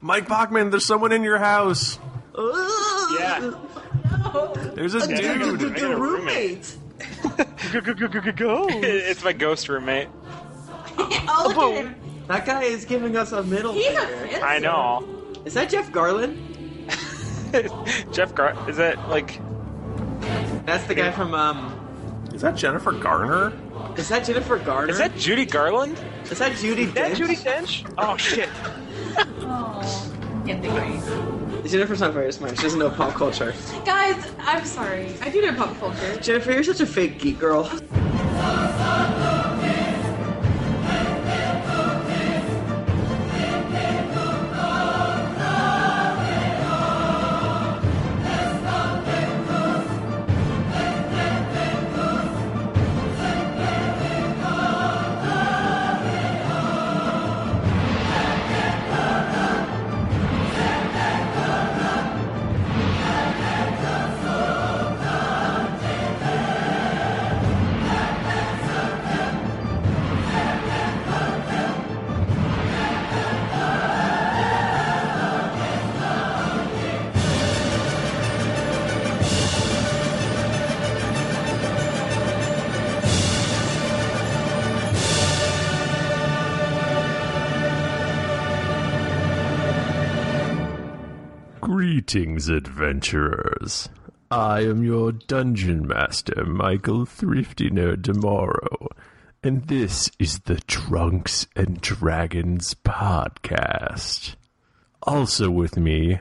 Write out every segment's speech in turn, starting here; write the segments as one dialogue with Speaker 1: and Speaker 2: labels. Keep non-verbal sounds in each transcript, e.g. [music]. Speaker 1: Mike Bachman, there's someone in your house.
Speaker 2: Yeah.
Speaker 1: There's a
Speaker 2: Yeah, I
Speaker 1: dude.
Speaker 2: gotta- I gotta roommate.
Speaker 3: roommates.
Speaker 4: Go, go, go, go, go, go.
Speaker 2: [laughs] It's my ghost roommate.
Speaker 3: oh, look at him.
Speaker 5: That guy is giving us a middle
Speaker 3: He's
Speaker 5: finger.
Speaker 3: offensive.
Speaker 2: I know.
Speaker 5: Is that Jeff Garland?
Speaker 2: [laughs] Jeff Gar is that like
Speaker 5: That's the guy from um.
Speaker 1: Is that Jennifer Garner?
Speaker 5: Is that Jennifer Garner?
Speaker 2: is that Judy Garland?
Speaker 5: is that Judy?
Speaker 4: That
Speaker 5: Dench?
Speaker 4: Judy Dench? Oh shit!
Speaker 3: Oh, get the grace.
Speaker 5: Jennifer's not very smart. She doesn't know pop culture.
Speaker 3: Guys, I'm sorry. I do know pop culture.
Speaker 5: Jennifer, you're such a fake geek girl.
Speaker 1: Greetings, adventurers. I am your dungeon master, Michael Thrifty Nerd Tomorrow, and this is the Trunks and Dragons podcast. Also with me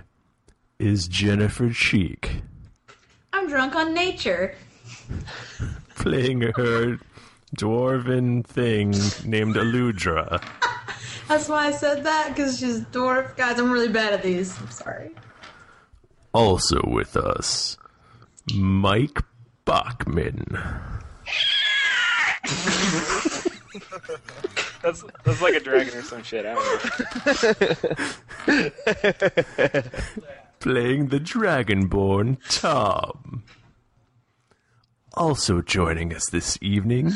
Speaker 1: is Jennifer Cheek,
Speaker 3: I'm drunk on nature.
Speaker 1: playing her dwarven thing named Aludra.
Speaker 3: That's why I said that, because she's dwarf. Guys, I'm really bad at these. I'm sorry.
Speaker 1: Also with us, Mike Bachman.
Speaker 5: [laughs]
Speaker 2: [laughs] That's that's like a dragon or some shit. I don't know.
Speaker 1: [laughs] playing the Dragonborn Tom. Also joining us this evening,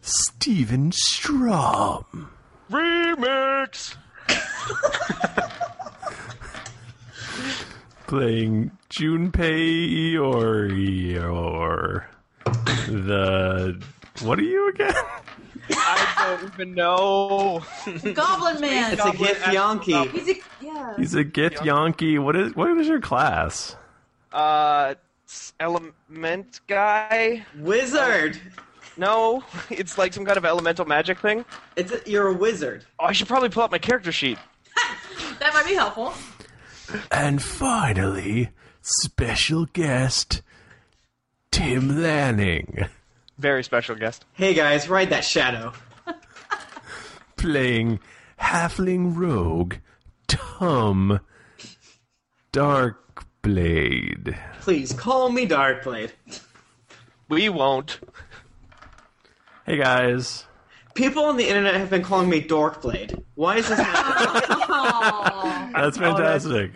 Speaker 1: Stephen Strom.
Speaker 4: Remix.
Speaker 1: Playing Junpei Iori or the what are you again?
Speaker 4: I don't even know.
Speaker 3: Goblin Man.
Speaker 5: It's a gift Yankee.
Speaker 3: He's a yeah.
Speaker 1: He's a Gith Yonki. What is what was your class?
Speaker 4: Uh, s- element guy?
Speaker 5: Wizard.
Speaker 4: No, it's like some kind of elemental magic thing.
Speaker 5: It's a, you're a wizard.
Speaker 4: Oh, I should probably pull out my character sheet.
Speaker 3: That might be helpful.
Speaker 1: And finally, special guest Tim Lanning.
Speaker 4: Very special guest.
Speaker 5: Hey guys, ride that shadow.
Speaker 1: playing halfling rogue Tom Darkblade.
Speaker 5: Please call me Darkblade.
Speaker 4: We won't.
Speaker 1: Hey guys,
Speaker 5: People on the internet have been calling me Dorkblade. Why is this? Not-
Speaker 3: Aww.
Speaker 1: that's fantastic.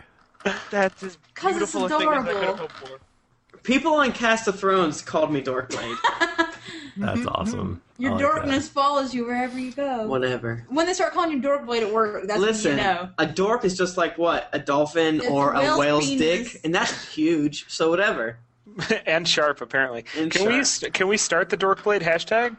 Speaker 4: That's as
Speaker 3: 'Cause it's
Speaker 4: beautiful a thing as I could
Speaker 3: adorable.
Speaker 4: hope for.
Speaker 5: People on Cast of Thrones called
Speaker 4: [laughs]
Speaker 5: me Dorkblade.
Speaker 1: That's awesome.
Speaker 3: Your
Speaker 1: I like
Speaker 3: dorkness follows you wherever you go.
Speaker 5: Whatever.
Speaker 3: when they start calling you Dorkblade at work, that's
Speaker 5: Listen,
Speaker 3: when you know.
Speaker 5: a dork is just like what a dolphin
Speaker 3: It's
Speaker 5: or
Speaker 3: a
Speaker 5: a
Speaker 3: whale's
Speaker 5: whale's
Speaker 3: penis.
Speaker 5: dick, and that's huge. So whatever.
Speaker 2: [laughs] and sharp apparently.
Speaker 5: And
Speaker 2: can we
Speaker 5: sharp.
Speaker 2: st- can we start the Dorkblade hashtag?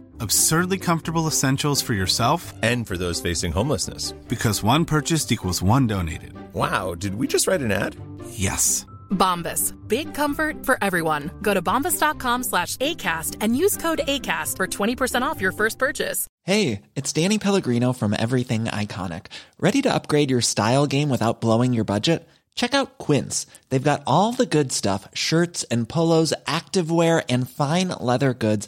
Speaker 6: Absurdly comfortable essentials for yourself
Speaker 7: And for those facing homelessness.
Speaker 6: because one purchased equals one donated.
Speaker 7: Wow, did we just write an ad?
Speaker 6: Yes.
Speaker 8: Bombas. Big comfort for everyone. Go to bombas.com slash ACAST and use code ACAST for 20% off your first purchase.
Speaker 9: Hey, it's Danny Pellegrino from Everything Iconic. Ready to upgrade your style game without blowing your budget? Check out Quince. They've got all the good stuff shirts and polos, activewear, and fine leather goods,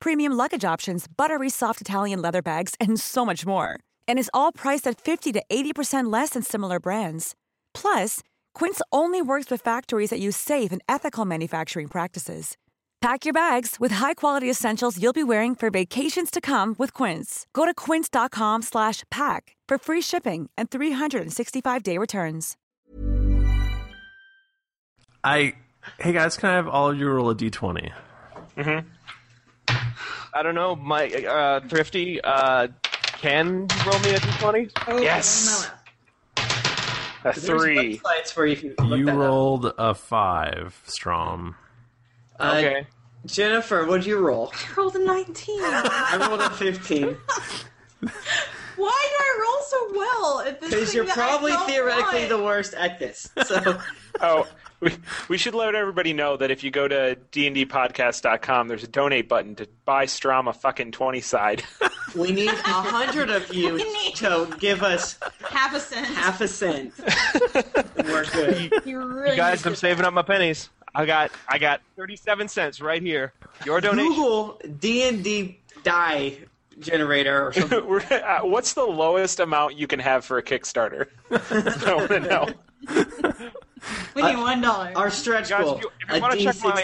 Speaker 10: premium luggage options, buttery soft Italian leather bags, and so much more. And is all priced at 50 to 80% less than similar brands. Plus, Quince only works with factories that use safe and ethical manufacturing practices. Pack your bags with high-quality essentials you'll be wearing for vacations to come with Quince. Go to quince.com slash pack for free shipping and 365-day returns.
Speaker 1: I. Hey guys, can I have all of you roll a d20?
Speaker 4: I don't know. My uh, thrifty uh, can roll me a d20.
Speaker 3: Oh,
Speaker 2: Yes. A
Speaker 5: There's
Speaker 2: three.
Speaker 5: websites where you can look
Speaker 1: You
Speaker 5: that up.
Speaker 1: rolled a five, Strom.
Speaker 5: Uh,
Speaker 4: Okay.
Speaker 5: Jennifer, what'd you roll?
Speaker 3: I rolled a 19. Why
Speaker 5: I rolled a 15.
Speaker 3: do I roll so well at [laughs] this?
Speaker 5: Because
Speaker 3: thing
Speaker 5: you're
Speaker 3: that I
Speaker 5: probably
Speaker 3: don't
Speaker 5: theoretically
Speaker 3: want?
Speaker 5: the worst at this. So
Speaker 2: [laughs] Oh, we, we should let everybody know that if you go to dndpodcast.com, there's a donate button to buy Strom a fucking 20 side. [laughs]
Speaker 5: we need a
Speaker 3: [laughs]
Speaker 5: hundred of you
Speaker 3: need-
Speaker 5: to give us
Speaker 3: half a cent.
Speaker 5: half a cent. And We're good.
Speaker 3: [laughs] you really
Speaker 4: You guys,
Speaker 3: need
Speaker 4: I'm
Speaker 3: to-
Speaker 4: saving up my pennies. I got I got 37 cents right here. Your donation.
Speaker 5: Google D and D die generator or
Speaker 2: [laughs]
Speaker 5: something.
Speaker 2: We're, uh, what's the lowest amount you can have for a Kickstarter? I want to know.
Speaker 3: We need one dollar.
Speaker 5: Uh, Our stretch
Speaker 4: Guys,
Speaker 5: goal.
Speaker 4: if you- if you
Speaker 5: A
Speaker 4: wanna
Speaker 5: D
Speaker 4: check my-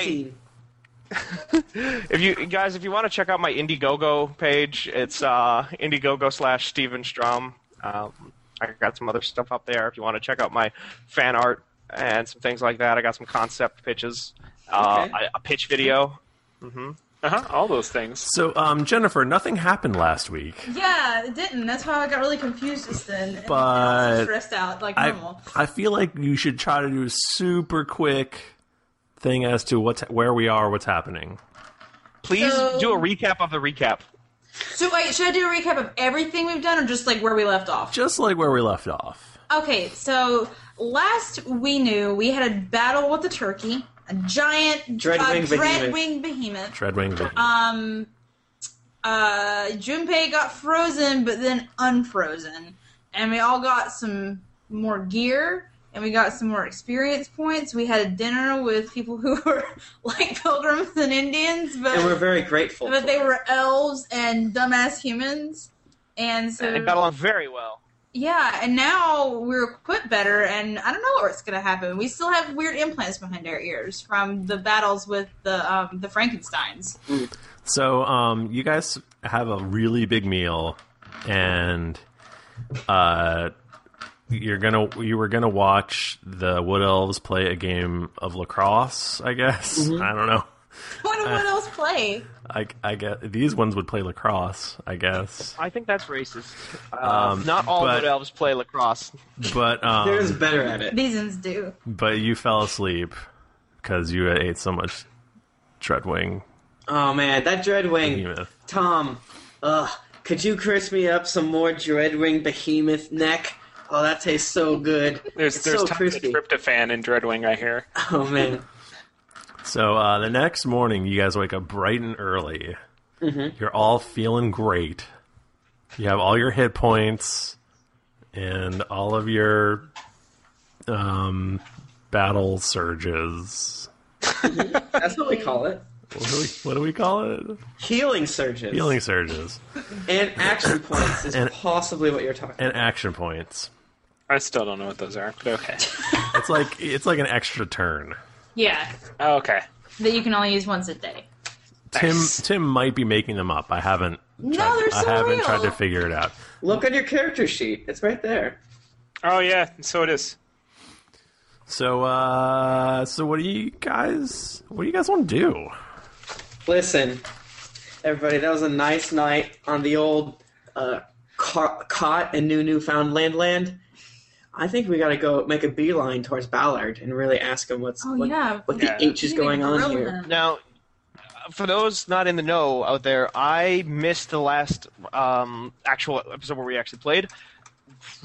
Speaker 5: sixteen.
Speaker 4: If you guys, if you want to check out my Indiegogo page, it's uh, Indiegogo slash Steven Strom. Um, I got some other stuff up there. If you want to check out my fan art and some things like that, I got some concept pitches, uh,
Speaker 5: Okay.
Speaker 4: a, a pitch video.
Speaker 2: Uh-huh, all those things.
Speaker 1: So, um, Jennifer, nothing happened last week.
Speaker 3: Yeah, it didn't. That's why I got really confused just then. And I
Speaker 1: But-
Speaker 3: was stressed out like
Speaker 1: I,
Speaker 3: normal.
Speaker 1: I feel like you should try to do a super quick thing as to what's where we are, what's happening.
Speaker 4: Please
Speaker 3: So-
Speaker 4: do a recap of the recap.
Speaker 3: So wait, should I do a recap of everything we've done, or just like where we left off?
Speaker 1: Just like where we left off.
Speaker 3: Okay, so last we knew we had a battle with the turkey, a giant
Speaker 5: Dreadwing
Speaker 3: uh, dreadwing behemoth.
Speaker 1: Dreadwing. Vicky.
Speaker 3: Um, Uh, Junpei got frozen, but then unfrozen, and we all got some more gear. And we got some more experience points. We had a dinner with people who [laughs] were like pilgrims and Indians, but
Speaker 5: And we're very grateful.
Speaker 3: but
Speaker 5: for
Speaker 3: they
Speaker 5: it.
Speaker 3: were elves and dumbass humans. And so,
Speaker 4: It got along very well.
Speaker 3: yeah, and now we're equipped better, and I don't know what's going to happen. We still have weird implants behind our ears from the battles with the um, the Frankensteins.
Speaker 1: So, um, you guys have a really big meal, and uh, you're gonna you were gonna watch the Wood Elves play a game of lacrosse. I guess
Speaker 5: Mm-hmm.
Speaker 1: I don't know.
Speaker 3: What would else play?
Speaker 1: I, I guess these ones would play lacrosse. I guess,
Speaker 4: I think that's racist. Um, not all
Speaker 1: but-
Speaker 4: good elves play lacrosse.
Speaker 1: but um,
Speaker 5: There's better at it.
Speaker 3: These uns do.
Speaker 1: but you fell asleep because you ate so much Dreadwing
Speaker 5: Oh man, that Dreadwing.
Speaker 1: behemoth.
Speaker 5: Tom, ugh, could you crisp me up some more Dreadwing behemoth neck? Oh, that tastes so good.
Speaker 2: There's
Speaker 5: it's
Speaker 2: there's
Speaker 5: so
Speaker 2: tons
Speaker 5: crispy.
Speaker 2: of tryptophan in Dreadwing, I hear.
Speaker 5: Oh man.
Speaker 1: So uh, the next morning, you guys wake up bright and early.
Speaker 3: Mm-hmm.
Speaker 1: You're all feeling great. You have all your hit points and all of your um, battle surges.
Speaker 5: That's what we call it.
Speaker 1: What do, we, what do we call it?
Speaker 5: Healing surges.
Speaker 1: Healing surges
Speaker 5: And action points is
Speaker 1: And-
Speaker 5: possibly what you're talking about.
Speaker 1: and action points.
Speaker 2: I still don't know what those are, but okay.
Speaker 1: [laughs] It's like it's like an extra turn.
Speaker 3: Yeah,
Speaker 2: Oh, okay.
Speaker 3: that you can only use once a day.
Speaker 1: Tim
Speaker 2: Nice.
Speaker 1: Tim might be making them up. I haven't.
Speaker 3: No,
Speaker 1: tried-
Speaker 3: they're so
Speaker 1: I haven't
Speaker 3: real.
Speaker 1: tried to figure it out.
Speaker 5: Look on your character sheet. It's right there.
Speaker 2: Oh, yeah, so it is.
Speaker 1: So, uh, so what do you guys, what do you guys want to do?
Speaker 5: Listen, everybody, that was a nice night on the old uh, car- cot in New Newfoundland land. I think we got to go make a beeline towards Ballard and really ask him what's
Speaker 3: Oh,
Speaker 5: what,
Speaker 3: yeah.
Speaker 5: what the
Speaker 4: Yeah.
Speaker 5: H is going on here.
Speaker 4: Now, uh, for those not in the know out there, I missed the last um, actual episode where we actually played.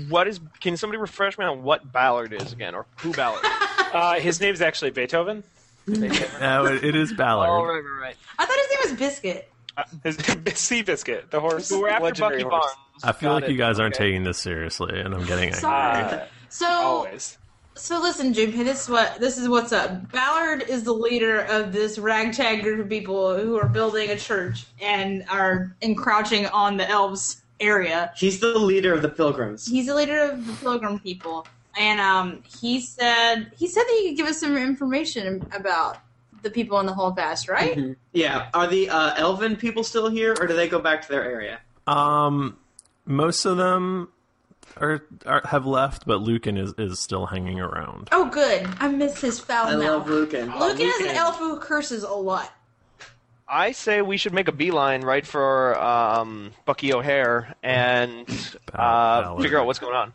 Speaker 4: What is? Can somebody refresh me on what Ballard is again, or who Ballard?
Speaker 2: [laughs] uh, his name's actually Beethoven.
Speaker 1: No, Uh, it, it is Ballard.
Speaker 2: Oh, right, right, right.
Speaker 3: I thought his name was Biscuit.
Speaker 2: Uh, His, [laughs] sea biscuit, the horse.
Speaker 4: We're after
Speaker 2: legendary
Speaker 4: Bucky
Speaker 2: horse.
Speaker 1: I feel
Speaker 2: Got
Speaker 1: like
Speaker 2: it.
Speaker 1: you guys aren't
Speaker 2: Okay.
Speaker 1: taking this seriously, and I'm getting angry.
Speaker 3: Sorry.
Speaker 1: Uh,
Speaker 3: So So listen, Jimmy, this is what this is what's up. Ballard is the leader of this ragtag group of people who are building a church and are encroaching on the elves area.
Speaker 5: He's the leader of the pilgrims.
Speaker 3: He's the leader of the pilgrim people. And um, he said he said that he could give us some information about the people in the holdfast, right?
Speaker 5: Mhm. Yeah. Are the uh, elven people still here, or do they go back to their area?
Speaker 1: Um, most of them are, are have left, but Lucan is is still hanging around.
Speaker 3: Oh, good. I miss his foul
Speaker 5: I
Speaker 3: mouth.
Speaker 5: love Lucan.
Speaker 3: Lucan is an
Speaker 4: Lucan.
Speaker 3: elf who curses a lot.
Speaker 4: I say we should make a beeline right for um, Bucky O'Hare and uh, figure out what's going on.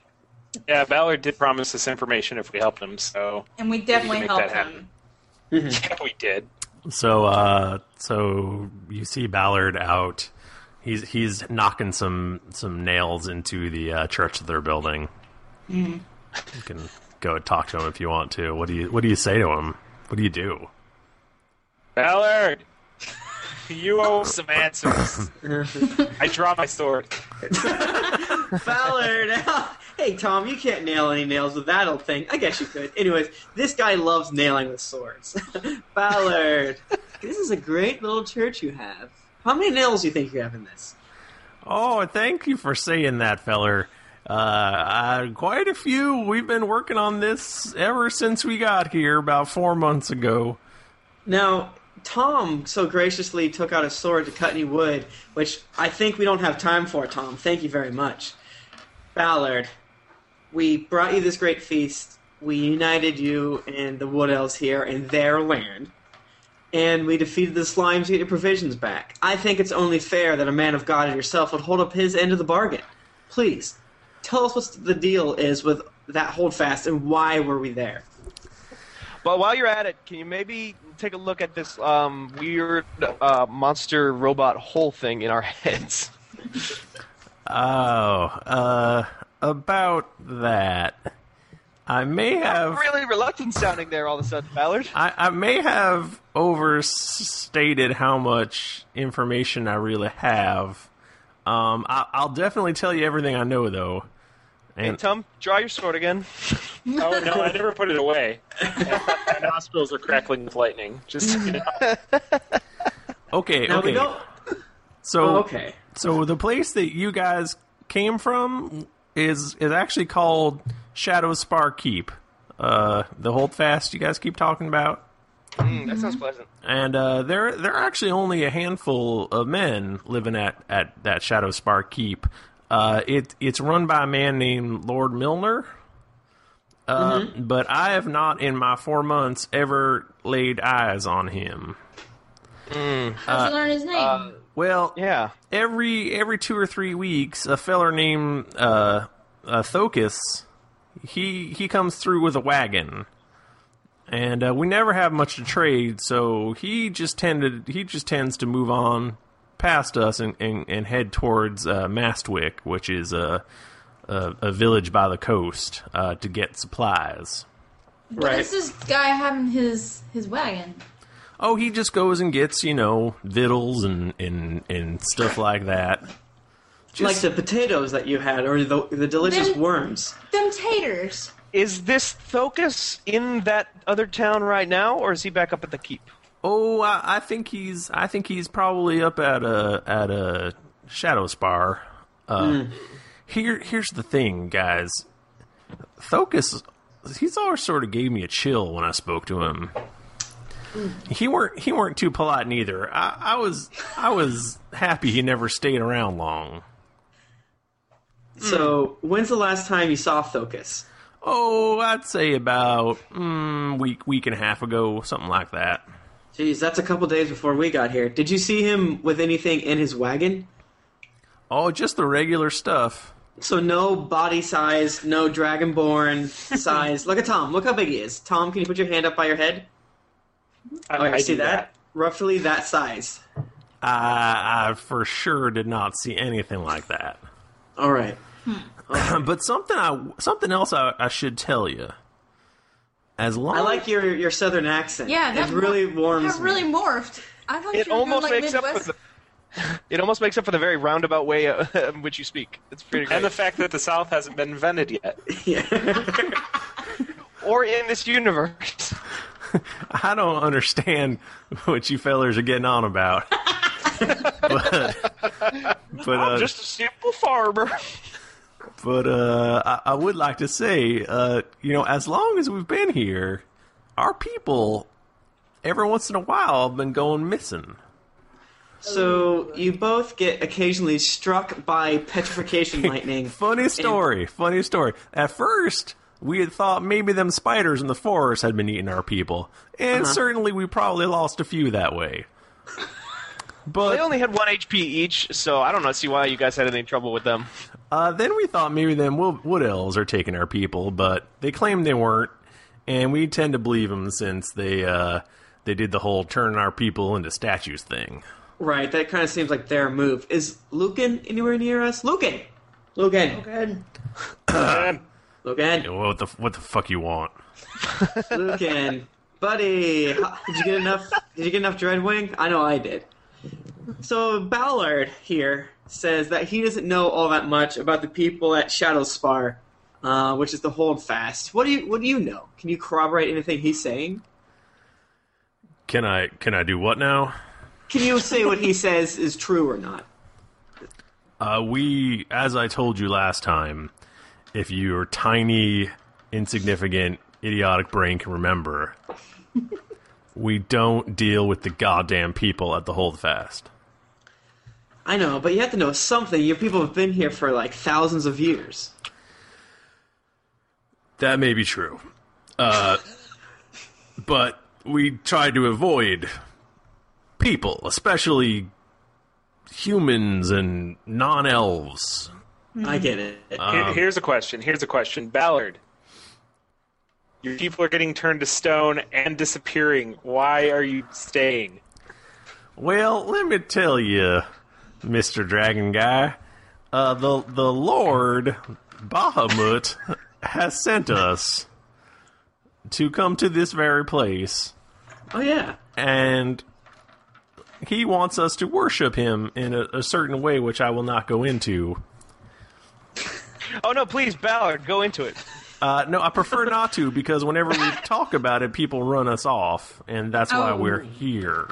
Speaker 2: Yeah, Ballard did promise us information if we helped him, so
Speaker 3: And we
Speaker 2: need to
Speaker 3: definitely
Speaker 2: make
Speaker 3: helped
Speaker 2: that
Speaker 3: him.
Speaker 2: [laughs] yeah, we did.
Speaker 1: So, uh, so you see Ballard out. He's he's knocking some some nails into the uh, church that they're building.
Speaker 3: Mhm.
Speaker 1: You can go talk to him if you want to. What do you What do you say to him? What do you do?
Speaker 2: Ballard, [laughs] you owe some answers. I draw my sword.
Speaker 5: Ballard. [laughs] hey, Tom, you can't nail any nails with that old thing. I guess you could. Anyways, this guy loves nailing with swords. [laughs] Ballard, this is a great little church you have. How many nails do you think you have in this?
Speaker 1: Oh, thank you for saying that, feller. Uh, uh, quite a few. We've been working on this ever since we got here about four months ago.
Speaker 5: Now, Tom so graciously took out his sword to cut any wood, which I think we don't have time for, Tom. Thank you very much. Ballard, we brought you this great feast. We united you and the Wood Elves here in their land. And we defeated the slimes to get your provisions back. I think it's only fair that a man of God and yourself would hold up his end of the bargain. Please, tell us what the deal is with that holdfast and why were we there?
Speaker 4: But while you're at it, can you maybe take a look at this um, weird uh, monster robot hole thing in our [laughs] heads?
Speaker 1: Oh, uh, about that. I may have.
Speaker 4: really reluctant sounding there all of a sudden, Ballard.
Speaker 1: I, I may have overstated how much information I really have. Um, I, I'll definitely tell you everything I know, though.
Speaker 4: Hey,
Speaker 1: And
Speaker 4: Tom, draw your sword again.
Speaker 2: Oh no, I never put it away. My nostrils are crackling with lightning. Just you know.
Speaker 1: [laughs] okay,
Speaker 2: Now we
Speaker 1: okay.
Speaker 2: don't-
Speaker 1: So
Speaker 2: Oh, okay.
Speaker 1: So the place that you guys came from is is actually called Shadow Spar Keep. Uh, the holdfast you guys keep talking about.
Speaker 4: Mm, that sounds pleasant.
Speaker 1: and uh, there there are actually only a handful of men living at, at that Shadow Spark Keep. Uh, it it's run by a man named Lord Milner, uh, but I have not in my four months ever laid eyes on him. Uh,
Speaker 3: How'd you learn his name?
Speaker 1: Well,
Speaker 4: yeah.
Speaker 1: Every every two or three weeks, a feller named uh, uh, Thokus, he he comes through with a wagon, and uh, we never have much to trade. So he just tended he just tends to move on past us and and, and head towards uh, Mastwick, which is a, a a village by the coast, uh, to get supplies.
Speaker 3: What is this guy having his his wagon?
Speaker 1: Oh, he just goes and gets you know victuals and and and stuff like that.
Speaker 5: [laughs] like the potatoes that you had, or the, the delicious
Speaker 3: Then-
Speaker 5: worms.
Speaker 3: Them taters.
Speaker 4: Is this Thokus in that other town right now, or is he back up at the keep?
Speaker 1: Oh, I, I think he's I think he's probably up at a at a Shadow Spar. Uh,
Speaker 5: Hmm.
Speaker 11: Mm.
Speaker 1: Here, here's the thing, guys. Thokus, he's always sort of gave me a chill when I spoke to him.
Speaker 5: Hmm.
Speaker 1: He weren't he weren't too polite neither. I, I was I was happy he never stayed around long.
Speaker 5: Hmm. So, when's the last time you saw Thokus?
Speaker 1: Oh, I'd say about mm, week week and a half ago, something like that.
Speaker 5: Jeez, that's a couple days before we got here. Did you see him with anything in his wagon?
Speaker 1: Oh, just the regular stuff.
Speaker 5: So no body size, no
Speaker 1: [laughs]
Speaker 5: dragonborn size. Look at Tom. Look how big he is. Tom, can you put your hand up by your head?
Speaker 2: I-
Speaker 5: oh, yeah,
Speaker 2: I
Speaker 5: see
Speaker 2: do that.
Speaker 5: Roughly that size.
Speaker 1: I, I for sure did not see anything like that.
Speaker 5: All right.
Speaker 1: [clears throat] but something I something else I, I should tell you. As long
Speaker 5: I like your your southern accent.
Speaker 3: Yeah,
Speaker 5: it really warms.
Speaker 3: That
Speaker 5: me.
Speaker 3: really morphed. I thought
Speaker 4: It
Speaker 3: you were doing,
Speaker 4: almost
Speaker 3: like
Speaker 4: makes up
Speaker 3: Midwest.
Speaker 4: for It almost makes up for the [laughs] very roundabout way uh, [laughs] in which you speak. It's pretty great.
Speaker 2: And the fact that the South hasn't been invented yet.
Speaker 4: or in this universe.
Speaker 1: [laughs] I don't understand what you fellers are getting on about.
Speaker 4: [laughs]
Speaker 1: but but uh,
Speaker 4: I'm just a simple farmer.
Speaker 1: but uh, I, I would like to say, uh, you know, as long as we've been here, our people every once in a while have been going missing.
Speaker 5: So you both get occasionally struck
Speaker 1: [laughs]
Speaker 5: by petrification lightning.
Speaker 1: Funny story. Funny story. At first, we had thought maybe them spiders in the forest had been eating our people, and
Speaker 4: Uh-huh.
Speaker 1: certainly we probably lost a few that way. [laughs] But
Speaker 4: they only had one HP each, so I don't know. See why you guys had any trouble with them.
Speaker 1: Uh, then we thought maybe them wo- wood elves are taking our people, but they claimed they weren't, and we tend to believe them since they uh, they did the whole turning our people into statues thing.
Speaker 5: Right, that kind of seems like their move. Is Lucan anywhere near us? Lucan, Lucan,
Speaker 3: Lucan,
Speaker 5: Lucan,
Speaker 1: what the what the fuck you want?
Speaker 5: Lucan, buddy, how- did you get enough? Did you get enough Dreadwing? I know I did. So Ballard here says that he doesn't know all that much about the people at Shadowspar, uh, which is the Holdfast. What do you What do you know? Can you corroborate anything he's saying?
Speaker 1: Can I can I do what now?
Speaker 5: Can you say what he says is true or not?
Speaker 1: Uh, we, as I told you last time, if your tiny, insignificant, idiotic brain can remember, we don't deal with the goddamn people at the Holdfast.
Speaker 5: I know, but you have to know something. Your people have been here for like thousands of years.
Speaker 1: That may be true. Uh, but we try to avoid people, especially humans and non elves.
Speaker 5: I get it.
Speaker 1: Ah.
Speaker 2: Here- here's a question. Here's a question. Ballard, your people are getting turned to stone and disappearing. Why are you staying?
Speaker 1: Well, let me tell you, Mister Dragon Guy, uh, the the Lord Bahamut has sent us to come to this very place,
Speaker 5: Oh yeah.
Speaker 1: and he wants us to worship him in a, a certain way, which I will not go into.
Speaker 4: Oh no, please, Ballard, go into it.
Speaker 1: Uh, no, I prefer not to because whenever we talk about it, people run us off, and that's why
Speaker 4: Oh.
Speaker 1: we're here.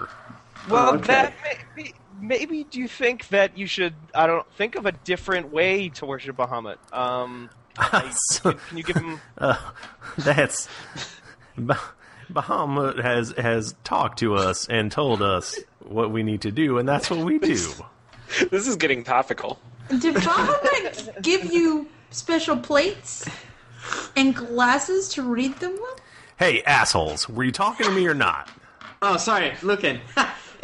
Speaker 1: Oh,
Speaker 4: Well, that may, maybe do you think that you should? I don't think of a different way to worship Bahamut.
Speaker 1: [laughs]
Speaker 4: Um, I- can, can you give him?
Speaker 1: Uh, [laughs] that's Bah- Bahamut has has talked to us and told us what we need to do, and that's what we do.
Speaker 2: [laughs] This is getting topical.
Speaker 3: did Bahamut give you special plates and glasses to read them with?
Speaker 1: Hey, assholes, were you talking to me or not?
Speaker 5: Oh, sorry, Lucan.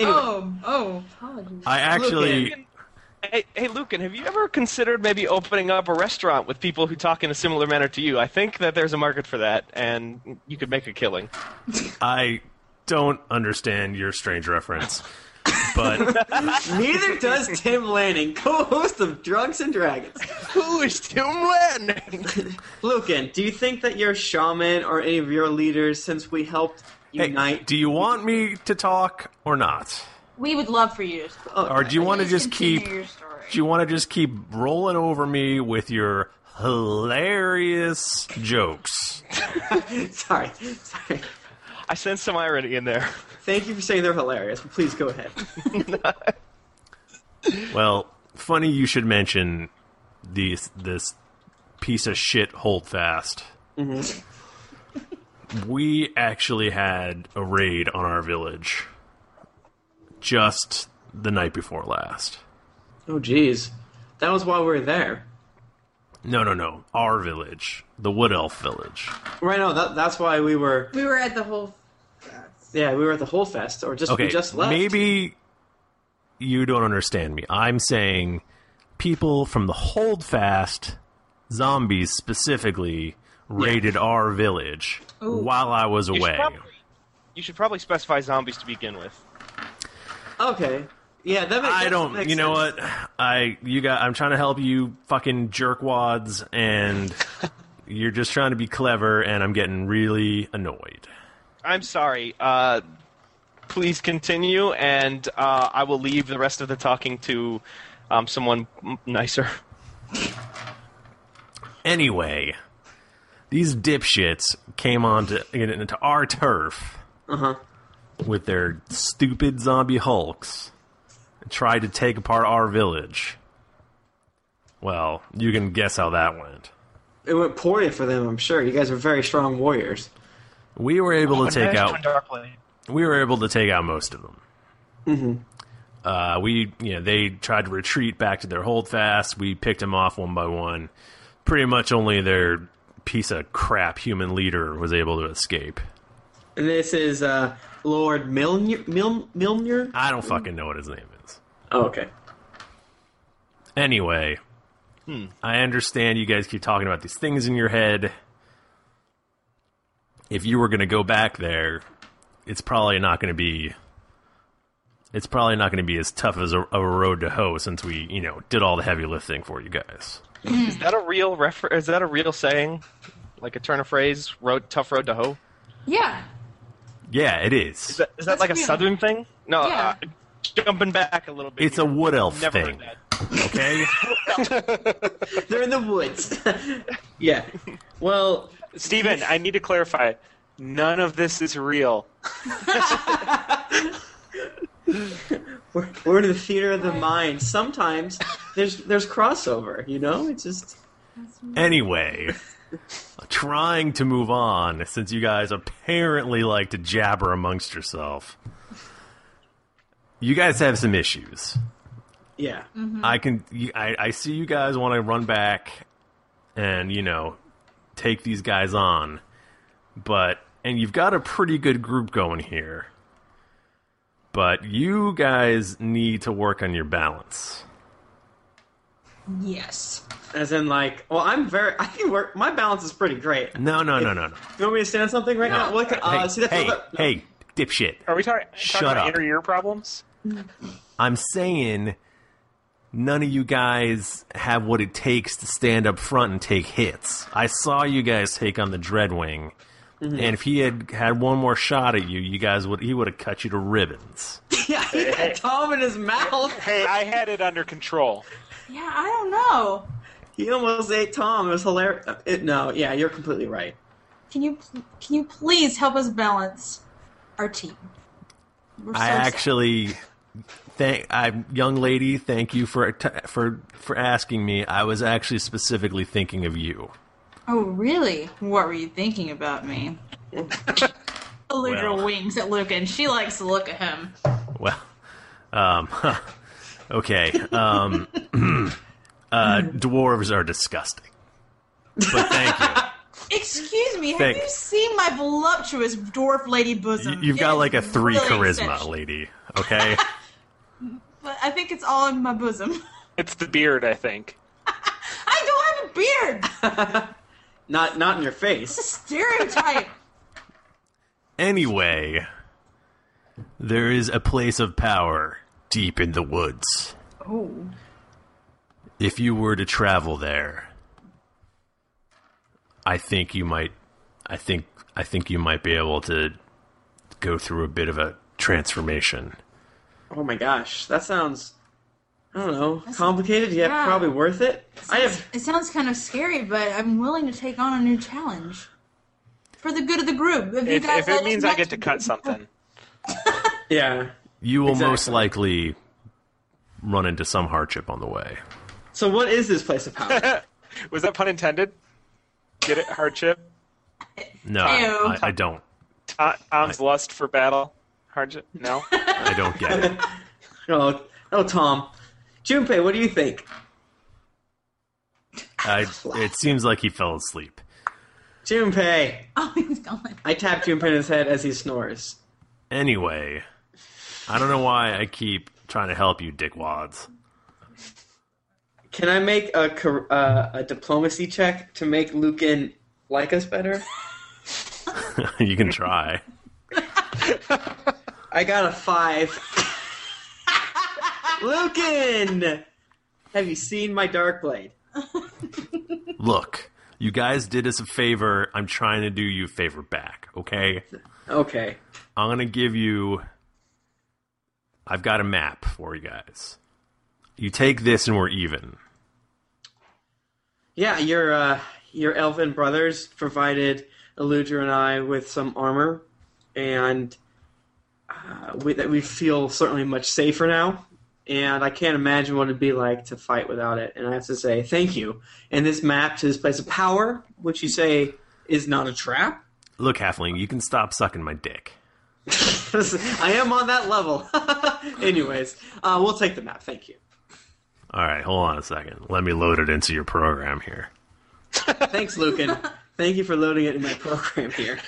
Speaker 3: Oh, oh, apologies.
Speaker 1: I actually,
Speaker 4: Hey, hey, Lucan, have you ever considered maybe opening up a restaurant with people who talk in a similar manner to you? I think that there's a market for that, and you could make a killing.
Speaker 1: I don't understand your strange reference, but
Speaker 5: [laughs] Neither does Tim Lanning, co-host of Drunks and Dragons.
Speaker 4: Who is Tim
Speaker 5: [laughs]
Speaker 4: Lanning?
Speaker 5: Lucan, do you think that your shaman or any of your leaders, since we helped unite,
Speaker 1: do you want me to talk or not?
Speaker 3: We would love for you Oh, to talk.
Speaker 1: Or do you want to
Speaker 3: Please
Speaker 1: just
Speaker 3: continue
Speaker 1: keep?
Speaker 3: your story.
Speaker 1: Do you want to just keep rolling over me with your hilarious jokes?
Speaker 5: [laughs] sorry, sorry.
Speaker 4: I sense some irony in there.
Speaker 5: Thank you for saying they're hilarious, but please
Speaker 4: [laughs]
Speaker 5: go ahead.
Speaker 1: Well, funny you should mention these this piece of shit holdfast. We actually had a raid on our village just the night before last.
Speaker 5: Oh, jeez. That was why we were there.
Speaker 1: No, no, no. Our village, the Wood Elf village.
Speaker 5: Right now, that, that's why we were.
Speaker 3: We were at the whole.
Speaker 5: Yeah, we were at the whole fest, or just
Speaker 1: okay,
Speaker 5: we just left.
Speaker 1: maybe you don't understand me. I'm saying people from the Holdfast, zombies specifically, raided our village
Speaker 4: Ooh.
Speaker 1: while I was
Speaker 4: You should
Speaker 1: away.
Speaker 4: probably- You should probably specify zombies to begin with.
Speaker 5: Okay. Yeah, that makes.
Speaker 1: I don't. You know what? I you got. I'm trying to help you, fucking jerkwads,
Speaker 5: [laughs]
Speaker 1: and you're just trying to be clever, and I'm getting really annoyed.
Speaker 4: I'm sorry. Uh, please continue, and uh, I will leave the rest of the talking to um, someone m- nicer.
Speaker 1: Anyway, these dipshits came onto into our turf
Speaker 5: Uh-huh.
Speaker 1: with their stupid zombie hulks and tried to take apart our village. Well, you can guess how that went.
Speaker 5: It went poorly for them, I'm sure. You guys are very strong warriors.
Speaker 1: We were able to take out. We were able to take out most of them.
Speaker 5: hmm
Speaker 1: Uh, we, you know, they tried to retreat back to their holdfast. We picked them off one by one. Pretty much only their piece of crap human leader was able to escape.
Speaker 5: And this is uh, Lord Milner. Mil- Milner?
Speaker 1: I don't fucking know what his name is.
Speaker 5: Oh, okay.
Speaker 1: Anyway,
Speaker 5: Hmm.
Speaker 1: I understand you guys keep talking about these things in your head. If you were going to go back there, it's probably not going to be. It's probably not going to be as tough as a, a road to hoe since we, you know, did all the heavy lifting for you guys.
Speaker 4: is that a real refer- Is that a real saying? Like a turn of phrase? Road, tough road to hoe.
Speaker 3: Yeah.
Speaker 1: Yeah, it is.
Speaker 4: Is that, is that like a
Speaker 3: real.
Speaker 4: southern thing? No.
Speaker 3: Yeah.
Speaker 4: Uh, jumping back a little bit.
Speaker 1: It's a wood elf
Speaker 4: Never
Speaker 1: thing. Okay.
Speaker 5: [laughs] They're in the woods. [laughs] yeah. Well,
Speaker 2: Steven, I need to clarify. None of this is real.
Speaker 5: We're, we're in the theater of the mind. Sometimes there's there's crossover, you know? It's just.
Speaker 1: Anyway, trying to move on since you guys apparently like to jabber amongst yourself. You guys have some issues.
Speaker 5: Yeah.
Speaker 1: I can. you- I, I see you guys want to run back, and you know, take these guys on, but and you've got a pretty good group going here. But you guys need to work on your balance.
Speaker 3: Yes.
Speaker 5: As in, like, well, I'm very. I can work. My balance is pretty great.
Speaker 1: No, no, no, no, no.
Speaker 5: You want me to stand on something right now? Look, at- uh,
Speaker 1: hey,
Speaker 5: see that's
Speaker 1: hey,
Speaker 5: another-
Speaker 1: hey, dipshit.
Speaker 2: Are we talking, talking
Speaker 1: Shut
Speaker 2: about
Speaker 1: up.
Speaker 2: inner ear problems?
Speaker 5: Mm.
Speaker 1: I'm saying none of you guys have what it takes to stand up front and take hits. I saw you guys take on the Dreadwing,
Speaker 5: Mhm.
Speaker 1: and if he had had one more shot at you, you guys would he would have cut you to ribbons.
Speaker 5: [laughs] yeah, he had Tom in his mouth.
Speaker 2: Hey, I had it under control.
Speaker 3: Yeah, I don't know.
Speaker 5: He almost ate Tom. It was hilarious. Uh, It, no, yeah, you're completely right.
Speaker 3: Can you pl- can you please help us balance our team? We're so
Speaker 1: I
Speaker 3: sad.
Speaker 1: actually thank I young lady, thank you for t- for for asking me. I was actually specifically thinking of you.
Speaker 3: Oh really? What were you thinking about
Speaker 1: [laughs]
Speaker 3: me? Aludra winks at Luke, and she likes to look at him.
Speaker 1: Well, um, [laughs] okay. Um, [clears throat] uh, dwarves are disgusting. But thank you.
Speaker 3: Excuse me, have
Speaker 1: Thank-
Speaker 3: you seen my voluptuous dwarf lady bosom?
Speaker 1: you you've got like a three
Speaker 3: really
Speaker 1: charisma,
Speaker 3: finished.
Speaker 1: lady. Okay.
Speaker 3: But I think it's all in my bosom.
Speaker 2: [laughs]
Speaker 3: [laughs]
Speaker 2: It's the beard, I think.
Speaker 3: I don't have a beard.
Speaker 5: Not not in your
Speaker 3: It's a
Speaker 5: face.
Speaker 2: [laughs]
Speaker 3: stereotype.
Speaker 1: anyway, there is a place of power deep in the woods.
Speaker 3: oh.
Speaker 1: If you were to travel there, I think you might. I think. I think you might be able to go through a bit of a transformation.
Speaker 5: Oh my gosh, that sounds. I don't know, complicated yet
Speaker 3: yeah.
Speaker 5: probably worth it. I have.
Speaker 3: It sounds kind of scary, but I'm willing to take on a new challenge for the good of the group. If, you
Speaker 2: If,
Speaker 3: guys
Speaker 2: if
Speaker 3: let us
Speaker 2: it means I
Speaker 3: match-
Speaker 2: get to cut something.
Speaker 5: Yeah.
Speaker 1: You will most likely run into some hardship on the way.
Speaker 5: So what is this place of power?
Speaker 2: [laughs] Was that pun intended? Get it? Hardship?
Speaker 1: No, I, I don't.
Speaker 2: To- Tom's lust for battle? Hardship?
Speaker 5: [laughs]
Speaker 2: No?
Speaker 1: I don't get it.
Speaker 5: oh, oh, Tom, Junpei, what do you think?
Speaker 1: I, it seems like he fell asleep.
Speaker 5: Junpei.
Speaker 3: Oh, he's gone.
Speaker 5: I tap Junpei in his head as he snores.
Speaker 1: Anyway, I don't know why I keep trying to help you, dickwads.
Speaker 5: Can I make a char- uh, a diplomacy check to make Lucan like us better?
Speaker 1: [laughs] you can try.
Speaker 5: I got a five. Lucan, have you seen my dark blade?
Speaker 1: Look, you guys did us a favor. I'm trying to do you a favor back, okay?
Speaker 5: Okay.
Speaker 1: I'm going to give you. I've got a map for you guys. You take this and we're even.
Speaker 5: Yeah, your uh, your elven brothers provided Eludra and I with some armor, and uh, we, that we feel certainly much safer now. And I can't imagine what it'd be like to fight without it. And I have to say thank you. And this map to this place of power, which you say is not a trap.
Speaker 1: Look, Halfling, you can stop sucking my dick.
Speaker 5: [laughs] I am on that level. [laughs] Anyways, uh, we'll take the map. Thank you.
Speaker 1: All right, hold on a second. Let me load it into your program here.
Speaker 5: Thanks, Lucan. Thank you for loading it in my program here.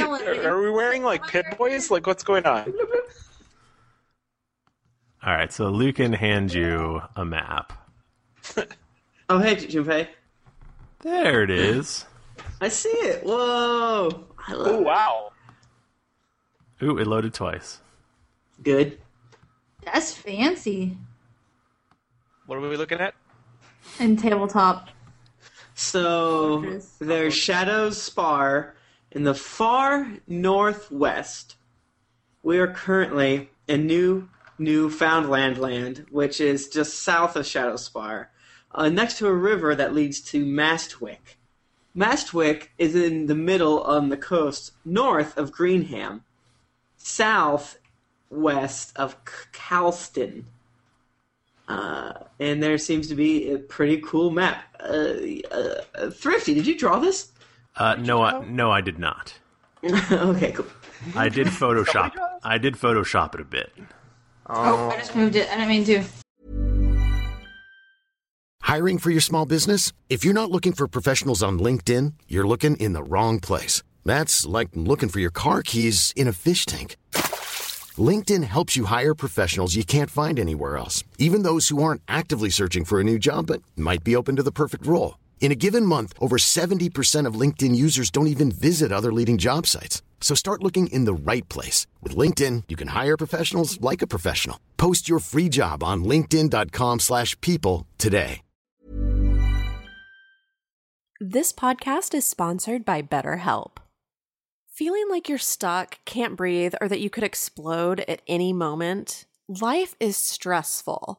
Speaker 2: Are, are we wearing like pit boys? Like, what's going on?
Speaker 1: All right, so Lucan hands you a map.
Speaker 5: [laughs] Oh, hey, Junpei.
Speaker 1: There it is.
Speaker 5: I see it. Whoa. I love
Speaker 2: Oh, wow.
Speaker 1: Ooh, it loaded twice.
Speaker 5: Good.
Speaker 3: [laughs] That's fancy.
Speaker 4: What are we looking at?
Speaker 3: And tabletop.
Speaker 5: So there's Shadows Spar in the far northwest. We are currently in new Newfoundland land, which is just south of Shadow Spar, uh, next to a river that leads to Mastwick. Mastwick is in the middle on the coast, north of Greenham, south west of C- Calston. Uh, and there seems to be a pretty cool map. Uh, uh, uh, Thrifty, did you draw this?
Speaker 1: Uh, no, I, no, I did not.
Speaker 5: [laughs] okay, cool.
Speaker 1: I
Speaker 3: [laughs]
Speaker 1: did Photoshop. I did Photoshop it a bit.
Speaker 3: Oh, I just moved it. I didn't mean to.
Speaker 12: Hiring for your small business? If you're not looking for professionals on LinkedIn, you're looking in the wrong place. That's like looking for your car keys in a fish tank. LinkedIn helps you hire professionals you can't find anywhere else, even those who aren't actively searching for a new job but might be open to the perfect role. In a given month, over 70% of LinkedIn users don't even visit other leading job sites. So start looking in the right place. With LinkedIn, you can hire professionals like a professional. Post your free job on linkedin.com/people slash people today.
Speaker 11: This podcast is sponsored by BetterHelp. Feeling like you're stuck, can't breathe, or that you could explode at any moment? Life is stressful.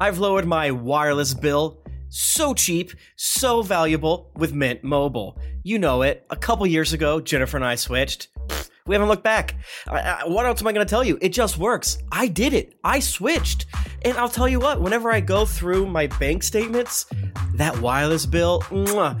Speaker 13: I've lowered my wireless bill so cheap, so valuable with Mint Mobile. You know it. A couple years ago, Jennifer and I switched. Pfft, we haven't looked back. I- I- what else am I going to tell you? It just works. I did it. I switched. And I'll tell you what, whenever I go through my bank statements, that wireless bill, mwah,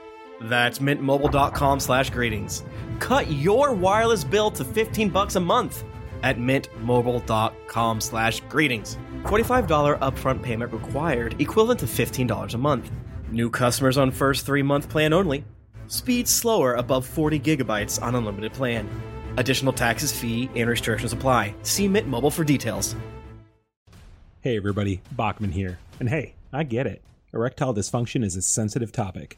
Speaker 5: That's mintmobile.com slash greetings. Cut your wireless bill to 15 bucks a month at mintmobile.com slash greetings. $45 upfront payment required, equivalent to $15 a month. New customers on first three month plan only. Speed slower above 40 gigabytes on unlimited plan. Additional taxes, fee, and restrictions apply. See Mint Mobile for details.
Speaker 2: Hey everybody, Bachman here. And hey, I get it. Erectile dysfunction is a sensitive topic,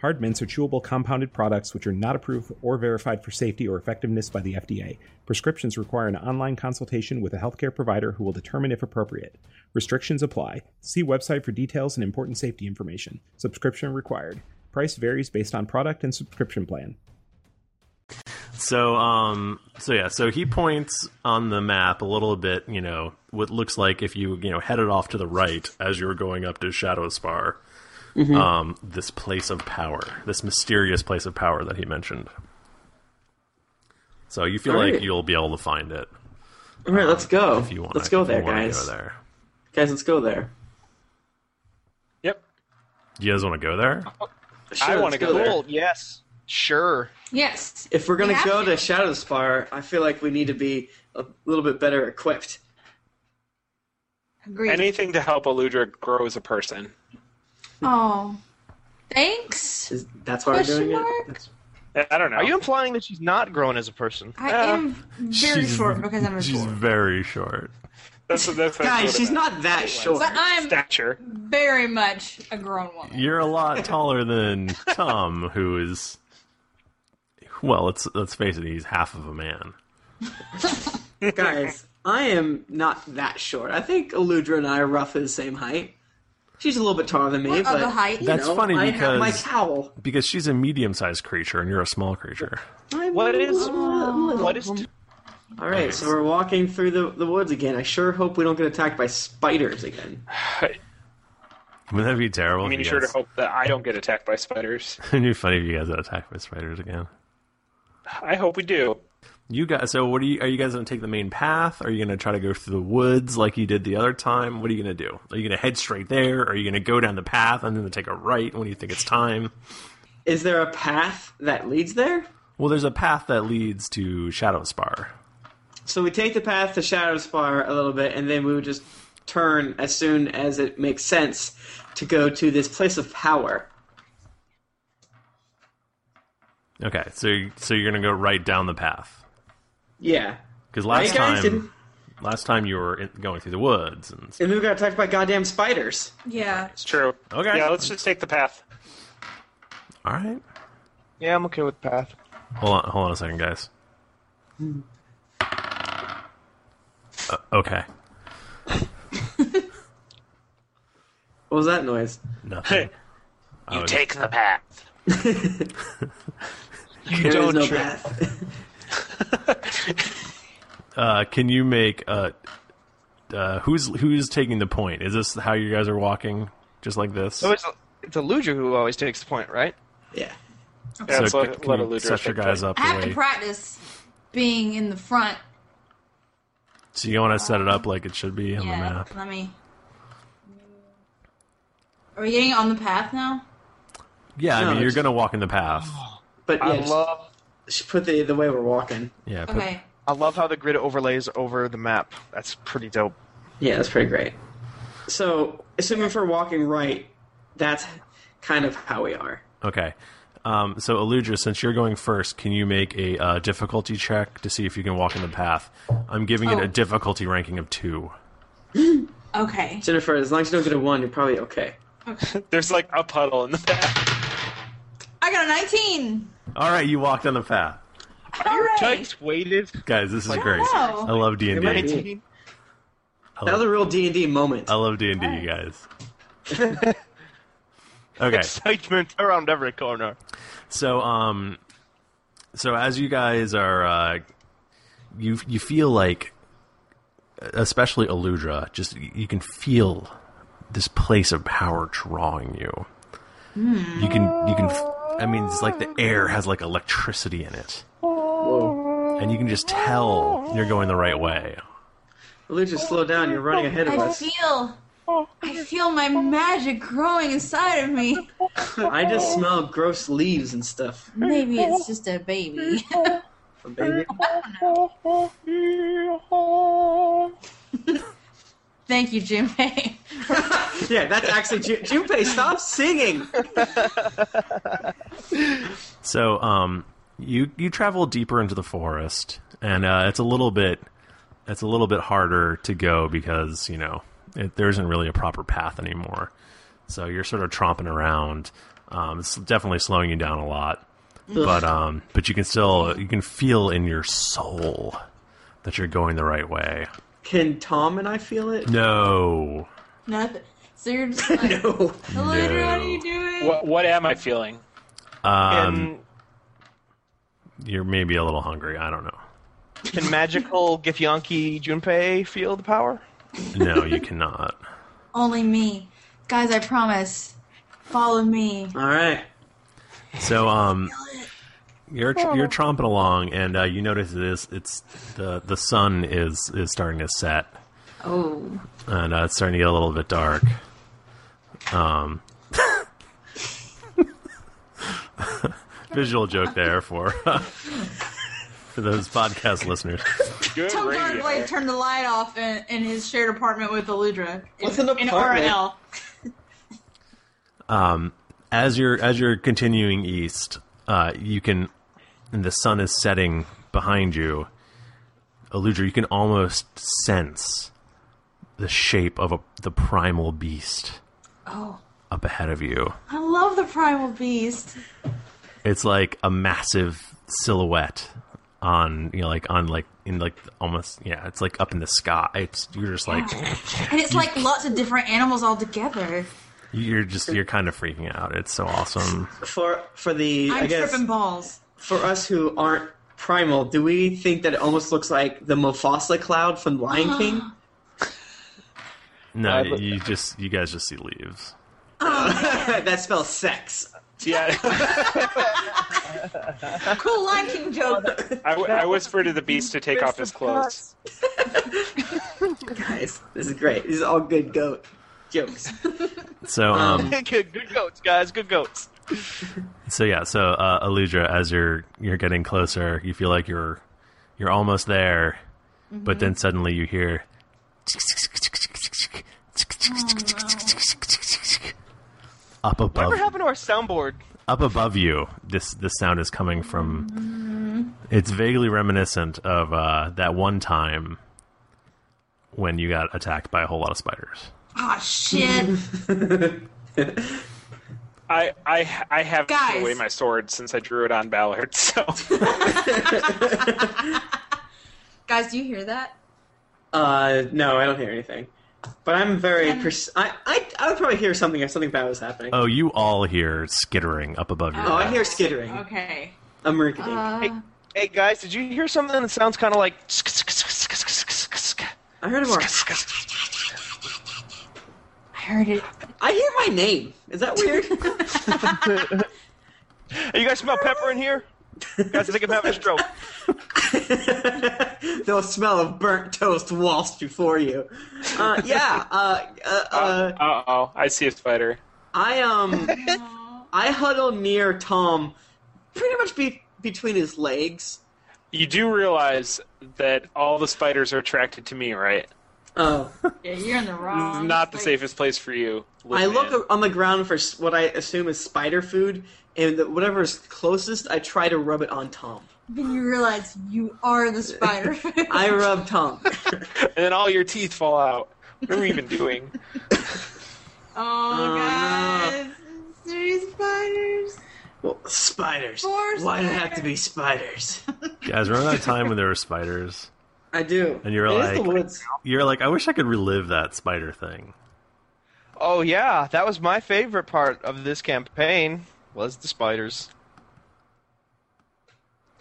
Speaker 2: Hard mints are chewable compounded products which are not approved or verified for safety or effectiveness by the FDA. Prescriptions require an online consultation with a healthcare provider who will determine if appropriate. Restrictions apply. See website for details and important safety information. Subscription required. Price varies based on product and subscription plan.
Speaker 1: So, um, so yeah, so he points on the map a little bit, you know, what looks like if you, you know, headed off to the right as you were going up to Shadow Spar,
Speaker 14: Mm-hmm.
Speaker 12: Mhm.
Speaker 1: um, this place of power, this mysterious place of power that he mentioned. So you feel
Speaker 14: All
Speaker 1: like
Speaker 14: right.
Speaker 1: you'll be able to find it.
Speaker 14: All right, let's go.
Speaker 1: if you wanna-
Speaker 14: let's go
Speaker 1: if you
Speaker 14: there,
Speaker 1: wanna go
Speaker 14: guys.
Speaker 1: there.
Speaker 14: Guys, let's go there.
Speaker 1: You guys want to go there?
Speaker 14: Sure, let's
Speaker 4: Cool. Yes. Sure.
Speaker 3: Yes.
Speaker 14: If we're gonna
Speaker 4: We have
Speaker 14: go to Shadow Spire, I feel like we need to be a little bit better equipped.
Speaker 4: [laughs]
Speaker 3: Agreed.
Speaker 15: Anything to help Aludra grow as a person.
Speaker 3: Oh, thanks.
Speaker 14: That's
Speaker 3: why we're Question doing it? mark?
Speaker 15: I don't know.
Speaker 4: Are you implying that she's not grown as a person?
Speaker 3: I
Speaker 2: Uh,
Speaker 3: am very
Speaker 4: She's-
Speaker 3: short because I'm a
Speaker 4: she's-
Speaker 3: dwarf,
Speaker 1: Very short.
Speaker 15: That's, that's
Speaker 14: Guys, she's not that short.
Speaker 3: but I'm
Speaker 15: stature.
Speaker 3: very much a grown woman.
Speaker 1: You're a
Speaker 3: [laughs]
Speaker 1: lot taller than Tom, who is well. Let's let's face it, he's half of a man.
Speaker 14: Guys, I am not that short. I think Aludra and I are roughly the same height. She's a little bit taller than me,
Speaker 3: We're of
Speaker 14: but
Speaker 3: the height.
Speaker 14: you
Speaker 1: That's
Speaker 14: know,
Speaker 1: funny
Speaker 14: I have
Speaker 1: because
Speaker 14: my cowl.
Speaker 1: because she's a medium-sized creature and you're a small creature.
Speaker 4: What is what is
Speaker 14: All right, so we're walking through the, the woods again. I sure hope we don't get attacked by spiders again.
Speaker 1: Wouldn't that be terrible?
Speaker 15: I mean, you
Speaker 1: if
Speaker 15: sure to
Speaker 1: you guys,
Speaker 15: hope that I don't get attacked by spiders.
Speaker 1: [laughs] it'd be funny if you guys got attacked by spiders again.
Speaker 15: I hope we do.
Speaker 1: You guys, so what are you? Are you guys going to take the main path? Are you going to try to go through the woods like you did the other time? What are you going to do? Are you going to head straight there? Are you going to go down the path and then take a right when you think it's time?
Speaker 14: Is there a path that leads there?
Speaker 1: Well, there's a path that leads to Shadow Spar.
Speaker 14: So we take the path to Shadow Spire a little bit, and then we would just turn as soon as it makes sense to go to this place of power.
Speaker 1: Okay, so so you're going to go right down the path
Speaker 14: Yeah.
Speaker 1: because last
Speaker 14: Right, guys?
Speaker 1: time, last time you were in, going through the woods and
Speaker 14: And then we got attacked by goddamn spiders.
Speaker 3: Yeah.
Speaker 15: It's true.
Speaker 1: Okay.
Speaker 15: Yeah, let's just take the path.
Speaker 1: all right.
Speaker 4: Yeah, I'm okay with the path.
Speaker 1: Hold on, hold on a second, guys.
Speaker 14: Hmm.
Speaker 1: Uh, okay,
Speaker 14: What was that noise?
Speaker 15: Oh,
Speaker 1: nothing. I
Speaker 15: You
Speaker 1: was-
Speaker 15: take the path.
Speaker 2: You
Speaker 5: There is
Speaker 2: don't
Speaker 5: no
Speaker 2: trip.
Speaker 1: Uh, can you make uh, uh, who's who's taking the point? Is this how you guys are walking? Just like this?
Speaker 4: So it's, it's Aluja who always takes the point, right?
Speaker 5: Yeah.
Speaker 1: So c- can you set your guys up
Speaker 3: I have
Speaker 1: the
Speaker 3: to
Speaker 1: way.
Speaker 3: practice being in the front.
Speaker 1: So you want to set it up like it should be on the
Speaker 3: yeah,
Speaker 1: map.
Speaker 3: let me. Are we getting on the path now?
Speaker 1: Yeah, I
Speaker 5: No,
Speaker 1: mean you're
Speaker 5: it's- Oh.
Speaker 1: gonna walk in the path.
Speaker 5: [laughs] But
Speaker 4: I
Speaker 5: yeah, just-
Speaker 4: love-
Speaker 5: just put the the way we're walking.
Speaker 1: Yeah. put-
Speaker 3: Okay.
Speaker 4: I love how the grid overlays over the map. That's pretty dope.
Speaker 5: Yeah, that's pretty great. So assuming if we're walking right, that's kind of how we are.
Speaker 1: Okay. Um, so Aludra, since you're going first, can you make a uh, difficulty check to see if you can walk in the path? I'm giving it
Speaker 3: Oh.
Speaker 1: a difficulty ranking of two.
Speaker 3: Okay.
Speaker 5: Jennifer, as long as you don't get a one, you're probably okay.
Speaker 15: [laughs]
Speaker 2: There's like a puddle in the back.
Speaker 3: I got a 19.
Speaker 1: All right, you walked on the path,
Speaker 3: All right.
Speaker 4: Just waited.
Speaker 1: guys. This is
Speaker 3: Wow.
Speaker 1: great. I love D and D.
Speaker 5: That was a real D and D moment.
Speaker 1: I love D and D, you guys. [laughs] Okay.
Speaker 4: Excitement around every corner.
Speaker 1: So um so as you guys are uh you you feel like especially Aludra just you can feel this place of power drawing you. You can you can f- I mean it's like the air has like electricity in it. And you can just tell you're going the right way.
Speaker 5: Lucia, slow down. You're running ahead of
Speaker 3: I
Speaker 5: us. [laughs]
Speaker 3: feel. I feel my magic growing inside of me.
Speaker 5: I just smell gross leaves and stuff.
Speaker 3: Maybe it's just a baby. [laughs]
Speaker 5: Baby.
Speaker 3: [laughs] Thank you, Jinpei.
Speaker 5: Yeah, that's actually Ju- Junpei. Stop singing.
Speaker 1: So um, you you travel deeper into the forest, and uh, it's a little bit it's a little bit harder to go because you know it, there isn't really a proper path anymore. So you're sort of tromping around. Um, it's definitely slowing you down a lot, but um, but you can still you can feel in your soul that you're going the right way.
Speaker 5: Can Tom and I feel it?
Speaker 1: No,
Speaker 3: Nothing. So you're
Speaker 5: [laughs]
Speaker 3: just like,
Speaker 5: no.
Speaker 3: Eludra, [laughs] what are you doing?
Speaker 2: [laughs] What, what am I feeling?
Speaker 1: um, you're maybe a little hungry. I don't know.
Speaker 5: [laughs]
Speaker 4: Can magical Githyanki Junpei feel the power?
Speaker 1: No, you cannot.
Speaker 3: Only me. Guys, I promise. Follow me.
Speaker 5: All right.
Speaker 1: So um, you're tr- you're tromping along, and uh, you notice it is it's the the sun is is starting to set,
Speaker 3: Oh.
Speaker 1: and uh, it's starting to get a little bit dark. Um, [laughs] visual joke there for [laughs] for those podcast listeners.
Speaker 2: Good
Speaker 3: Tom Darkblade turned the light off in, in his shared apartment with Eludra.
Speaker 5: What's
Speaker 3: in,
Speaker 5: an apartment?
Speaker 3: In RL.
Speaker 1: um, as you're as you're continuing east, uh, you can, and the sun is setting behind you. Eludra, you can almost sense the shape of a, the primal beast
Speaker 3: Oh.
Speaker 1: up ahead of you.
Speaker 3: I love the primal beast.
Speaker 1: It's like a massive silhouette on you know like on like in like almost yeah it's like up in the sky it's you're just like
Speaker 3: Oh. And it's
Speaker 1: [laughs]
Speaker 3: like lots of different animals all together.
Speaker 1: you're just you're kind of freaking out it's so awesome
Speaker 5: For for the
Speaker 3: I'm
Speaker 5: I guess
Speaker 3: tripping balls.
Speaker 5: for us who aren't primal, do we think that it almost looks like the Mufasa cloud from
Speaker 3: [gasps]
Speaker 5: Lion King?
Speaker 1: no you just you guys just see leaves
Speaker 3: Oh.
Speaker 2: [laughs]
Speaker 5: that spells sex. [laughs]
Speaker 2: Yeah,
Speaker 3: Cool Lion King joke.
Speaker 2: I, w- I whisper to the beast to take off his clothes.
Speaker 5: Guys, this is great. These are all good goat jokes.
Speaker 1: [laughs] so um
Speaker 4: [laughs] good, good goats, guys.
Speaker 1: [laughs]
Speaker 4: Good goats.
Speaker 1: So yeah, so uh, Aludra, as you're you're getting closer, you feel like you're you're almost there, but then suddenly you hear, Mm, up above,
Speaker 4: Whatever happened to our soundboard?
Speaker 1: up above you, this this sound is coming from. It's vaguely reminiscent of uh, that one time when you got attacked by a whole lot of spiders.
Speaker 3: Ah, shit.
Speaker 2: [laughs] I I I have
Speaker 3: Guys.
Speaker 2: thrown away my sword since I drew it on Ballard. [laughs] So
Speaker 3: Guys, do you hear that?
Speaker 5: Uh, no, I don't hear anything. But I'm very. Pers- I, I I would probably hear something if something bad was happening.
Speaker 1: Oh, you all hear skittering up above your
Speaker 5: Oh, I
Speaker 1: head.
Speaker 5: hear skittering.
Speaker 3: Okay.
Speaker 5: A merkin.
Speaker 3: Oh.
Speaker 4: hey,
Speaker 3: Uh,
Speaker 4: hey, guys, did you hear something that sounds kind of like?
Speaker 5: I heard more.
Speaker 3: I heard it.
Speaker 5: I hear my name. Is that weird?
Speaker 3: [laughs]
Speaker 4: Hey, you guys smell pepper in here? You guys, I think I'm having a stroke.
Speaker 5: the smell of burnt toast waltzed before you. Uh, yeah. Uh, uh, uh,
Speaker 2: Uh oh, I see a spider.
Speaker 3: [laughs]
Speaker 5: I um, I huddle near Tom, pretty much be- between his legs.
Speaker 2: You do realize that all the spiders are attracted to me, right?
Speaker 5: Oh.
Speaker 3: Yeah, you're in the
Speaker 2: This is
Speaker 3: wrong.
Speaker 2: not the safest place for you.
Speaker 5: I look a- on the ground for s- what I assume is spider food, and the- whatever is closest, I try to rub it on Tom.
Speaker 3: Then you realize you are the
Speaker 5: [laughs]
Speaker 3: spider.
Speaker 5: I rub Tom.
Speaker 2: and then all your teeth fall out. What are we even doing?
Speaker 3: [laughs]
Speaker 5: Uh,
Speaker 3: oh, guys. Three spiders.
Speaker 5: Well, spiders.
Speaker 3: Four
Speaker 5: Why do it have to be spiders?
Speaker 3: [laughs]
Speaker 1: Guys, remember that time when there were spiders?
Speaker 5: I do.
Speaker 1: And you're
Speaker 4: It is
Speaker 1: like,
Speaker 4: the woods.
Speaker 1: you're like, I wish I could relive that spider thing.
Speaker 4: Oh yeah, that was my favorite part of this campaign was the spiders.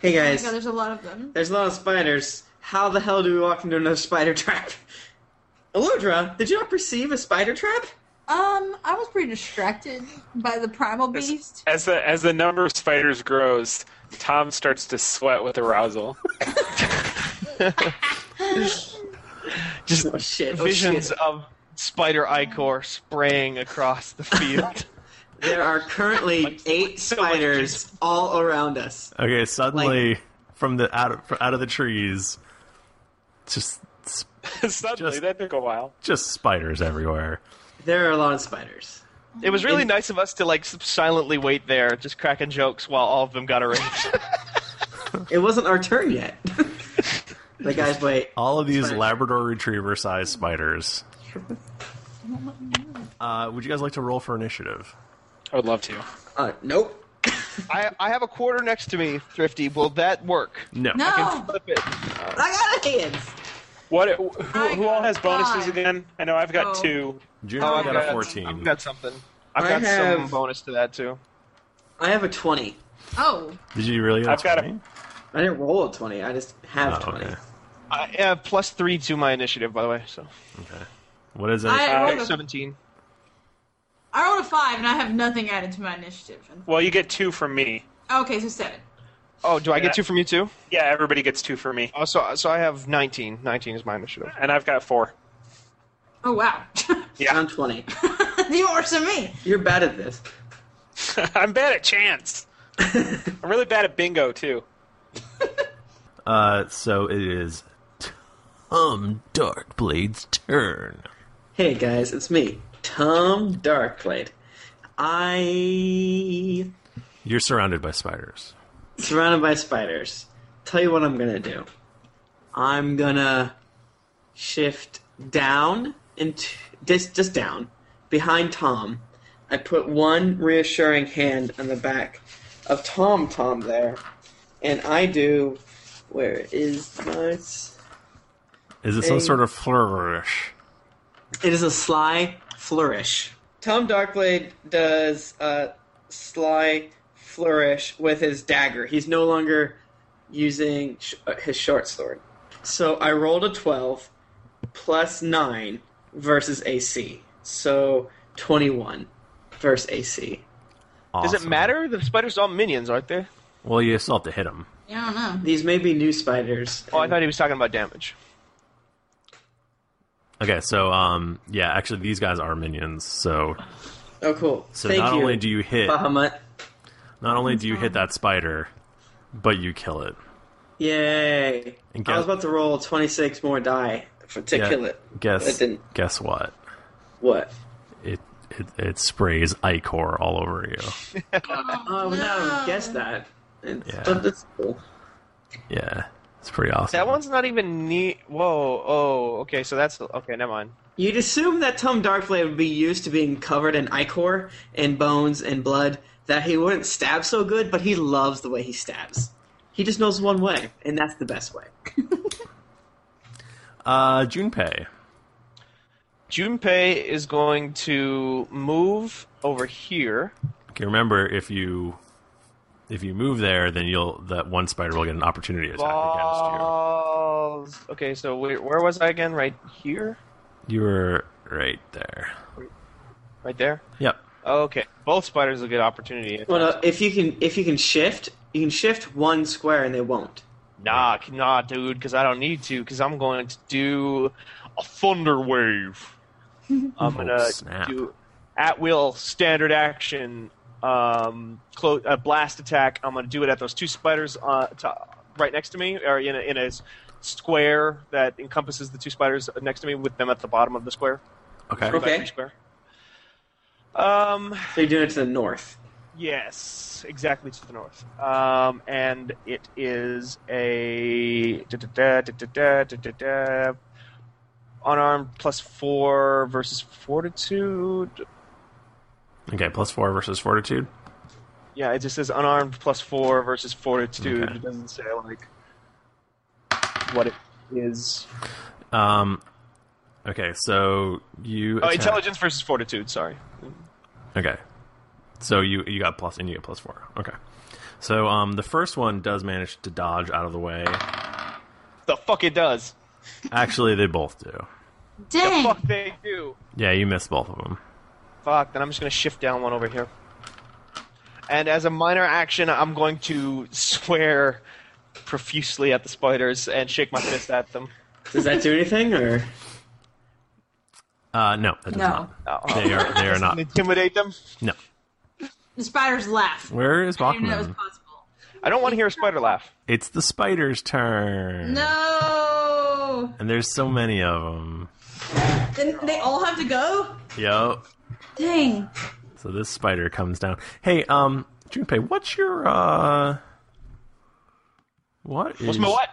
Speaker 5: Hey
Speaker 3: Oh my [laughs]
Speaker 5: guys,
Speaker 3: God, there's a lot of them.
Speaker 5: there's a lot of spiders. How the hell do we walk into another spider [laughs] trap? Eludra, did you not perceive a spider trap?
Speaker 3: Um, I was pretty distracted by the primal beast.
Speaker 2: As the as the number of spiders grows, Tom starts to sweat with arousal.
Speaker 4: Just
Speaker 5: Oh, shit,
Speaker 4: visions of Spider Icor spraying across the field.
Speaker 5: [laughs] There are currently eight spiders all around us.
Speaker 1: Okay, suddenly from the out of, out of the trees, just s-
Speaker 2: [laughs] Suddenly, that took a while.
Speaker 1: just spiders everywhere.
Speaker 5: There are a lot of spiders.
Speaker 4: It was really nice of us to like silently wait there, just cracking jokes while all of them
Speaker 1: [laughs]
Speaker 4: got arranged.
Speaker 5: It wasn't our turn yet. the guys wait.
Speaker 1: All of these Labrador Retriever sized spiders. Uh, would you guys like to roll for initiative?
Speaker 2: I would love to.
Speaker 5: Uh, nope. [laughs]
Speaker 4: I, I have a quarter next to me, Thrifty. Will that work?
Speaker 1: No.
Speaker 4: I can
Speaker 3: No.
Speaker 4: flip it.
Speaker 5: I got a hand.
Speaker 2: What? Who, who all has bonuses again? I know I've got
Speaker 4: Oh.
Speaker 2: two.
Speaker 1: Junior
Speaker 4: Oh, I've
Speaker 1: got,
Speaker 4: got-
Speaker 1: a 14.
Speaker 4: I've got something. I've
Speaker 5: I
Speaker 4: got
Speaker 5: have-
Speaker 4: some bonus to that too.
Speaker 5: I have a 20.
Speaker 3: Oh.
Speaker 1: Did you really?
Speaker 4: I've got a,
Speaker 5: I didn't roll a 20. I just
Speaker 1: Oh.
Speaker 5: have 20.
Speaker 4: I have plus three to my initiative, by the way. So
Speaker 1: Okay. What is it?
Speaker 3: I
Speaker 4: Uh,
Speaker 3: rolled a-
Speaker 4: Seventeen.
Speaker 3: I rolled a five and I have nothing added to my initiative.
Speaker 2: Well, you get two from me.
Speaker 3: Okay, so seven.
Speaker 4: Oh, do I
Speaker 2: Yeah.
Speaker 4: get two from you too?
Speaker 2: Yeah, everybody gets two from me.
Speaker 4: Oh, so so I have nineteen. Nineteen is my initiative.
Speaker 2: And I've got four.
Speaker 3: Oh wow, [laughs]
Speaker 2: Yeah,
Speaker 5: I'm 20.
Speaker 3: you are to me.
Speaker 5: You're bad at this.
Speaker 2: [laughs] I'm bad at
Speaker 5: [laughs]
Speaker 2: chance. I'm really bad at bingo too.
Speaker 1: Uh, so it is Tom Darkblade's turn.
Speaker 5: Hey guys, it's me, Tom Darkblade. I
Speaker 1: You're surrounded by spiders.
Speaker 5: surrounded by spiders. Tell you what I'm gonna do. I'm gonna shift down and t- just just down behind Tom. I put one reassuring hand on the back of Tom Tom there, and I do. Where is my? s-
Speaker 1: Is it some
Speaker 5: Hey.
Speaker 1: sort of flourish?
Speaker 5: It is a sly flourish. Tom Darkblade does a sly flourish with his dagger. He's no longer using sh- uh, his short sword. So I rolled a 12 plus 9 versus AC. So 21 versus AC.
Speaker 4: Does it matter? The spiders are all minions, aren't they?
Speaker 1: Well, you still have to hit him.
Speaker 3: Yeah, I don't know.
Speaker 5: These may be new spiders.
Speaker 4: Oh, I thought he was talking about damage.
Speaker 1: Okay, so um, yeah, actually, these guys are minions. So,
Speaker 5: Oh, cool.
Speaker 1: so
Speaker 5: Thank
Speaker 1: not
Speaker 5: you.
Speaker 1: only do you hit,
Speaker 5: Bahamut.
Speaker 1: not only do you hit that spider, but you kill it.
Speaker 5: Yay.
Speaker 1: And
Speaker 5: I
Speaker 1: guess-
Speaker 5: was about to roll 26 more die for, to
Speaker 1: Yeah,
Speaker 5: kill it.
Speaker 1: Guess
Speaker 5: It didn't.
Speaker 1: guess what?
Speaker 5: What?
Speaker 1: It it, it sprays ichor all over you.
Speaker 5: [laughs] Oh, well, now I would guess that. It's,
Speaker 1: Yeah.
Speaker 5: but that's cool.
Speaker 1: Yeah, it's pretty awesome.
Speaker 4: That one's not even neat. Whoa. Oh. Okay. So that's okay. Never mind.
Speaker 5: You'd assume that Tom Darkblade would be used to being covered in ichor and bones and blood, that he wouldn't stab so good, but he loves the way he stabs. He just knows one way, and that's the best way.
Speaker 1: Uh, Junpei.
Speaker 4: Junpei is going to move over here.
Speaker 1: Okay, remember if you If you move there, then you'll that one spider will get an opportunity attack.
Speaker 4: Balls. Okay, so wait, where was I again? Right here?
Speaker 1: You were right there.
Speaker 4: Right there?
Speaker 1: Yep.
Speaker 4: Okay. Both spiders will get opportunity. attacks.
Speaker 5: Well, no, if you can, if you can shift, you can shift one square and they won't.
Speaker 4: Nah, c- nah, dude, because I don't need to, because I'm going to do a
Speaker 1: [laughs]
Speaker 4: thunder wave. I'm gonna
Speaker 1: Oh, snap.
Speaker 4: do at will standard action, um, clo- a blast attack. I'm gonna do it at those two spiders uh, to, right next to me, or in a, in a s- square that encompasses the two spiders next to me, with them at the bottom of the square.
Speaker 1: Okay.
Speaker 4: Three by three Square. Um,
Speaker 5: so you're doing it to the north.
Speaker 4: Yes, exactly to the north. Um, and it is a da, da, da, da, da, da, da, da, unarmed plus four versus fortitude.
Speaker 1: Okay, plus four versus fortitude.
Speaker 4: Yeah, it just says unarmed plus four versus fortitude.
Speaker 1: Okay.
Speaker 4: It doesn't say like what it is.
Speaker 1: Um, okay, so you
Speaker 4: Oh,
Speaker 1: attack-
Speaker 4: intelligence versus fortitude. Sorry.
Speaker 1: Okay. So you you got plus and you get plus four. Okay. So um the first one does manage to dodge out of the way.
Speaker 4: The fuck it does. [laughs]
Speaker 1: Actually, they both do.
Speaker 4: Dang. The fuck they do.
Speaker 1: Yeah, you missed both of them.
Speaker 4: Fuck, then I'm just going to shift down one over here. And as a minor action, I'm going to swear profusely at the spiders and shake my fist at them.
Speaker 5: Does that do
Speaker 4: [laughs]
Speaker 5: anything, or
Speaker 1: Uh, no, that does
Speaker 3: No.
Speaker 1: not.
Speaker 4: Oh.
Speaker 1: They are they
Speaker 4: [laughs]
Speaker 1: are not.
Speaker 4: Intimidate them?
Speaker 1: No.
Speaker 3: The spiders laugh.
Speaker 1: Where is
Speaker 3: I didn't even know that was
Speaker 1: Bachman?
Speaker 3: possible.
Speaker 4: I don't want to hear a spider laugh.
Speaker 1: It's the spider's turn.
Speaker 3: No.
Speaker 1: And there's so many of them.
Speaker 3: Then they all have to go.
Speaker 1: Yup.
Speaker 3: Dang.
Speaker 1: So this spider comes down. Hey, um, Junpei, what's your uh? What is?
Speaker 4: What's my what?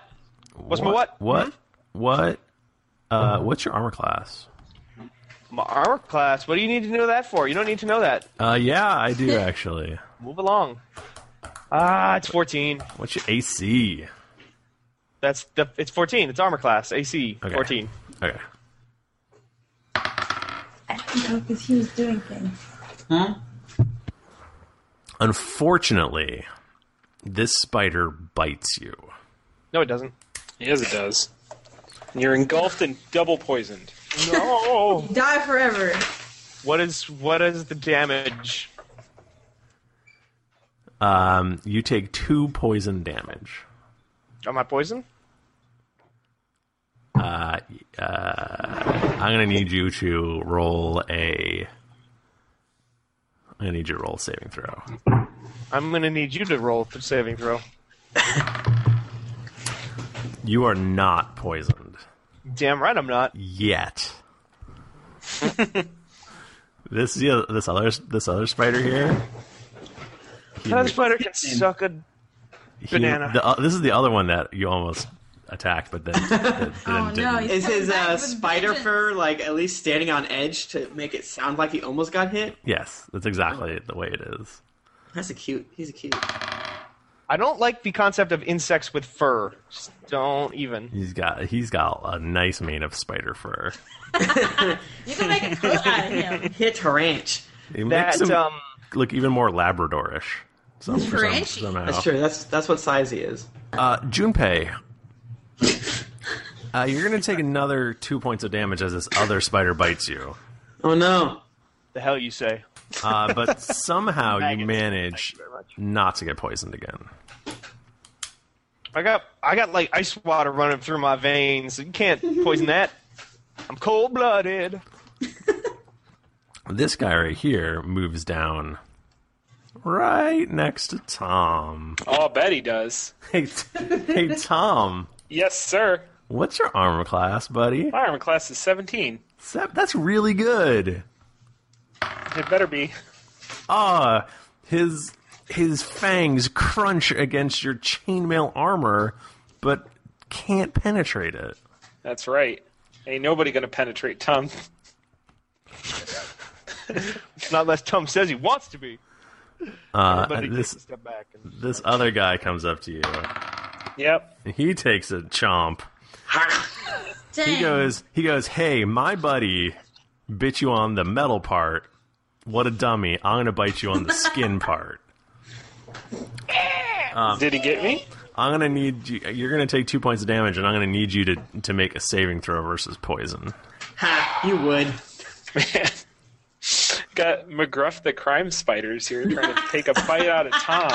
Speaker 4: What's my what? Hmm?
Speaker 1: What? What? Uh, what's your armor class?
Speaker 4: Hmm? My armor class. What do you need to know that for? You don't need to know that.
Speaker 1: Uh, yeah, I
Speaker 4: [laughs]
Speaker 1: do actually.
Speaker 4: Move along. Ah, it's 14.
Speaker 1: What's your AC?
Speaker 4: That's the, it's 14. It's armor class. AC
Speaker 1: Okay.
Speaker 4: 14.
Speaker 1: Okay.
Speaker 3: I don't know because he was doing things.
Speaker 1: Unfortunately, this spider bites you.
Speaker 4: No, it doesn't.
Speaker 2: Yes, it does. You're engulfed and double poisoned.
Speaker 4: No.
Speaker 3: Die forever.
Speaker 4: what is what is the damage?
Speaker 1: Um, you take two poison damage.
Speaker 4: Am I poison?
Speaker 1: Uh, uh, I'm gonna need you to roll a. I'm gonna need you to roll a saving throw.
Speaker 4: I'm gonna need you to roll for saving throw.
Speaker 1: You are not poisoned
Speaker 4: Damn right I'm
Speaker 2: [laughs]
Speaker 4: not.
Speaker 1: yet. this this other this other spider here.
Speaker 4: [laughs] That spider can suck a
Speaker 1: he-
Speaker 4: banana.
Speaker 1: the, uh, this is the other one that you almost attacked, but then. then [laughs] didn't.
Speaker 5: is his uh, spider fur like at least standing on edge to make it sound like he almost got hit?
Speaker 1: Yes, that's exactly the way it is.
Speaker 5: That's a cute. He's a cute.
Speaker 4: I don't like the concept of insects with fur. Just don't even.
Speaker 1: He's got he's got a nice mane of spider fur.
Speaker 3: You
Speaker 5: [laughs]
Speaker 3: can make a coat out of him.
Speaker 5: Hit her ranch.
Speaker 1: It
Speaker 5: That,
Speaker 1: makes him
Speaker 5: um,
Speaker 1: look even more Labradorish. Some, for some,
Speaker 5: Ranch?
Speaker 1: somehow.
Speaker 5: That's true. That's that's what size he is.
Speaker 1: Uh,
Speaker 5: [laughs]
Speaker 1: Junpei, uh, you're going to take another two points of damage as this other spider bites you.
Speaker 5: Oh no!
Speaker 4: The hell you say?
Speaker 1: Uh,
Speaker 5: [laughs]
Speaker 1: but somehow you
Speaker 4: Maggot.
Speaker 1: manage not to get poisoned again.
Speaker 4: I got I got like ice water running through my veins. You can't poison that. I'm cold blooded.
Speaker 1: This guy right here moves down right next to Tom.
Speaker 2: [laughs] Oh, I bet he
Speaker 5: [laughs]
Speaker 2: does.
Speaker 1: Hey,
Speaker 4: [laughs]
Speaker 1: hey Tom,
Speaker 2: Yes, sir.
Speaker 1: what's your armor class, buddy?
Speaker 2: My armor class is 17.
Speaker 1: Sep, That's really good.
Speaker 2: It better be.
Speaker 1: Ah, his his fangs crunch against your chainmail armor, but can't penetrate it.
Speaker 2: That's right. Ain't nobody gonna penetrate Tom. [laughs]
Speaker 4: Not unless Tom says he wants to be.
Speaker 1: Uh,
Speaker 4: Everybody
Speaker 1: this
Speaker 4: takes a step back and-
Speaker 1: this other guy comes up to you.
Speaker 2: Yep.
Speaker 1: He takes a chomp. He
Speaker 3: Dang.
Speaker 1: goes. He goes. Hey, my buddy, bit you on the metal [laughs] part. What a dummy! I'm gonna bite you on the skin part. Um,
Speaker 2: Did he get me?
Speaker 1: I'm gonna need you. You're gonna take two points of damage, and I'm gonna need you to to make a saving throw versus poison.
Speaker 5: Ha! You would.
Speaker 2: [laughs] Got McGruff the crime spiders here trying to take a bite out of
Speaker 5: [laughs]
Speaker 2: Tom.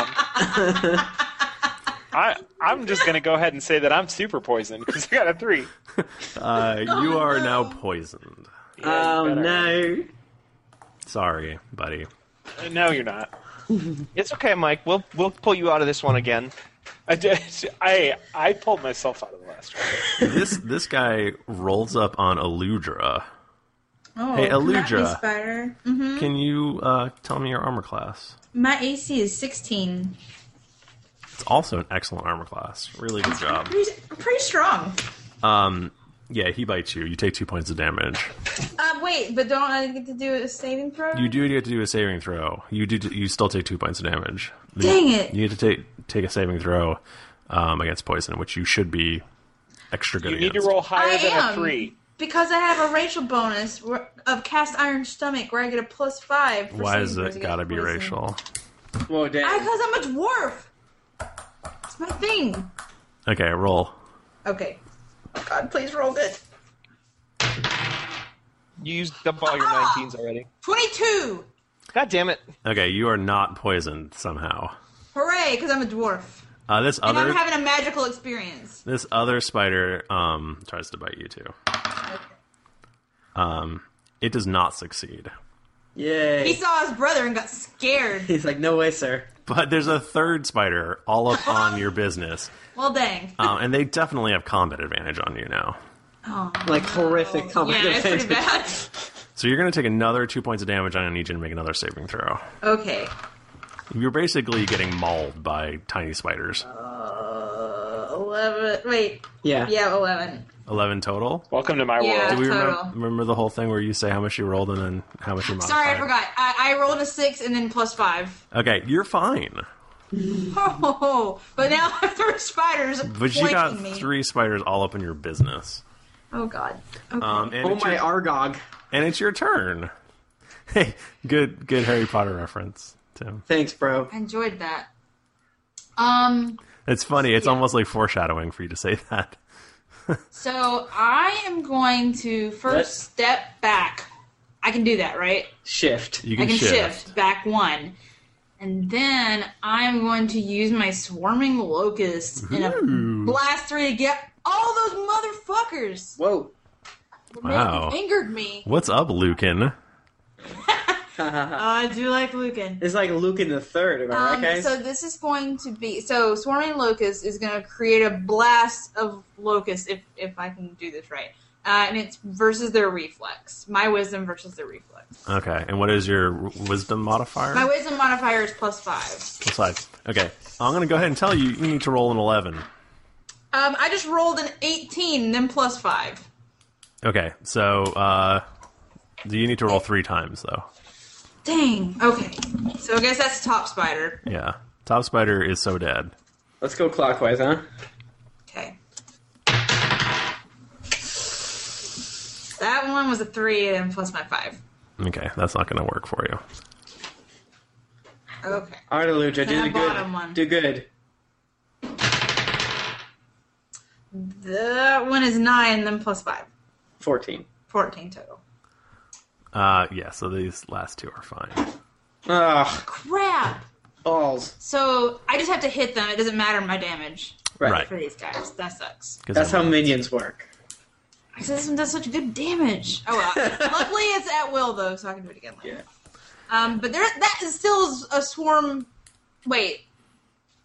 Speaker 2: I I'm just gonna go ahead and say that I'm super poisoned because I got a three.
Speaker 1: Uh, you are now poisoned.
Speaker 5: Oh no!
Speaker 1: Sorry, buddy.
Speaker 4: Uh,
Speaker 2: No, you're [laughs] not.
Speaker 4: It's okay, Mike. We'll we'll pull you out of this one again.
Speaker 2: I did, [laughs] I I pulled myself out of the last one.
Speaker 1: [laughs] this this guy rolls up on Eludra.
Speaker 3: Oh,
Speaker 1: Hey,
Speaker 3: come at me,
Speaker 1: Eludra.
Speaker 3: Spider. Mhm.
Speaker 1: Can you uh, tell me your armor class?
Speaker 3: My AC is 16.
Speaker 1: It's also an excellent armor class. Really good job.
Speaker 3: Pretty, pretty strong.
Speaker 1: Um, yeah, he bites you. You take two points of damage.
Speaker 3: Uh, wait, but don't I get to do a saving throw?
Speaker 1: You do get to do a saving throw. You do. You still take two points of damage.
Speaker 3: Dang
Speaker 1: You-
Speaker 3: it.
Speaker 1: You get to take take a saving throw um, against poison, which you should be extra good
Speaker 2: You
Speaker 1: against.
Speaker 2: need to roll
Speaker 3: I
Speaker 2: higher than
Speaker 3: am.
Speaker 2: a three.
Speaker 3: Because I have a racial bonus where- of cast iron stomach where I get a plus five. For
Speaker 1: Why
Speaker 3: saving
Speaker 1: is
Speaker 3: throws
Speaker 1: it
Speaker 3: against
Speaker 1: gotta be
Speaker 3: poison.
Speaker 1: racial?
Speaker 5: Whoa, damn!
Speaker 3: I, because I'm a dwarf. It's my thing.
Speaker 1: Okay, roll.
Speaker 3: Okay. Oh God, please roll good.
Speaker 4: You used up all your 19s already.
Speaker 3: 22!
Speaker 4: God damn it!
Speaker 1: Okay, you are not poisoned somehow.
Speaker 3: Hooray, because I'm a dwarf.
Speaker 1: Uh, this
Speaker 3: And
Speaker 1: other
Speaker 3: I'm having a magical experience.
Speaker 1: this other spider um, tries to bite you too. Um, it does not succeed.
Speaker 5: Yay!
Speaker 3: He saw his brother and got scared.
Speaker 5: [laughs] He's like, no way, sir.
Speaker 1: But there's a third spider all up on your
Speaker 5: [laughs]
Speaker 1: business,
Speaker 3: Well, dang.
Speaker 1: um, and they definitely have combat advantage on you now.
Speaker 3: Oh.
Speaker 5: Like horrific combat
Speaker 3: yeah, it's pretty
Speaker 5: advantage.
Speaker 3: bad.
Speaker 1: So you're going to take another two points of damage. and I need you to make another saving throw.
Speaker 3: [laughs] Okay.
Speaker 1: You're basically getting mauled by tiny spiders.
Speaker 3: Uh, 11. Wait.
Speaker 1: Yeah.
Speaker 3: Yeah, 11.
Speaker 1: Eleven total.
Speaker 2: Welcome to my
Speaker 3: Yeah,
Speaker 1: Do we remem-
Speaker 3: total.
Speaker 1: remember, the whole thing where you say how much you rolled and then how much you modified?
Speaker 3: Sorry, I forgot. I, I rolled a 6 and then plus [laughs] 5.
Speaker 1: Okay, you're fine,
Speaker 3: Oh, but now [laughs] I have three spiders.
Speaker 1: but you got
Speaker 3: flanking me.
Speaker 1: three spiders all up in your business.
Speaker 3: Oh, God.
Speaker 1: Um, and
Speaker 5: oh
Speaker 1: it's
Speaker 5: my
Speaker 1: your-
Speaker 5: Argog!
Speaker 1: And it's your turn. [laughs] Hey, good good Harry Potter reference, Tim.
Speaker 5: Thanks, bro.
Speaker 3: I enjoyed that. Um,
Speaker 1: It's funny. It's almost like foreshadowing for you to say that.
Speaker 3: so I am going to 1st
Speaker 1: Let's-
Speaker 3: step back. I can do that, right?
Speaker 5: Shift.
Speaker 1: You can,
Speaker 3: I can shift. back one. And then I'm going to use my swarming locust and
Speaker 1: Ooh.
Speaker 3: a blast three to get all those motherfuckers.
Speaker 5: Whoa.
Speaker 1: Wow.
Speaker 3: Angered me.
Speaker 1: What's up, Lucan?
Speaker 3: I do like Lucan.
Speaker 5: [laughs] It's like Lucan the Third, am I right,
Speaker 3: Um,
Speaker 5: guys?
Speaker 3: so this is going to be so swarming locust is going to create a blast of locust if if I can do this right, uh, and it's versus their reflex. My wisdom versus their reflex.
Speaker 1: Okay, and what is your wisdom modifier?
Speaker 3: My wisdom modifier is plus five.
Speaker 1: Plus five. Okay, I'm gonna go ahead and tell you. You need to roll an eleven.
Speaker 3: Um, I just rolled an eighteen, then plus five.
Speaker 1: Okay, so uh, you need to roll three times though.
Speaker 3: Dang. Okay. So I guess that's top spider.
Speaker 1: Yeah, top spider is so dead.
Speaker 5: Let's go clockwise, huh?
Speaker 3: Okay. That one was a three, and plus my five.
Speaker 1: Okay, that's not gonna work for you.
Speaker 3: Okay.
Speaker 5: All right,
Speaker 3: Then
Speaker 5: Aludra, do
Speaker 3: I
Speaker 5: the
Speaker 3: bottom
Speaker 5: good.
Speaker 3: one.
Speaker 5: Do good.
Speaker 3: That one is nine, then plus five.
Speaker 5: Fourteen.
Speaker 3: Fourteen total.
Speaker 1: Uh, yeah, so these last two are fine.
Speaker 5: Ugh,
Speaker 3: Crap.
Speaker 5: balls.
Speaker 3: So I just have to hit them. It doesn't matter my damage
Speaker 1: Right.
Speaker 3: for these guys. That sucks.
Speaker 5: That's how minions work.
Speaker 3: 'Cause This one does such good damage. Oh well. Luckily, it's at will though, so I can do it again later. Um, but there, that is still a swarm. Wait,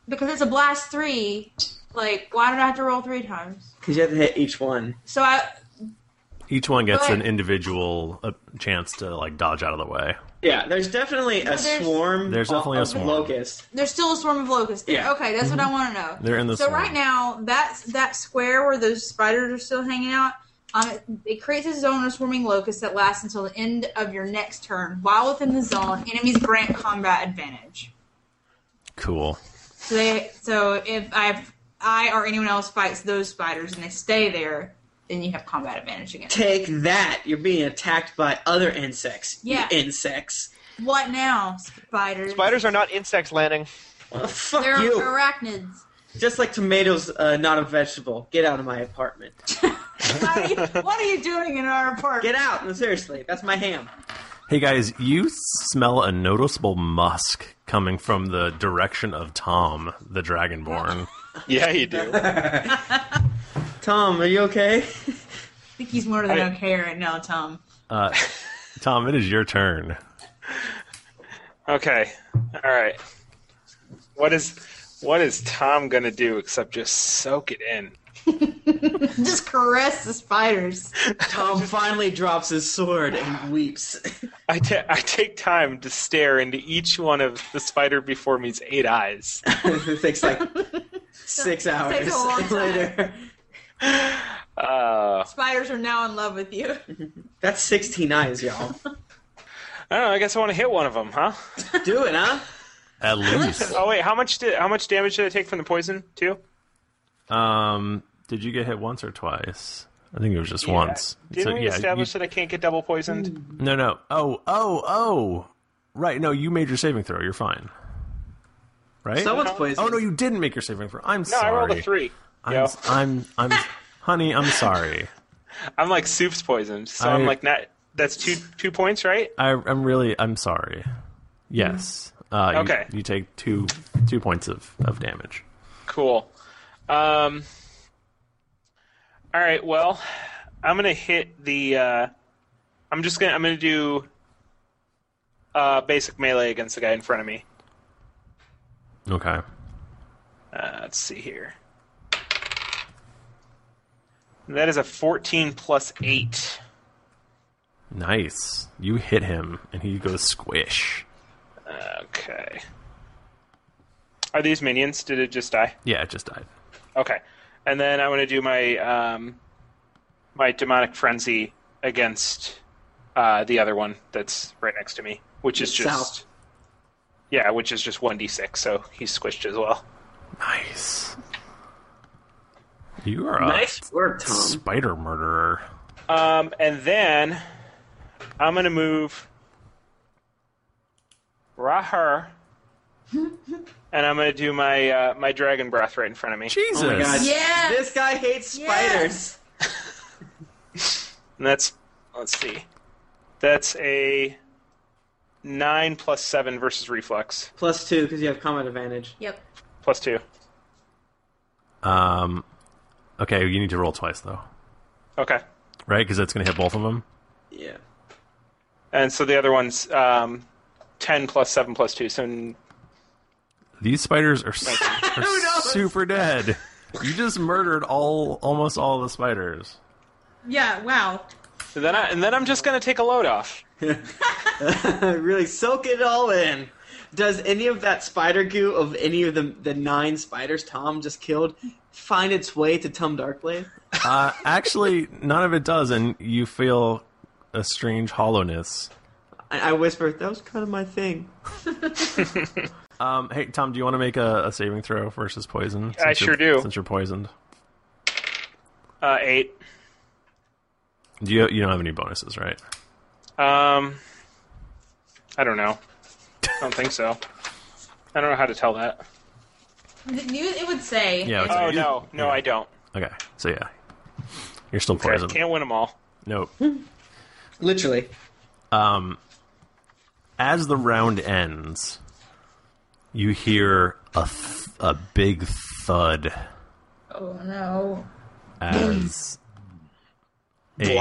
Speaker 3: because it's a blast three. Like, why did I have to roll three times?
Speaker 5: Because you have to hit each one.
Speaker 3: So I
Speaker 1: Each one gets
Speaker 3: But-
Speaker 1: an individual uh, chance to like dodge out of the way.
Speaker 5: Yeah, there's definitely a
Speaker 3: But there's-
Speaker 5: swarm.
Speaker 1: There's definitely a
Speaker 5: of
Speaker 1: swarm.
Speaker 5: Mm-hmm. Oh, Locust.
Speaker 3: there's still a swarm of locusts. There.
Speaker 5: Yeah.
Speaker 3: Okay, that's what I want to know.
Speaker 1: Mm-hmm. They're in the
Speaker 3: So
Speaker 1: swarm.
Speaker 3: right now, that's that square where those spiders are still hanging out. Um, it, it creates a zone of swarming locusts that lasts until the end of your next turn. While within the zone, enemies grant combat advantage.
Speaker 1: Cool.
Speaker 3: So they, so if I I or anyone else fights those spiders and they stay there, then you have combat advantage again.
Speaker 5: Take that! You're being attacked by other insects. you
Speaker 3: Yeah.
Speaker 5: insects.
Speaker 3: What now, spiders?
Speaker 4: Spiders are not insects landing.
Speaker 5: fuck
Speaker 3: They're
Speaker 5: you.
Speaker 3: arachnids.
Speaker 5: Just like tomatoes, uh, not a vegetable. Get out of my apartment.
Speaker 3: What are, you, what are you doing in our apartment?
Speaker 5: Get out! No, seriously, that's
Speaker 3: [laughs]
Speaker 5: my ham.
Speaker 1: Hey guys, you smell a noticeable musk coming from the direction of Tom, the
Speaker 5: [laughs]
Speaker 1: Dragonborn.
Speaker 2: Yeah, you do.
Speaker 5: Tom, are you okay?
Speaker 3: I think he's more than
Speaker 1: I-
Speaker 3: okay right now, Tom.
Speaker 1: Uh, Tom, it is your turn.
Speaker 2: Okay. All right. What is what is Tom gonna do except just soak it in?
Speaker 3: [laughs] Just caress the
Speaker 5: [laughs]
Speaker 3: spiders.
Speaker 5: Tom finally drops his sword and weeps.
Speaker 2: I, ta- I take time to stare into each one of the spider before me's eight
Speaker 5: [laughs]
Speaker 2: eyes.
Speaker 5: it takes like six hours
Speaker 3: takes a
Speaker 5: [laughs]
Speaker 3: long time.
Speaker 5: later.
Speaker 2: Uh,
Speaker 3: Spiders are now in love with you.
Speaker 5: That's 16 eyes, y'all.
Speaker 2: I don't know. I guess I want to hit one of them, huh?
Speaker 5: [laughs] Do it, huh?
Speaker 1: At least.
Speaker 2: [laughs] oh wait, how much did how much damage did I take from the poison? Two.
Speaker 1: Um, did you get hit once or twice? I think it was just once.
Speaker 2: Didn't
Speaker 1: So,
Speaker 2: we
Speaker 1: yeah, you- Mm.
Speaker 2: establish that I can't get double poisoned?
Speaker 1: No, no. Oh, oh, oh. Right. No, you made your saving throw. You're fine. Right?
Speaker 2: Someone's poisoned.
Speaker 1: Oh no, you didn't make your saving throw. I'm
Speaker 2: No,
Speaker 1: sorry.
Speaker 2: I rolled a three.
Speaker 1: I'm,
Speaker 2: yo.
Speaker 1: I'm, I'm, honey, I'm sorry.
Speaker 2: I'm like soup's poisoned, so
Speaker 1: I-
Speaker 2: I... am like not. That's two two points, right?
Speaker 1: I, I'm really, I'm sorry. Yes. Uh, you-
Speaker 2: Okay.
Speaker 1: You, take two, two points of, of damage.
Speaker 2: Cool. Um. All right. Well, I'm gonna hit the. Uh, I'm just gonna. I'm gonna do. Uh, basic melee against the guy in front of me.
Speaker 1: Okay.
Speaker 2: Uh, let's see here. That is a 14 plus 8.
Speaker 1: Nice. You hit him, and he goes squish.
Speaker 2: Okay. Are these minions? Did it just die?
Speaker 1: Yeah, it just died.
Speaker 2: Okay. And then I'm going to do my um, my demonic frenzy against uh, the other one that's right next to me, which is
Speaker 5: South.
Speaker 2: just yeah, which is just 1d6, so he's squished as well.
Speaker 1: Nice. You are a
Speaker 2: Nice work, Tom.
Speaker 1: spider murderer.
Speaker 2: Um, and then I'm going to move Rahar, and I'm going to do my uh, my dragon breath right in front of me.
Speaker 1: Jesus.
Speaker 5: Oh my god.
Speaker 3: Yes.
Speaker 5: This guy hates spiders.
Speaker 2: And that's let's see. That's a nine plus seven versus reflex.
Speaker 5: Plus two, because you have combat advantage.
Speaker 3: Yep.
Speaker 2: Plus two.
Speaker 1: Um, okay, you need to roll twice though,
Speaker 2: Okay.
Speaker 1: right? Because that's going to hit both of them.
Speaker 5: Yeah.
Speaker 2: And so the other one's um, ten plus seven plus two, so n-
Speaker 1: These spiders are, s- [laughs] are super dead. You just murdered all almost all the spiders.
Speaker 3: Yeah, wow.
Speaker 2: and then I, and then I'm just gonna take a load off.
Speaker 5: [laughs] really soak it all in. Does any of that spider goo of any of the the nine spiders Tom just killed find its way to Tom Darkblade?
Speaker 1: Uh, actually, none of it does, and you feel a strange hollowness.
Speaker 5: I, I whispered, that was kind of
Speaker 3: [laughs]
Speaker 5: my thing.
Speaker 1: Um, hey Tom, do you want to make a, a saving throw versus poison?
Speaker 2: I
Speaker 1: since you're-
Speaker 2: sure do.
Speaker 1: Since you're poisoned,
Speaker 2: Uh, eight.
Speaker 1: do you you don't have any bonuses, right?
Speaker 2: Um, I don't know. I don't think so. I don't know how to tell that.
Speaker 3: Th- you- It would say.
Speaker 1: Yeah, it's
Speaker 2: Oh
Speaker 1: like-
Speaker 2: no, no, I don't.
Speaker 1: Okay, so yeah, you're still
Speaker 2: Okay,
Speaker 1: poisoned.
Speaker 2: can't win them all.
Speaker 1: Nope.
Speaker 5: [laughs] Literally.
Speaker 1: Um, as the round ends, you hear a th- a big thud
Speaker 3: Oh no.
Speaker 1: as a,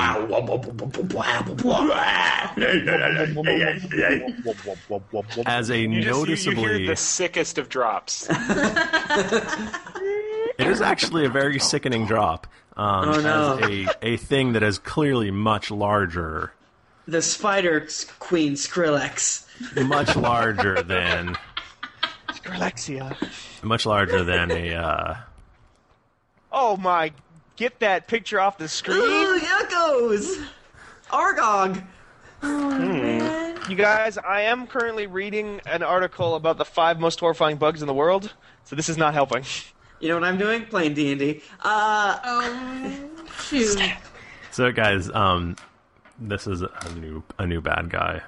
Speaker 1: as a
Speaker 2: You just- you- you
Speaker 1: noticeably
Speaker 2: hear the sickest of drops.
Speaker 1: it is actually a very sickening drop. Um,
Speaker 5: Oh, no.
Speaker 1: as a a thing that is clearly much larger,
Speaker 5: The spider queen Skrillex.
Speaker 1: much larger [laughs] than
Speaker 4: Skrillex.
Speaker 1: much larger than a uh,
Speaker 4: Oh my! Get that picture off the
Speaker 5: Ooh,
Speaker 4: screen.
Speaker 5: yuckos! Argog!
Speaker 4: Hmm. You guys, I am currently reading an article about the five most horrifying bugs in the world, so this is not helping.
Speaker 5: You know what I'm doing? Playing D&D. Uh, [laughs]
Speaker 3: oh, shoot.
Speaker 1: So guys, um, this is a new a new bad guy.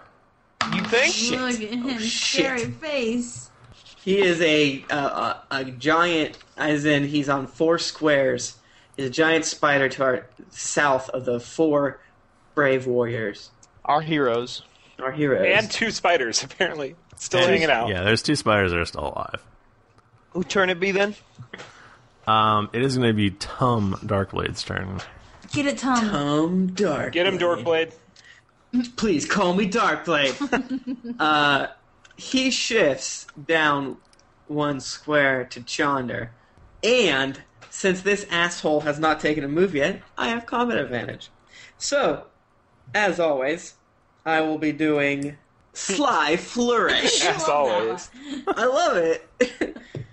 Speaker 4: You think?
Speaker 3: Look at him. scary face.
Speaker 5: He is a, uh, a a giant, as in he's on four squares. He's a giant spider to our south of the four brave warriors.
Speaker 4: Our heroes.
Speaker 5: Our heroes.
Speaker 2: And two spiders, [laughs] apparently. Still
Speaker 1: And-
Speaker 2: hanging out.
Speaker 1: Yeah, there's two spiders that are still alive.
Speaker 4: Who turn it be then?
Speaker 1: Um, it is going to be Tom Darkblade's turn.
Speaker 3: Get it, Tom.
Speaker 5: Tom Dark.
Speaker 2: Get him, Dorkblade.
Speaker 5: Please call me Darkblade. uh, he shifts down one square to Chonder. And since this asshole has not taken a move yet, I have combat advantage. So, as always, I will be doing Sly Flourish.
Speaker 2: As always.
Speaker 5: [laughs] I love it.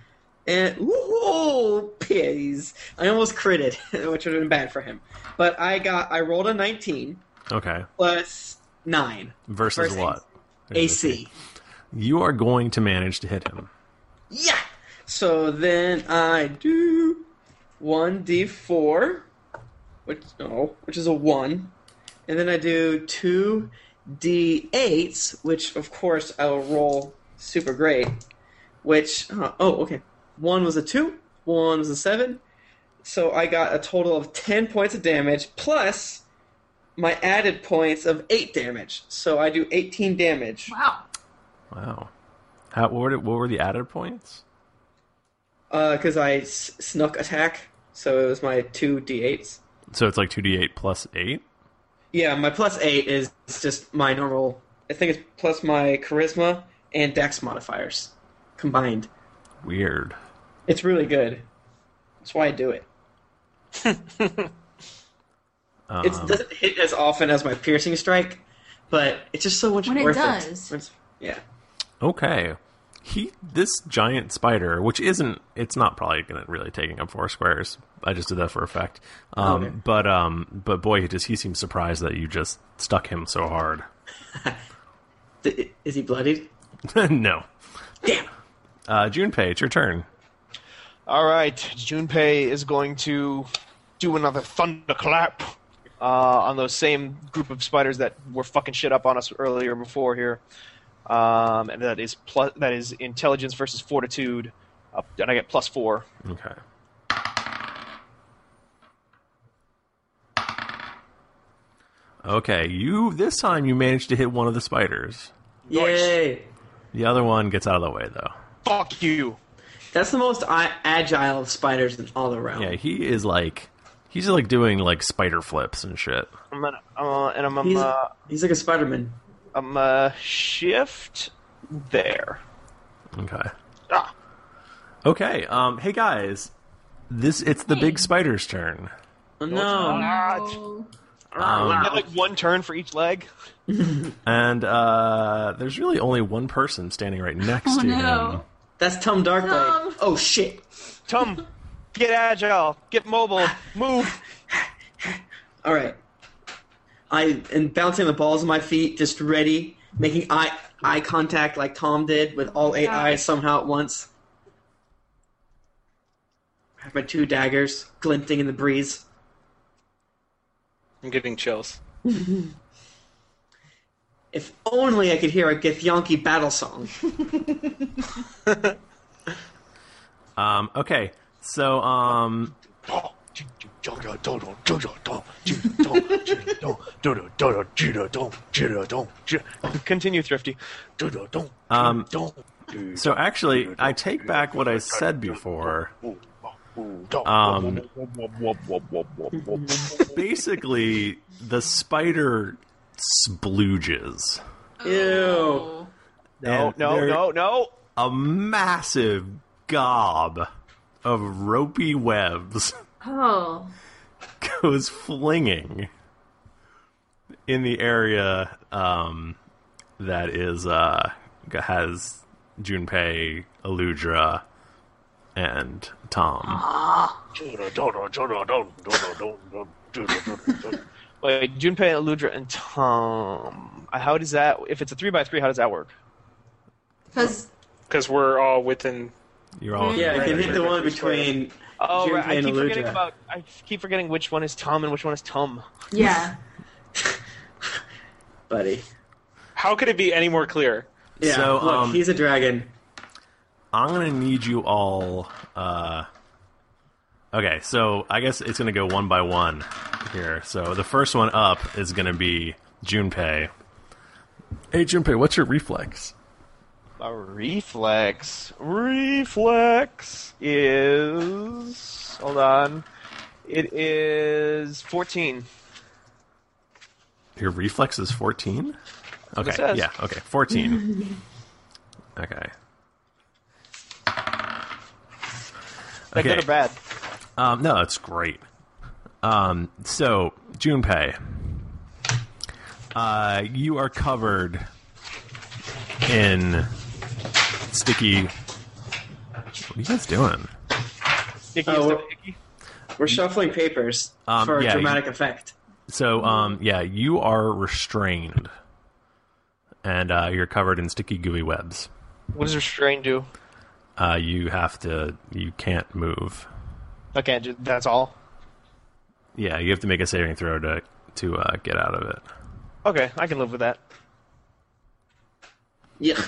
Speaker 5: [laughs] and whoa, please. I almost critted, [laughs] which would have been bad for him. But I got I rolled a 19
Speaker 1: Okay.
Speaker 5: plus 9
Speaker 1: Versus
Speaker 5: Versus
Speaker 1: what?
Speaker 5: AC.
Speaker 1: You are going to manage to hit him.
Speaker 5: Yeah. So then I do 1d4 which no, which is a 1. And then I do 2d8s, which of course I will roll super great, which oh, oh okay. 1 was a 2, 1 was a 7. So I got a total of 10 points of damage plus my added points of 8 damage. So I do 18 damage.
Speaker 3: Wow.
Speaker 1: Wow. How, what, were the, what were the added points?
Speaker 5: because Uh, I s- snuck attack, so it was my two d8s.
Speaker 1: So it's like 2d8 plus 8?
Speaker 5: Yeah, my plus eight is just my normal. I think it's plus my charisma and dex modifiers combined.
Speaker 1: Weird.
Speaker 5: It's really good. That's why I do it.
Speaker 1: Um,
Speaker 5: It
Speaker 4: Um.
Speaker 5: doesn't hit as often as my piercing strike, but it's just so much
Speaker 3: When it
Speaker 5: worth
Speaker 3: does.
Speaker 5: It's- yeah.
Speaker 1: Okay. He this giant spider, which isn't it's not probably gonna really taking up four squares. I just did that for effect. Um
Speaker 5: Okay.
Speaker 1: but um but boy he does he seems surprised that you just stuck him so hard.
Speaker 5: [laughs] Th- Is he bloodied?
Speaker 1: [laughs] no. Damn. Uh Junpei, it's your turn.
Speaker 4: All right, Junpei is going to do another thunderclap uh, on those same group of spiders that were fucking shit up on us earlier before here, um, and that is plus that is intelligence versus fortitude, uh, and I get plus four.
Speaker 1: Okay. Okay, you this time you managed to hit one of the spiders.
Speaker 5: Yay!
Speaker 1: The other one gets out of the way though.
Speaker 4: Fuck you.
Speaker 5: That's the most I- agile of spiders in all the realm.
Speaker 1: Yeah, he is like he's like doing like spider flips and shit.
Speaker 4: I'm gonna, uh, and I'm, I'm
Speaker 5: He's-
Speaker 4: uh,
Speaker 5: he's like a Spider-Man.
Speaker 4: I'm uh, shift there.
Speaker 1: Okay. Okay. Um. Hey guys, this it's the big spider's turn.
Speaker 5: Oh,
Speaker 4: no.
Speaker 1: Um,
Speaker 4: like one turn for each leg.
Speaker 1: and uh, there's really only one person standing right next
Speaker 4: Oh,
Speaker 1: to
Speaker 4: no.
Speaker 1: him.
Speaker 5: That's Tom Darkblade.
Speaker 4: [laughs]
Speaker 5: Oh shit!
Speaker 4: Tom, get agile, get mobile, move.
Speaker 5: [laughs] All right. I am bouncing the balls of my feet, just ready, making eye eye contact like Tom did with all eight
Speaker 4: Yeah.
Speaker 5: eyes somehow at once. I have my two daggers glinting in the breeze.
Speaker 2: I'm getting chills.
Speaker 5: If only I could hear a Githyanki
Speaker 2: [laughs]
Speaker 5: battle song.
Speaker 1: Um. Okay. So um.
Speaker 4: Continue, Thrifty.
Speaker 1: Um. So actually, I take back what I said before. Um. Basically, the spider splooges.
Speaker 5: Ew.
Speaker 4: No,
Speaker 1: And
Speaker 4: no,
Speaker 1: they're
Speaker 4: no, no.
Speaker 1: A massive gob of ropey webs [laughs]
Speaker 3: Oh.
Speaker 1: goes flinging in the area um, that is uh, has Junpei, Aludra, and Tom.
Speaker 4: Wait, Junpei, Aludra, and Tom. Uh, How does that? If it's a three by three, how does that work?
Speaker 3: Because
Speaker 2: Because we're all within.
Speaker 1: You're
Speaker 5: all Yeah, within- hit the one between
Speaker 4: Oh, right. I
Speaker 5: Junpei and
Speaker 4: keep forgetting
Speaker 5: Aludra.
Speaker 4: about. I keep forgetting which one is Tom and which one is
Speaker 5: [laughs]
Speaker 4: Tom.
Speaker 3: Yeah.
Speaker 5: Buddy.
Speaker 2: How could it be any more clear?
Speaker 5: Yeah,
Speaker 1: So,
Speaker 5: look,
Speaker 1: um,
Speaker 5: he's a dragon.
Speaker 1: I'm gonna need you all. Uh, okay, so I guess it's gonna go one by one here. So the first one up is gonna be Junpei. Hey Junpei, what's your reflex?
Speaker 4: A reflex. Reflex is. Hold on. It is 14.
Speaker 1: Your reflex is 14.
Speaker 4: what it
Speaker 1: Okay,
Speaker 4: says.
Speaker 1: yeah, okay, 14. Okay.
Speaker 4: Is that good or bad?
Speaker 1: Um, no, it's great. Um, so, Junpei, uh, you are covered in sticky. What are you guys doing?
Speaker 5: Oh, we're, we're shuffling papers
Speaker 1: Um,
Speaker 5: for
Speaker 1: yeah,
Speaker 5: dramatic
Speaker 1: you-
Speaker 5: effect.
Speaker 1: So, um, yeah, you are restrained, and uh, you're covered in sticky, gooey webs.
Speaker 4: What does restrain do?
Speaker 1: Uh, you have to. You can't move.
Speaker 4: I can't do. That's all.
Speaker 1: Yeah, you have to make a saving throw to to uh, get out of it.
Speaker 4: Okay, I can live with that.
Speaker 5: Yeah.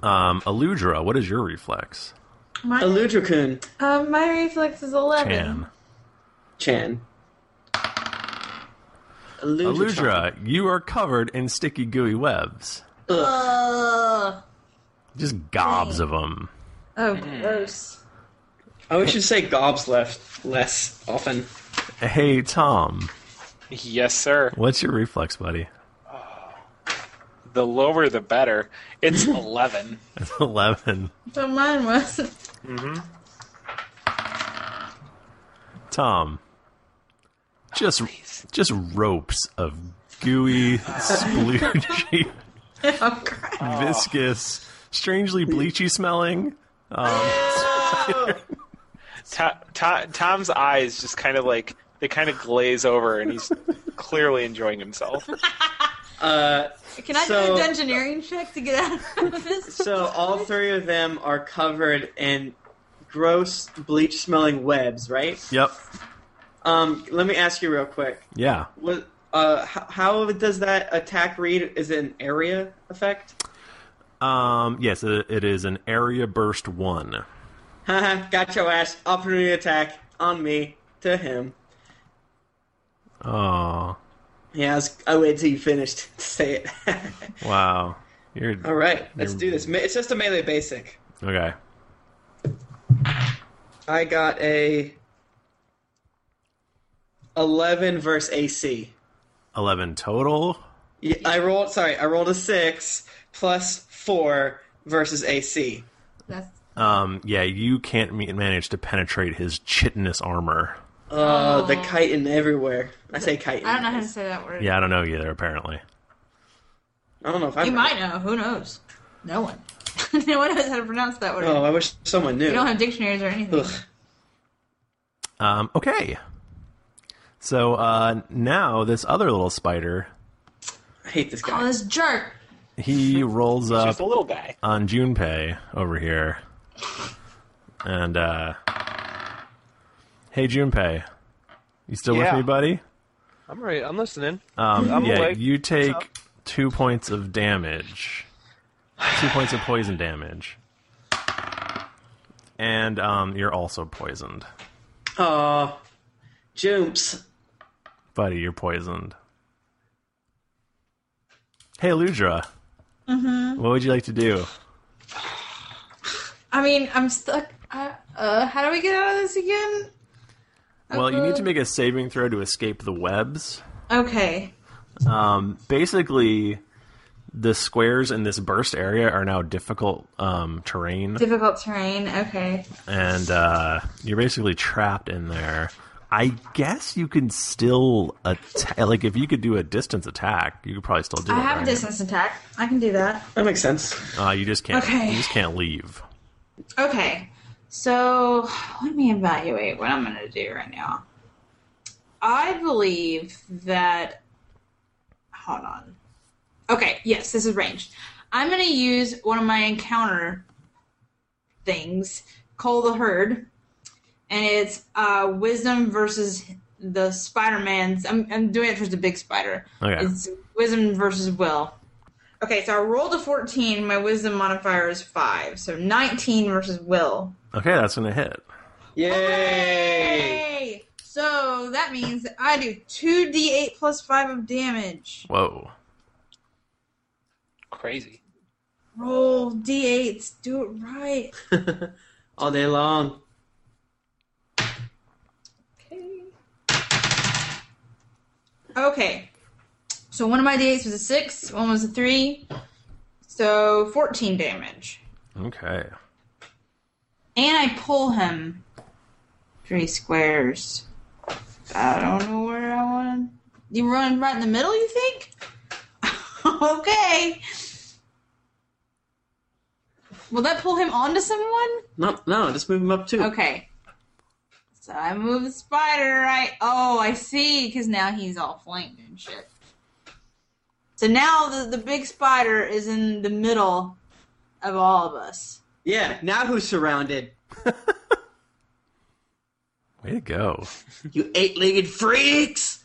Speaker 1: Um, Aludra, what is your reflex?
Speaker 3: My,
Speaker 5: Eludrakun.
Speaker 3: uh, my reflex is 11.
Speaker 1: Chan.
Speaker 5: Chan.
Speaker 1: Aludra, you are covered in sticky gooey webs.
Speaker 3: Ugh.
Speaker 1: Just gobs of them.
Speaker 3: Oh, gross.
Speaker 5: Oh, we should say gobs left less often.
Speaker 1: Hey, Tom,
Speaker 2: Yes, sir.
Speaker 1: what's your reflex, buddy? [laughs]
Speaker 2: The lower, the better.
Speaker 1: [laughs]
Speaker 2: It's eleven.
Speaker 1: It's 11.
Speaker 3: So mine was. [laughs]
Speaker 1: Mm-hmm. Tom, just just ropes of gooey, [laughs] sploogy, viscous, strangely bleachy smelling. Um,
Speaker 2: To- To- Tom's eyes just kind of like they kind of glaze over, and he's clearly enjoying himself.
Speaker 5: Uh,
Speaker 3: Can I
Speaker 5: so,
Speaker 3: do a dungeoneering check to get out of this?
Speaker 5: so all three of them are covered in gross bleach smelling webs, right?
Speaker 1: Yep.
Speaker 5: Um, let me ask you real quick.
Speaker 1: yeah.
Speaker 5: What? Uh, how, how does that attack read? Is it an area effect? [laughs]
Speaker 1: Um, yes, it, it is an area burst one.
Speaker 5: Haha, got your ass. Opportunity attack on me to him.
Speaker 1: Oh,
Speaker 5: Yeah, I, was, I waited oh, till you finished [laughs] to say it.
Speaker 1: wow. You're
Speaker 5: All right, let's
Speaker 1: you're-
Speaker 5: do this. Me- It's just a melee basic.
Speaker 1: Okay.
Speaker 5: I got a eleven verse AC.
Speaker 1: 11 total.
Speaker 5: Yeah, I rolled. Sorry, I rolled a six plus four versus AC.
Speaker 1: Um, yeah, you can't me- manage to penetrate his chitinous armor.
Speaker 5: Oh, the chitin everywhere. I say chitin.
Speaker 3: I don't know how to say that word.
Speaker 1: Yeah, I don't know either, apparently.
Speaker 5: I don't know if I.
Speaker 3: You might know. Who knows? No one. [laughs] no one knows how to pronounce that word.
Speaker 5: Oh, I wish someone
Speaker 3: We
Speaker 5: knew.
Speaker 3: don't have dictionaries or anything.
Speaker 5: Ugh.
Speaker 1: Um, okay. So uh, now this other little spider,
Speaker 5: I hate this
Speaker 3: Oh, this jerk.
Speaker 1: he rolls up
Speaker 2: just a little guy.
Speaker 1: on Junpei over here. And, uh, hey, Junpei, you still
Speaker 4: Yeah.
Speaker 1: with me, buddy?
Speaker 4: I'm ready. I'm listening.
Speaker 1: Um,
Speaker 4: I'm
Speaker 1: yeah,
Speaker 4: awake.
Speaker 1: you take
Speaker 4: What's up?
Speaker 1: two points of damage, two points of poison damage, and um, you're also poisoned,
Speaker 5: Oh, Jumps.
Speaker 1: buddy. You're poisoned. Hey, Ludra,
Speaker 3: Mm-hmm.
Speaker 1: what would you like to do?
Speaker 3: I mean, I'm stuck. I, uh, how do we get out of this again?
Speaker 1: Well, you need to
Speaker 3: Uh,
Speaker 1: make a saving throw to escape the webs.
Speaker 3: Okay.
Speaker 1: Um, basically, the squares in this burst area are now difficult um, terrain.
Speaker 3: Difficult terrain. Okay.
Speaker 1: and uh, you're basically trapped in there. I guess you can still attack. Like if you could do a distance attack, you could probably still do
Speaker 3: I
Speaker 1: it.
Speaker 3: have
Speaker 1: right?
Speaker 3: a distance attack. I can do that.
Speaker 5: That makes sense.
Speaker 1: Uh, you just can't.
Speaker 3: Okay.
Speaker 1: You just can't leave.
Speaker 3: Okay. So let me evaluate what I'm going to do right now. I believe that. Hold on. Okay. Yes, this is ranged. I'm going to use one of my encounter things, Call the Herd, and it's uh, Wisdom versus the Spider Man's. I'm, I'm doing it for the big spider.
Speaker 1: Okay.
Speaker 3: It's Wisdom versus Will. Okay, so I rolled a 14. My wisdom modifier is 5. So 19 versus Will.
Speaker 1: Okay, that's gonna hit.
Speaker 5: Yay!
Speaker 3: Hey! So that means that I do 2d8 plus 5 of damage.
Speaker 1: Whoa.
Speaker 2: Crazy.
Speaker 3: Roll d8s. Do it right.
Speaker 5: All day long.
Speaker 3: Okay. So one of my d8s was a 6, one was a 3. So 14 damage.
Speaker 1: Okay.
Speaker 3: And I pull him. Three squares. I don't know where I want to. You run right in the middle, you think? [laughs] okay. Will that pull him onto someone?
Speaker 5: No, no, just move him up two.
Speaker 3: Okay. So I move the spider right. Oh, I see, because now he's all flamed and shit. So now the, the big spider is in the middle of all of us.
Speaker 5: Yeah, now who's surrounded?
Speaker 1: Way to go.
Speaker 5: You eight legged
Speaker 3: [laughs]
Speaker 5: freaks!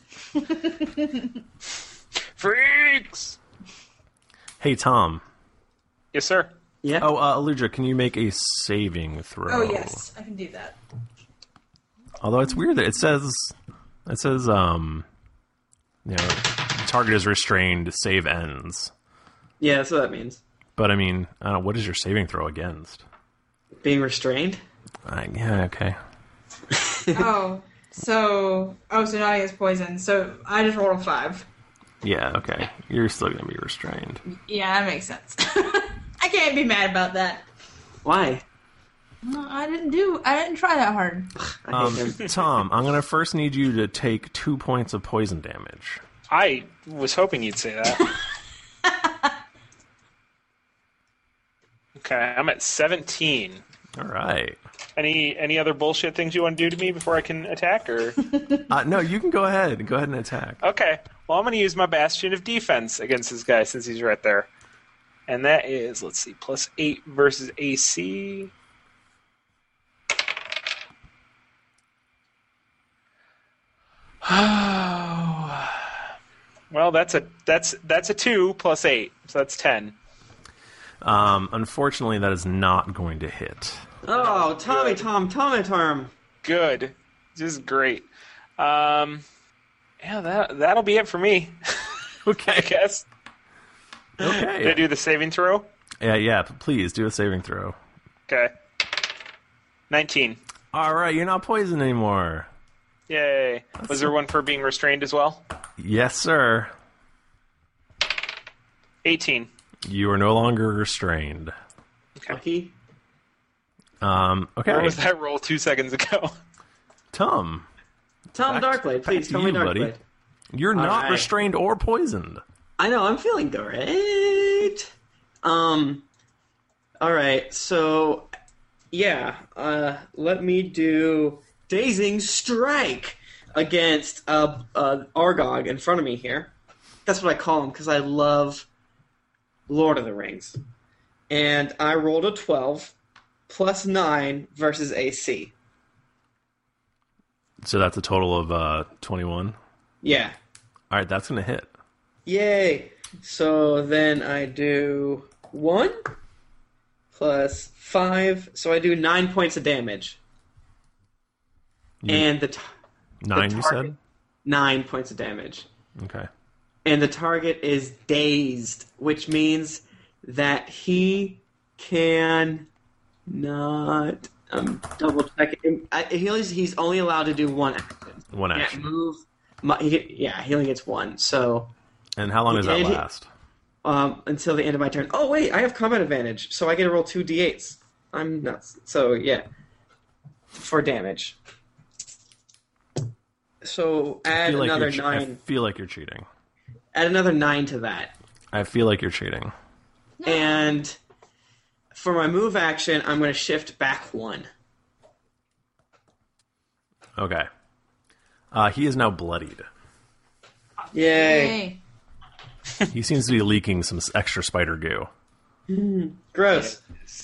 Speaker 2: freaks!
Speaker 1: Hey Tom.
Speaker 2: Yes, sir.
Speaker 5: Yeah.
Speaker 1: Oh, uh, Aludra, can you make a saving throw?
Speaker 3: Oh, yes, I can do that.
Speaker 1: Although it's weird that it says it says um you know target is restrained, save ends.
Speaker 5: Yeah, that's what that means.
Speaker 1: But I mean, uh, what is your saving throw against?
Speaker 5: Being restrained?
Speaker 1: Uh, yeah, okay.
Speaker 3: oh, so oh, so now he has poison. So I just rolled a five.
Speaker 1: Yeah, okay. You're still gonna be restrained.
Speaker 3: Yeah, that makes sense. [laughs] I can't be mad about that.
Speaker 5: Why?
Speaker 3: No, I didn't do. I didn't try that hard.
Speaker 1: Um, [laughs] Tom, I'm gonna first need you to take two points of poison damage.
Speaker 2: I was hoping you'd say that. okay, I'm at 17.
Speaker 1: All right.
Speaker 2: Any any other bullshit things you want to do to me before I can attack? Or
Speaker 1: Uh, no, you can go ahead. Go ahead and attack.
Speaker 2: okay, well I'm going to use my bastion of defense against this guy since he's right there, and that is let's see, plus eight versus AC.
Speaker 4: [sighs]
Speaker 2: Oh, well that's a that's that's a two plus eight, so that's ten.
Speaker 1: Um, unfortunately, that is not going to hit.
Speaker 5: Oh, Tommy Tom, Tommy Tom.
Speaker 2: Good. This is great. Um, yeah, that that'll be it for me. [laughs]
Speaker 1: okay,
Speaker 2: I guess.
Speaker 1: Okay.
Speaker 2: Did I do the saving throw?
Speaker 1: Yeah, yeah. p- Please do a saving throw.
Speaker 2: Okay. Nineteen.
Speaker 1: All right, you're not poisoned anymore.
Speaker 2: Yay. Was there one for being restrained as well?
Speaker 1: Yes, sir.
Speaker 2: Eighteen.
Speaker 1: You are no longer restrained.
Speaker 5: Lucky.
Speaker 1: Um, okay.
Speaker 2: Where was that roll two seconds ago? [laughs]
Speaker 1: Tom.
Speaker 5: Tom
Speaker 1: back-
Speaker 5: Darkblade,
Speaker 1: back
Speaker 5: please,
Speaker 1: to
Speaker 5: tell me
Speaker 1: you,
Speaker 5: Darkblade.
Speaker 1: buddy. You're
Speaker 5: All
Speaker 1: not
Speaker 5: right.
Speaker 1: restrained or poisoned.
Speaker 5: I know, I'm feeling great. Um, all right, so yeah, uh, let me do Dazing Strike against uh, uh, Argog in front of me here. That's what I call him because I love Lord of the Rings. And I rolled a 12 plus 9 versus AC.
Speaker 1: So that's a total of uh, 21.
Speaker 5: Yeah.
Speaker 1: All right, that's going to hit.
Speaker 5: Yay! So then I do one plus five, so I do nine points of damage. and the t-
Speaker 1: Nine, you
Speaker 5: target-
Speaker 1: said?
Speaker 5: nine points of damage,
Speaker 1: Okay.
Speaker 5: and the target is dazed, which means that he can not. I'm double checking. I- He only, he's only allowed to do one action.
Speaker 1: One
Speaker 5: Can't
Speaker 1: action.
Speaker 5: move. My, he, yeah, he only gets one. So
Speaker 1: And how long does that
Speaker 5: And he-
Speaker 1: last?
Speaker 5: um, until the end of my turn. Oh wait, I have combat advantage, so I get to roll two d8s. I'm nuts. So yeah, for damage. So add
Speaker 1: feel like
Speaker 5: another
Speaker 1: you're che- I
Speaker 5: nine.
Speaker 1: feel like you're cheating.
Speaker 5: Add another nine to that.
Speaker 1: I feel like you're cheating.
Speaker 5: And for my move action, I'm going to shift back one.
Speaker 1: Okay. Uh, he is now
Speaker 4: [laughs]
Speaker 1: bloodied.
Speaker 5: Yay!
Speaker 1: he seems to be leaking some s- extra spider goo.
Speaker 5: Gross.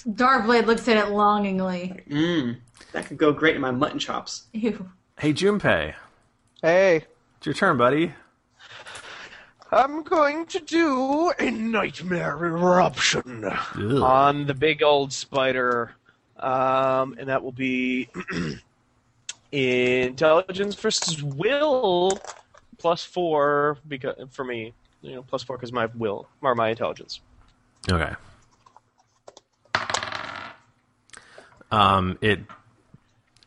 Speaker 3: Darkblade looks at it longingly.
Speaker 5: Mmm. That could go great in my mutton chops.
Speaker 3: Ew.
Speaker 1: Hey, Junpei.
Speaker 4: Hey.
Speaker 1: It's your turn, buddy.
Speaker 4: I'm going to do a nightmare eruption on the big old spider, um, and that will be [clears throat] intelligence versus will plus four because for me, you know, plus four because my will or my intelligence.
Speaker 1: Okay. Um, it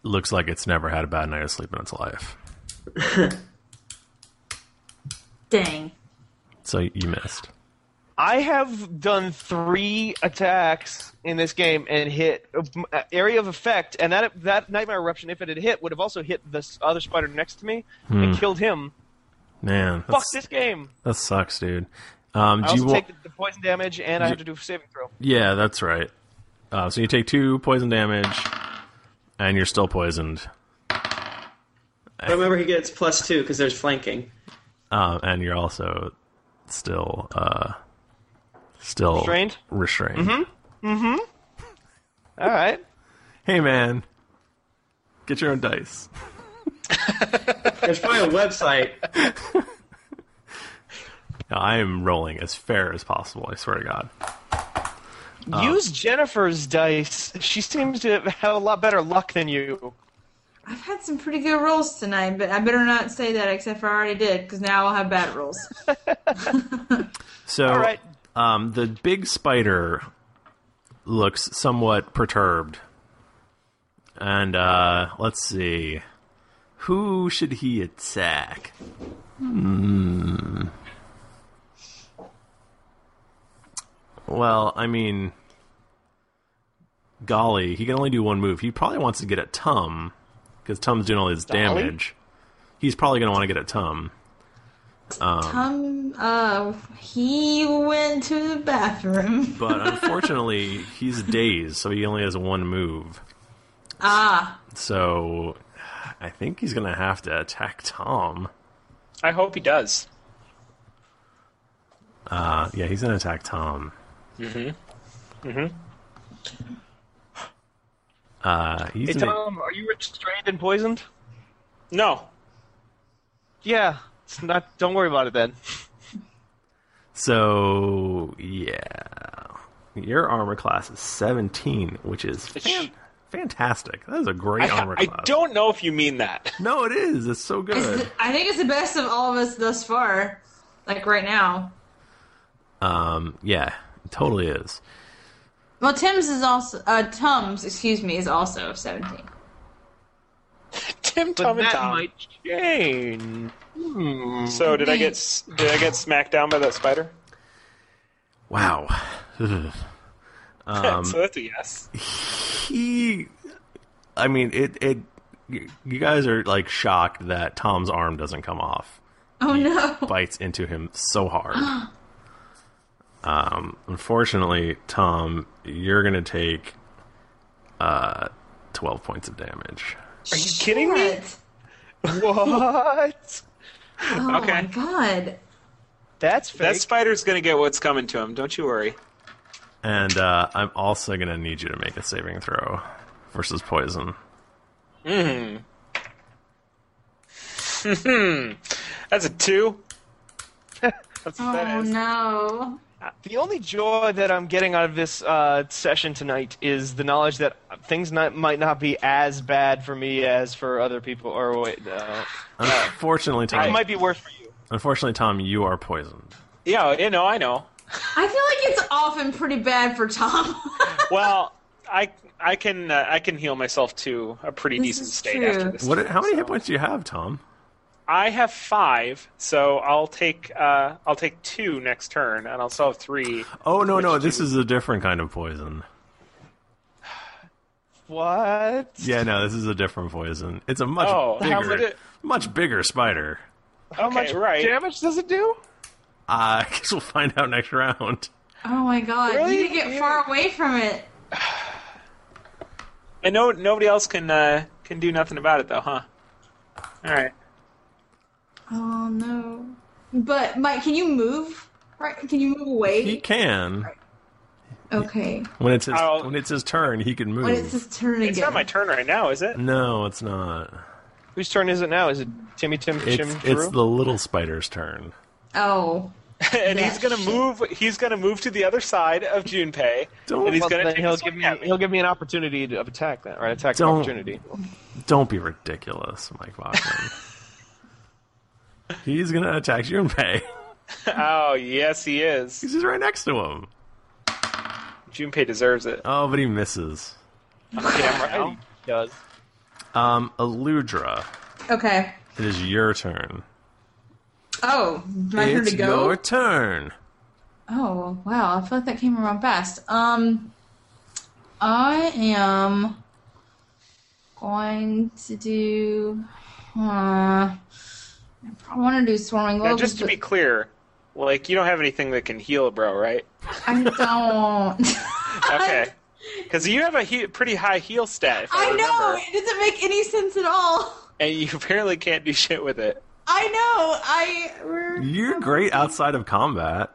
Speaker 1: looks like it's never had a bad night of sleep in its
Speaker 4: [laughs]
Speaker 1: life.
Speaker 3: Dang.
Speaker 1: So you missed.
Speaker 4: I have done three attacks in this game and hit uh, area of effect, and that that nightmare eruption, if it had hit, would have also hit this other spider next to me
Speaker 1: Hmm.
Speaker 4: and killed him.
Speaker 1: Man,
Speaker 4: Fuck
Speaker 1: that's-
Speaker 4: this game.
Speaker 1: that sucks, dude. Um,
Speaker 4: I
Speaker 1: do
Speaker 4: also
Speaker 1: you want?
Speaker 4: take the, the poison damage, and I have to do a saving throw.
Speaker 1: Yeah, that's right. Uh, so you take two poison damage, and you're still poisoned,
Speaker 5: But remember, he gets plus two because there's flanking.
Speaker 1: um, and you're also still uh, still
Speaker 5: Restrained?
Speaker 1: Restrained.
Speaker 4: Mm-hmm. Mm-hmm. All right.
Speaker 1: Hey, man, get your own dice.
Speaker 5: There's probably
Speaker 1: [laughs]
Speaker 5: a website.
Speaker 1: Now, I am rolling as fair as possible. I swear to God. Uh,
Speaker 4: Use Jennifer's dice. She seems to have a lot better luck than you.
Speaker 3: I've had some pretty good rolls tonight, but I better not say that except for I already did, because now I'll have bad [laughs] rolls.
Speaker 1: So, um, the big spider looks somewhat perturbed, and uh, let's see, who should he attack? Hmm. Well, I mean, golly, he can only do one move. He probably wants to get at Tum because Tum's doing all his
Speaker 3: Dolly?
Speaker 1: damage. He's probably going to want to get at Tum. Um,
Speaker 3: Come, uh, he went to the bathroom.
Speaker 1: but unfortunately, he's dazed, so he only has one move.
Speaker 3: ah,
Speaker 1: So I think he's going to have to attack Tom.
Speaker 2: I hope he does.
Speaker 1: Uh, yeah, he's going to attack Tom.
Speaker 2: Mm-hmm. Mm-hmm.
Speaker 1: Uh, he's
Speaker 4: Hey,
Speaker 1: gonna-
Speaker 4: Tom, are you restrained and poisoned?
Speaker 2: No.
Speaker 4: Yeah. It's not. Don't worry about it then.
Speaker 1: So, yeah. Your armor class is 17, which is fan- fantastic. That is a great
Speaker 2: I,
Speaker 1: armor
Speaker 2: I
Speaker 1: class.
Speaker 2: don't know if you mean that. [laughs]
Speaker 1: No, it is. It's so good.
Speaker 3: I think it's the best of all of us thus far. Like right now.
Speaker 1: Um, yeah, it totally is.
Speaker 3: Well, Tim's is also, uh, Tums, excuse me, is also 17.
Speaker 2: Tim,
Speaker 4: But that might change.
Speaker 2: So did I get s- did I get smacked down by that spider? [laughs]
Speaker 1: Wow. [laughs] um,
Speaker 2: so that's a yes.
Speaker 1: he i mean it it you you guys are like shocked that tom's arm doesn't come off
Speaker 3: Oh no.
Speaker 1: bites into him so hard um unfortunately tom you're gonna take uh 12 points of damage
Speaker 2: Are you
Speaker 3: [laughs]
Speaker 2: kidding me?
Speaker 4: What?
Speaker 3: Oh
Speaker 2: okay.
Speaker 3: my god.
Speaker 4: That's
Speaker 2: That spider's gonna get what's coming to him. Don't you worry.
Speaker 1: and uh i'm also gonna need you to make a saving throw versus poison
Speaker 2: Hmm. Hmm. [laughs] That's a two. That's what that
Speaker 3: Oh
Speaker 2: is.
Speaker 3: no.
Speaker 4: The only joy that I'm getting out of this uh, session tonight is the knowledge that things not, might not be as bad for me as for other people. Or wait, no.
Speaker 1: unfortunately tom
Speaker 4: It might be worse for you.
Speaker 1: unfortunately tom you are poisoned
Speaker 2: Yeah, you know, I know.
Speaker 3: I feel like it's often pretty bad for Tom.
Speaker 2: Well, I I can uh, I can heal myself to a pretty decent state after this.
Speaker 1: what how many hit points do you have tom
Speaker 2: I have five, so I'll take uh, I'll take two next turn, and I'll still have three.
Speaker 1: Oh no no! This is a different kind of poison.
Speaker 4: What?
Speaker 1: Yeah, no, this is a different poison. It's a much
Speaker 2: Oh, how would
Speaker 1: bigger,
Speaker 2: it-
Speaker 1: much bigger spider.
Speaker 4: How much
Speaker 2: right.
Speaker 4: damage does it do?
Speaker 1: Uh, [laughs] I guess we'll find out next round.
Speaker 3: oh my god.
Speaker 4: Really?
Speaker 3: You need to get far away from it.
Speaker 2: And no nobody else can uh, can do nothing about it though, huh? All right.
Speaker 3: Oh no. But Mike, can you move? Right? Can you move
Speaker 1: He
Speaker 3: away?
Speaker 1: can
Speaker 3: Okay.
Speaker 1: when it's his, when it's his turn. He can
Speaker 3: When
Speaker 1: move.
Speaker 3: it's his turn again.
Speaker 2: It's not my turn right now, is it?
Speaker 1: No, it's not.
Speaker 4: Whose turn is it now? Is it Timmy Tim
Speaker 1: It's
Speaker 4: Chim
Speaker 1: it's the little spider's turn.
Speaker 3: Oh.
Speaker 2: [laughs] and he's gonna move. He's gonna move to the other side of Junpei, and he's
Speaker 4: Well,
Speaker 2: gonna
Speaker 4: then
Speaker 2: take a
Speaker 4: he'll
Speaker 2: swing
Speaker 4: give me he'll give me an opportunity to of attack that right attack of
Speaker 1: Don't.
Speaker 4: opportunity.
Speaker 1: Don't be ridiculous, Mike
Speaker 2: [laughs]
Speaker 1: Bachman. He's gonna attack you and pay.
Speaker 2: [laughs] oh yes, he is.
Speaker 1: He's just right next to him.
Speaker 2: Junpei deserves it.
Speaker 1: Oh, but he misses.
Speaker 2: Damn right, he does.
Speaker 1: Um, Eludra,
Speaker 3: Okay.
Speaker 1: it is your turn.
Speaker 3: Oh, my turn
Speaker 1: it's
Speaker 3: to go.
Speaker 1: your turn.
Speaker 3: Oh wow! I feel like that came around fast. Um, I am going to do. Uh, I want to do swarming
Speaker 2: Now,
Speaker 3: globes.
Speaker 2: just to
Speaker 3: but
Speaker 2: be clear, like you don't have anything that can heal, bro, right?
Speaker 3: I
Speaker 2: [laughs]
Speaker 3: don't.
Speaker 2: Okay, because you have a he- pretty high heal stat. If I,
Speaker 3: I know
Speaker 2: remember,
Speaker 3: it doesn't make any sense at all.
Speaker 2: and you [laughs] apparently can't do shit with it.
Speaker 3: I know. I we're,
Speaker 1: You're great outside of combat.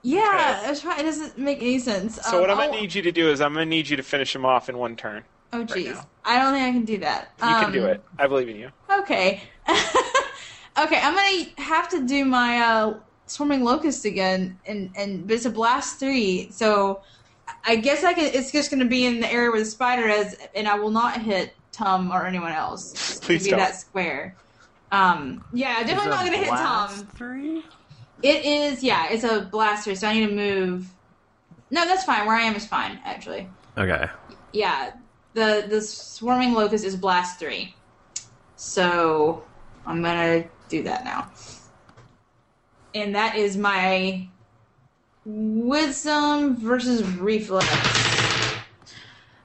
Speaker 3: yeah. That's right. It doesn't make any sense.
Speaker 2: So
Speaker 3: Um,
Speaker 2: what I'm
Speaker 3: I'll-
Speaker 2: gonna need you to do is I'm gonna need you to finish him off in one turn.
Speaker 3: Oh jeez, I don't think I can do that. Um,
Speaker 2: You can do it. I believe in you.
Speaker 3: Okay. [laughs] okay, I'm gonna have to do my uh, swarming locust again, and and but it's a blast three, so I guess I can. It's just gonna be in the area where the spider is, and I will not hit Tom or anyone else. It's gonna
Speaker 16: Please
Speaker 3: be
Speaker 16: don't.
Speaker 3: that square. Um, yeah, I'm definitely
Speaker 16: a
Speaker 3: not gonna hit
Speaker 16: blast
Speaker 3: Tom. Three. It is. Yeah, it's a blaster, so I need to move. No, that's fine. Where I am is fine, actually.
Speaker 1: Okay.
Speaker 3: Yeah, the the swarming locust is blast three, so I'm gonna do that now. And that is my wisdom versus reflex.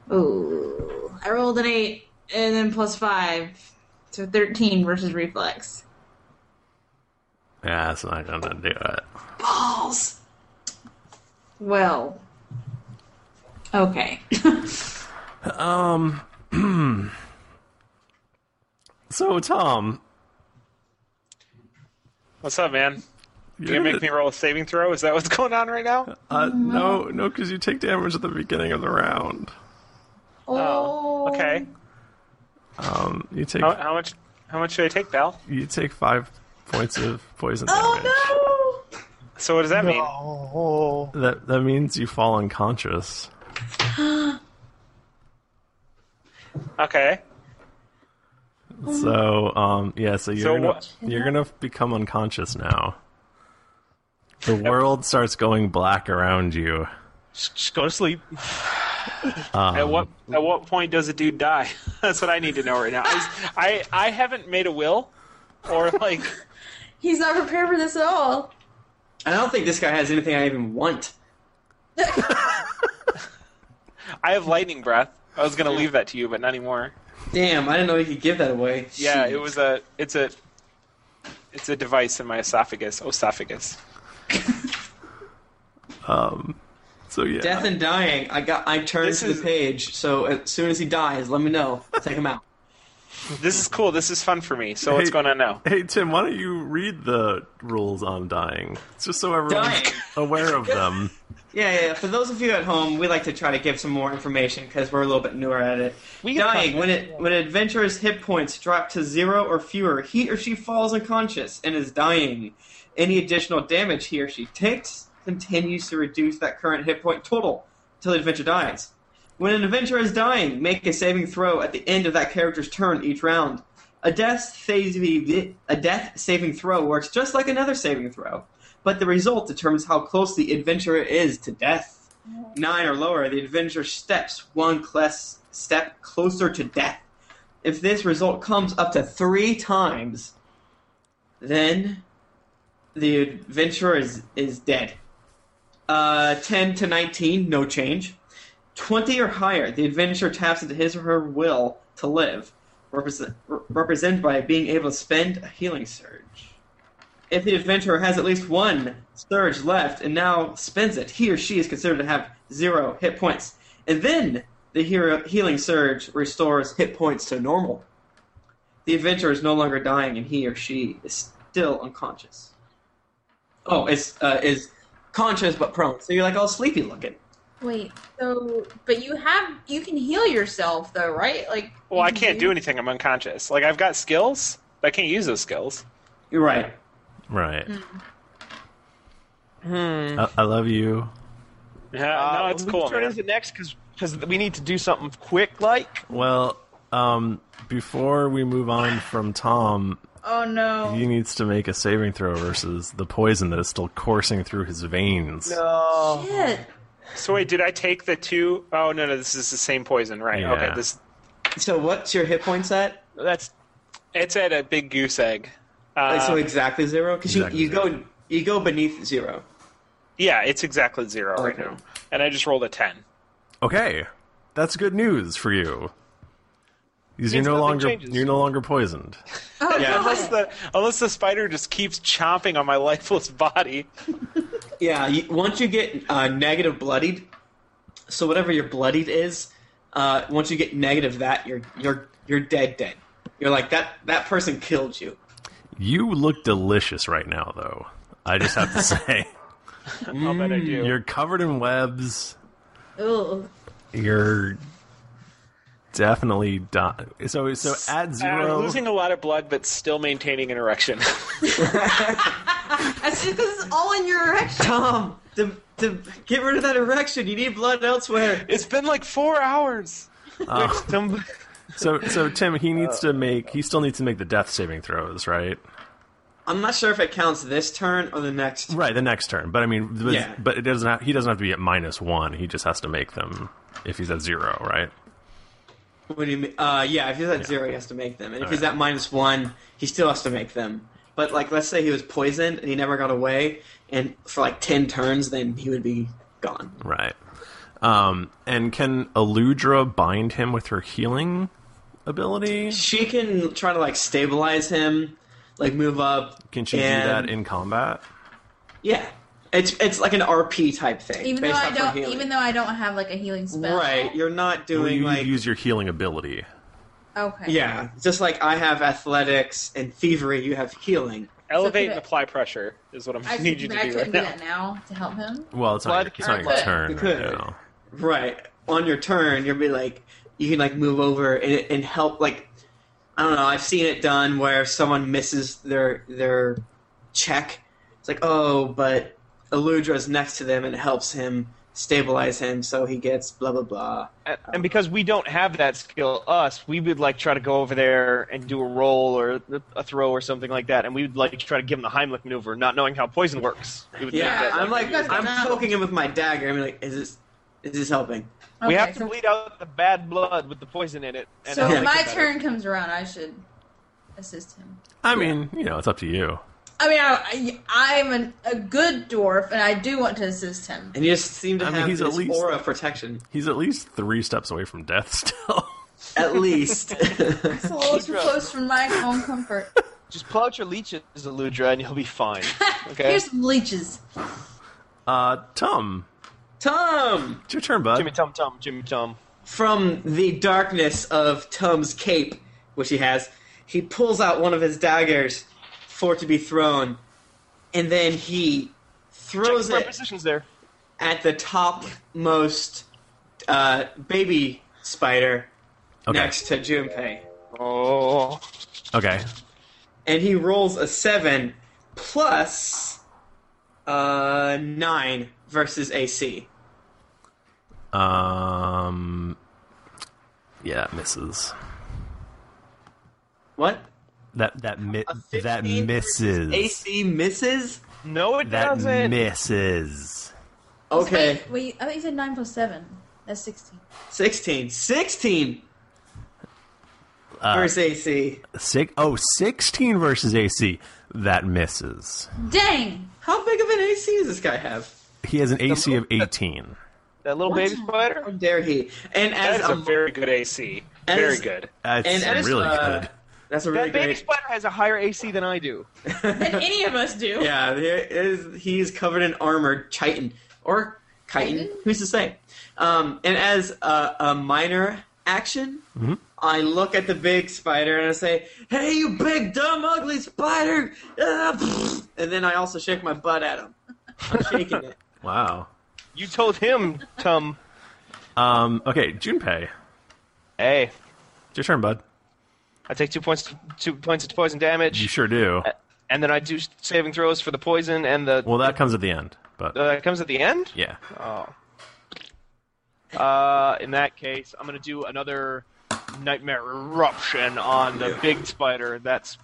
Speaker 3: Ooh, I rolled an eight and then plus five, so thirteen versus reflex.
Speaker 1: Yeah, that's not gonna do it.
Speaker 3: Balls. Well, okay. [laughs]
Speaker 1: Um. [clears throat] so Tom,
Speaker 2: What's up, man? You
Speaker 1: You're
Speaker 2: gonna make
Speaker 1: the-
Speaker 2: me roll a saving throw? Is that what's [laughs] going on right now?
Speaker 1: uh, no, no, because you take damage at the beginning of the round.
Speaker 3: Oh.
Speaker 2: Okay.
Speaker 1: Um, you take
Speaker 2: How, how much? How much should I take, Bell?
Speaker 1: you take five points of poison damage.
Speaker 2: So what does that mean?
Speaker 1: That that means you fall unconscious.
Speaker 2: Okay.
Speaker 1: So um, yeah, so you're
Speaker 2: So
Speaker 1: gonna,
Speaker 2: what-
Speaker 1: you're gonna become unconscious now. The world starts going black around you. Um,
Speaker 4: Just go
Speaker 1: [sighs]
Speaker 4: to sleep.
Speaker 2: at what at what point does a dude die? [laughs] That's what I need to know right now. I, I I haven't made a will, or like
Speaker 3: He's not prepared for this at all.
Speaker 5: I don't think this guy has anything I
Speaker 2: [laughs]
Speaker 5: even want.
Speaker 2: I have lightning breath. I was gonna leave that to you, but not anymore.
Speaker 5: Damn, I didn't know you could give that away.
Speaker 2: Yeah,
Speaker 5: Jeez.
Speaker 2: it was a it's a it's a device in my esophagus. Esophagus.
Speaker 1: Um, so yeah,
Speaker 5: Death and dying. I got. I turned to the page. So as soon as he dies, let me know. Take him out.
Speaker 2: [laughs] This is cool. This is fun for me. So what's
Speaker 1: Hey-
Speaker 2: going on now?
Speaker 1: Hey Tim, why don't you read the rules on dying? Just so everyone's [laughs]
Speaker 5: Dying.
Speaker 1: aware of them.
Speaker 5: Yeah, yeah, yeah. For those of you at home, we like to try to give some more information because we're a little bit newer at it. Dying when it when an adventurer's hit points drop to zero or fewer, he or she falls unconscious and is dying. Any additional damage he or she takes continues to reduce that current hit point total until the adventurer dies. When an adventurer is dying, make a saving throw at the end of that character's turn each round. A death saving a death saving throw works just like another saving throw, but the result determines how close the adventurer is to death. Nine or lower, the adventurer steps one class step closer to death. If this result comes up to three times, then the adventurer is, is dead. Uh, 10 to 19, no change. 20 or higher, the adventurer taps into his or her will to live, represent, re- represented by being able to spend a healing surge. If the adventurer has at least one surge left and now spends it, he or she is considered to have zero hit points. And then the hero, healing surge restores hit points to normal. The adventurer is no longer dying, and he or she is still unconscious. Oh, is uh, is conscious but prone. So you're like all sleepy looking.
Speaker 3: Wait, so but you have you can heal yourself though, right? Like
Speaker 2: Well,
Speaker 5: Mm-hmm.
Speaker 2: I can't do anything. I'm unconscious. Like I've got skills, but I can't use those skills.
Speaker 5: You're right.
Speaker 1: Right.
Speaker 4: Hmm.
Speaker 1: I, I love you.
Speaker 2: Yeah, no, it's cool,
Speaker 4: Uh, Turn
Speaker 2: man.
Speaker 4: into next because we need to do something quick, like.
Speaker 1: Well, um, before we move on from Tom,
Speaker 3: Oh no.
Speaker 1: he needs to make a saving throw versus the poison that is still coursing through his veins.
Speaker 4: No.
Speaker 3: Shit.
Speaker 2: So wait, did I take the two oh no, no, this is the same poison, right?
Speaker 1: Yeah.
Speaker 2: Okay, this.
Speaker 5: So what's your hit points at?
Speaker 4: That's.
Speaker 2: It's at a big goose egg.
Speaker 5: Like, so
Speaker 2: Um,
Speaker 5: exactly zero? Because you, you go you go beneath zero. Oh,
Speaker 2: Yeah, it's exactly zero right now, and I just rolled a ten.
Speaker 1: Okay, that's good news for you. Because you're
Speaker 2: Means
Speaker 1: no
Speaker 2: nothing
Speaker 1: longer
Speaker 2: changes.
Speaker 1: you're no longer poisoned.
Speaker 2: [laughs] yeah, unless the unless the spider just keeps chomping on my lifeless body.
Speaker 5: Yeah, you, once you get uh, negative bloodied, so whatever your bloodied is, uh, once you get negative that, you're you're you're dead dead. You're like that that person killed you.
Speaker 1: You look delicious right now, though. I just have to [laughs] say.
Speaker 2: I'll bet I do.
Speaker 1: Mm, You're covered in webs.
Speaker 3: Ugh.
Speaker 1: You're definitely di- so so at zero.
Speaker 2: I'm uh, losing a lot of blood, but still maintaining an erection. [laughs]
Speaker 3: That's just 'cause it's all in your erection.
Speaker 5: Tom, to, to get rid of that erection, you need blood elsewhere.
Speaker 2: It's been like four hours.
Speaker 1: Oh. so so Tim, he needs
Speaker 5: Uh,
Speaker 1: to make he still needs to make the death saving throws, right?
Speaker 5: I'm not sure if it counts this turn or the next.
Speaker 1: Right, the next turn. But I mean, but,
Speaker 5: Yeah.
Speaker 1: but it doesn't. Have, he doesn't have to be at minus one. He just has to make them if he's at zero, right?
Speaker 5: What do you mean? Uh, yeah, if he's at zero, he has to make them, and if he's at minus one, he still has to make them. But like, let's say he was poisoned and he never got away, and for like ten turns, then he would be gone.
Speaker 1: Right. Um, and can Eludra bind him with her healing ability?
Speaker 5: She can try to like stabilize him, like move up.
Speaker 1: Can she
Speaker 5: and-
Speaker 1: do that in combat?
Speaker 5: Yeah, it's it's like an RP type thing.
Speaker 3: Even though
Speaker 5: based
Speaker 3: I
Speaker 5: off her
Speaker 3: don't,
Speaker 5: healing.
Speaker 3: even though I don't have like a healing spell.
Speaker 5: right, you're not
Speaker 1: Will
Speaker 5: doing
Speaker 1: you
Speaker 5: like
Speaker 1: use your healing ability?
Speaker 3: Okay.
Speaker 5: yeah, just like I have athletics and thievery, you have healing.
Speaker 2: Elevate
Speaker 3: So could
Speaker 2: and apply pressure is what I'm
Speaker 5: [laughs]
Speaker 3: I,
Speaker 2: [laughs] need you to
Speaker 3: I
Speaker 2: do
Speaker 3: couldn't
Speaker 2: right
Speaker 3: do
Speaker 2: now.
Speaker 3: that now to help him.
Speaker 1: Well, it's not, your, it's not your
Speaker 3: could.
Speaker 1: turn
Speaker 5: You
Speaker 1: right
Speaker 5: could.
Speaker 1: now.
Speaker 5: Right. On your turn, you'll be like, you can like move over and, and help. Like, I don't know. I've seen it done where someone misses their their check. It's like, oh, but Eludra's next to them and it helps him stabilize him, so he gets blah blah blah.
Speaker 4: And- and because we don't have that skill, us, we would like try to go over there and do a roll or a throw or something like that, and we would like try to give him the Heimlich maneuver, not knowing how poison works. We would
Speaker 5: Yeah,
Speaker 4: make that,
Speaker 5: I'm like,
Speaker 3: that's
Speaker 5: I'm
Speaker 3: enough.
Speaker 5: poking him with my dagger. I'm like, is this is this helping?
Speaker 4: we
Speaker 3: Okay,
Speaker 4: have to
Speaker 3: so-
Speaker 4: bleed out the bad blood with the poison in it. And
Speaker 3: so
Speaker 4: that'll
Speaker 3: when
Speaker 4: make it
Speaker 3: my
Speaker 4: better.
Speaker 3: turn comes around, I should assist him.
Speaker 1: I mean, you know, it's up to you.
Speaker 3: I mean, I, I, I'm an, a good dwarf, and I do want to assist him.
Speaker 5: And you just seem to
Speaker 1: I mean,
Speaker 5: have
Speaker 1: he's at
Speaker 5: this
Speaker 1: least-
Speaker 5: aura of protection,
Speaker 1: He's at least three steps away from death still. [laughs]
Speaker 5: at least.
Speaker 3: [laughs] It's a little too close for my own comfort.
Speaker 4: Just pull out your leeches, Aludra, and you'll be
Speaker 5: [laughs]
Speaker 4: fine. Okay.
Speaker 3: Here's some leeches.
Speaker 1: Uh, Tom,
Speaker 5: Tom.
Speaker 1: it's your turn, bud.
Speaker 4: Jimmy Tum Tum, Jimmy Tum.
Speaker 5: from the darkness of Tum's cape, which he has, he pulls out one of his daggers for it to be thrown, and then he throws
Speaker 4: Check
Speaker 5: it
Speaker 4: positions there.
Speaker 5: at the topmost uh, baby spider
Speaker 1: Okay.
Speaker 5: next to Junpei.
Speaker 4: Oh.
Speaker 1: Okay.
Speaker 5: And he rolls a 7 plus uh, 9 versus AC.
Speaker 1: Um, yeah, that misses.
Speaker 5: What?
Speaker 1: That that mi- that
Speaker 5: 15
Speaker 1: misses.
Speaker 5: AC misses?
Speaker 4: No, it
Speaker 1: That
Speaker 4: doesn't.
Speaker 1: misses.
Speaker 5: Okay.
Speaker 3: Wait, wait, I think you said 9 plus 7. That's 16.
Speaker 5: 16. 16
Speaker 1: Uh,
Speaker 5: versus AC.
Speaker 1: Six, oh, 16 versus AC. That misses.
Speaker 3: Dang!
Speaker 5: How big of an AC does this guy have?
Speaker 1: He has an AC of 18.
Speaker 4: That little baby spider.
Speaker 5: How dare he? And as
Speaker 2: That's a
Speaker 5: a,
Speaker 2: very good AC.
Speaker 5: As-
Speaker 2: Very good.
Speaker 1: That's
Speaker 5: and as,
Speaker 1: really
Speaker 5: uh,
Speaker 1: good.
Speaker 5: That's a really
Speaker 4: That baby
Speaker 5: great.
Speaker 4: spider has a higher AC than I
Speaker 5: [laughs]
Speaker 4: do.
Speaker 3: Than any of us do.
Speaker 5: yeah, there is, he's covered in armor, chitin or chitin.
Speaker 3: Chitin?
Speaker 5: Who's to say? Um, and as a, a minor action,
Speaker 1: Mm-hmm.
Speaker 5: I look at the big spider and I say, "Hey, you big dumb ugly spider!" [laughs] Ah, pfft." And then I also shake my butt at him. I'm shaking it.
Speaker 1: Wow.
Speaker 4: You told him, Tum.
Speaker 1: Um, okay, Junpei.
Speaker 4: Hey,
Speaker 1: It's your turn, bud.
Speaker 4: I take two points, two points of poison
Speaker 1: You
Speaker 4: damage.
Speaker 1: sure do.
Speaker 4: and then I do saving throws for the poison and the.
Speaker 1: Well, that comes at the end, but
Speaker 4: Uh, it comes at the end.
Speaker 1: yeah.
Speaker 4: Oh. Uh, in that case, I'm gonna do another nightmare eruption on the big spider. That's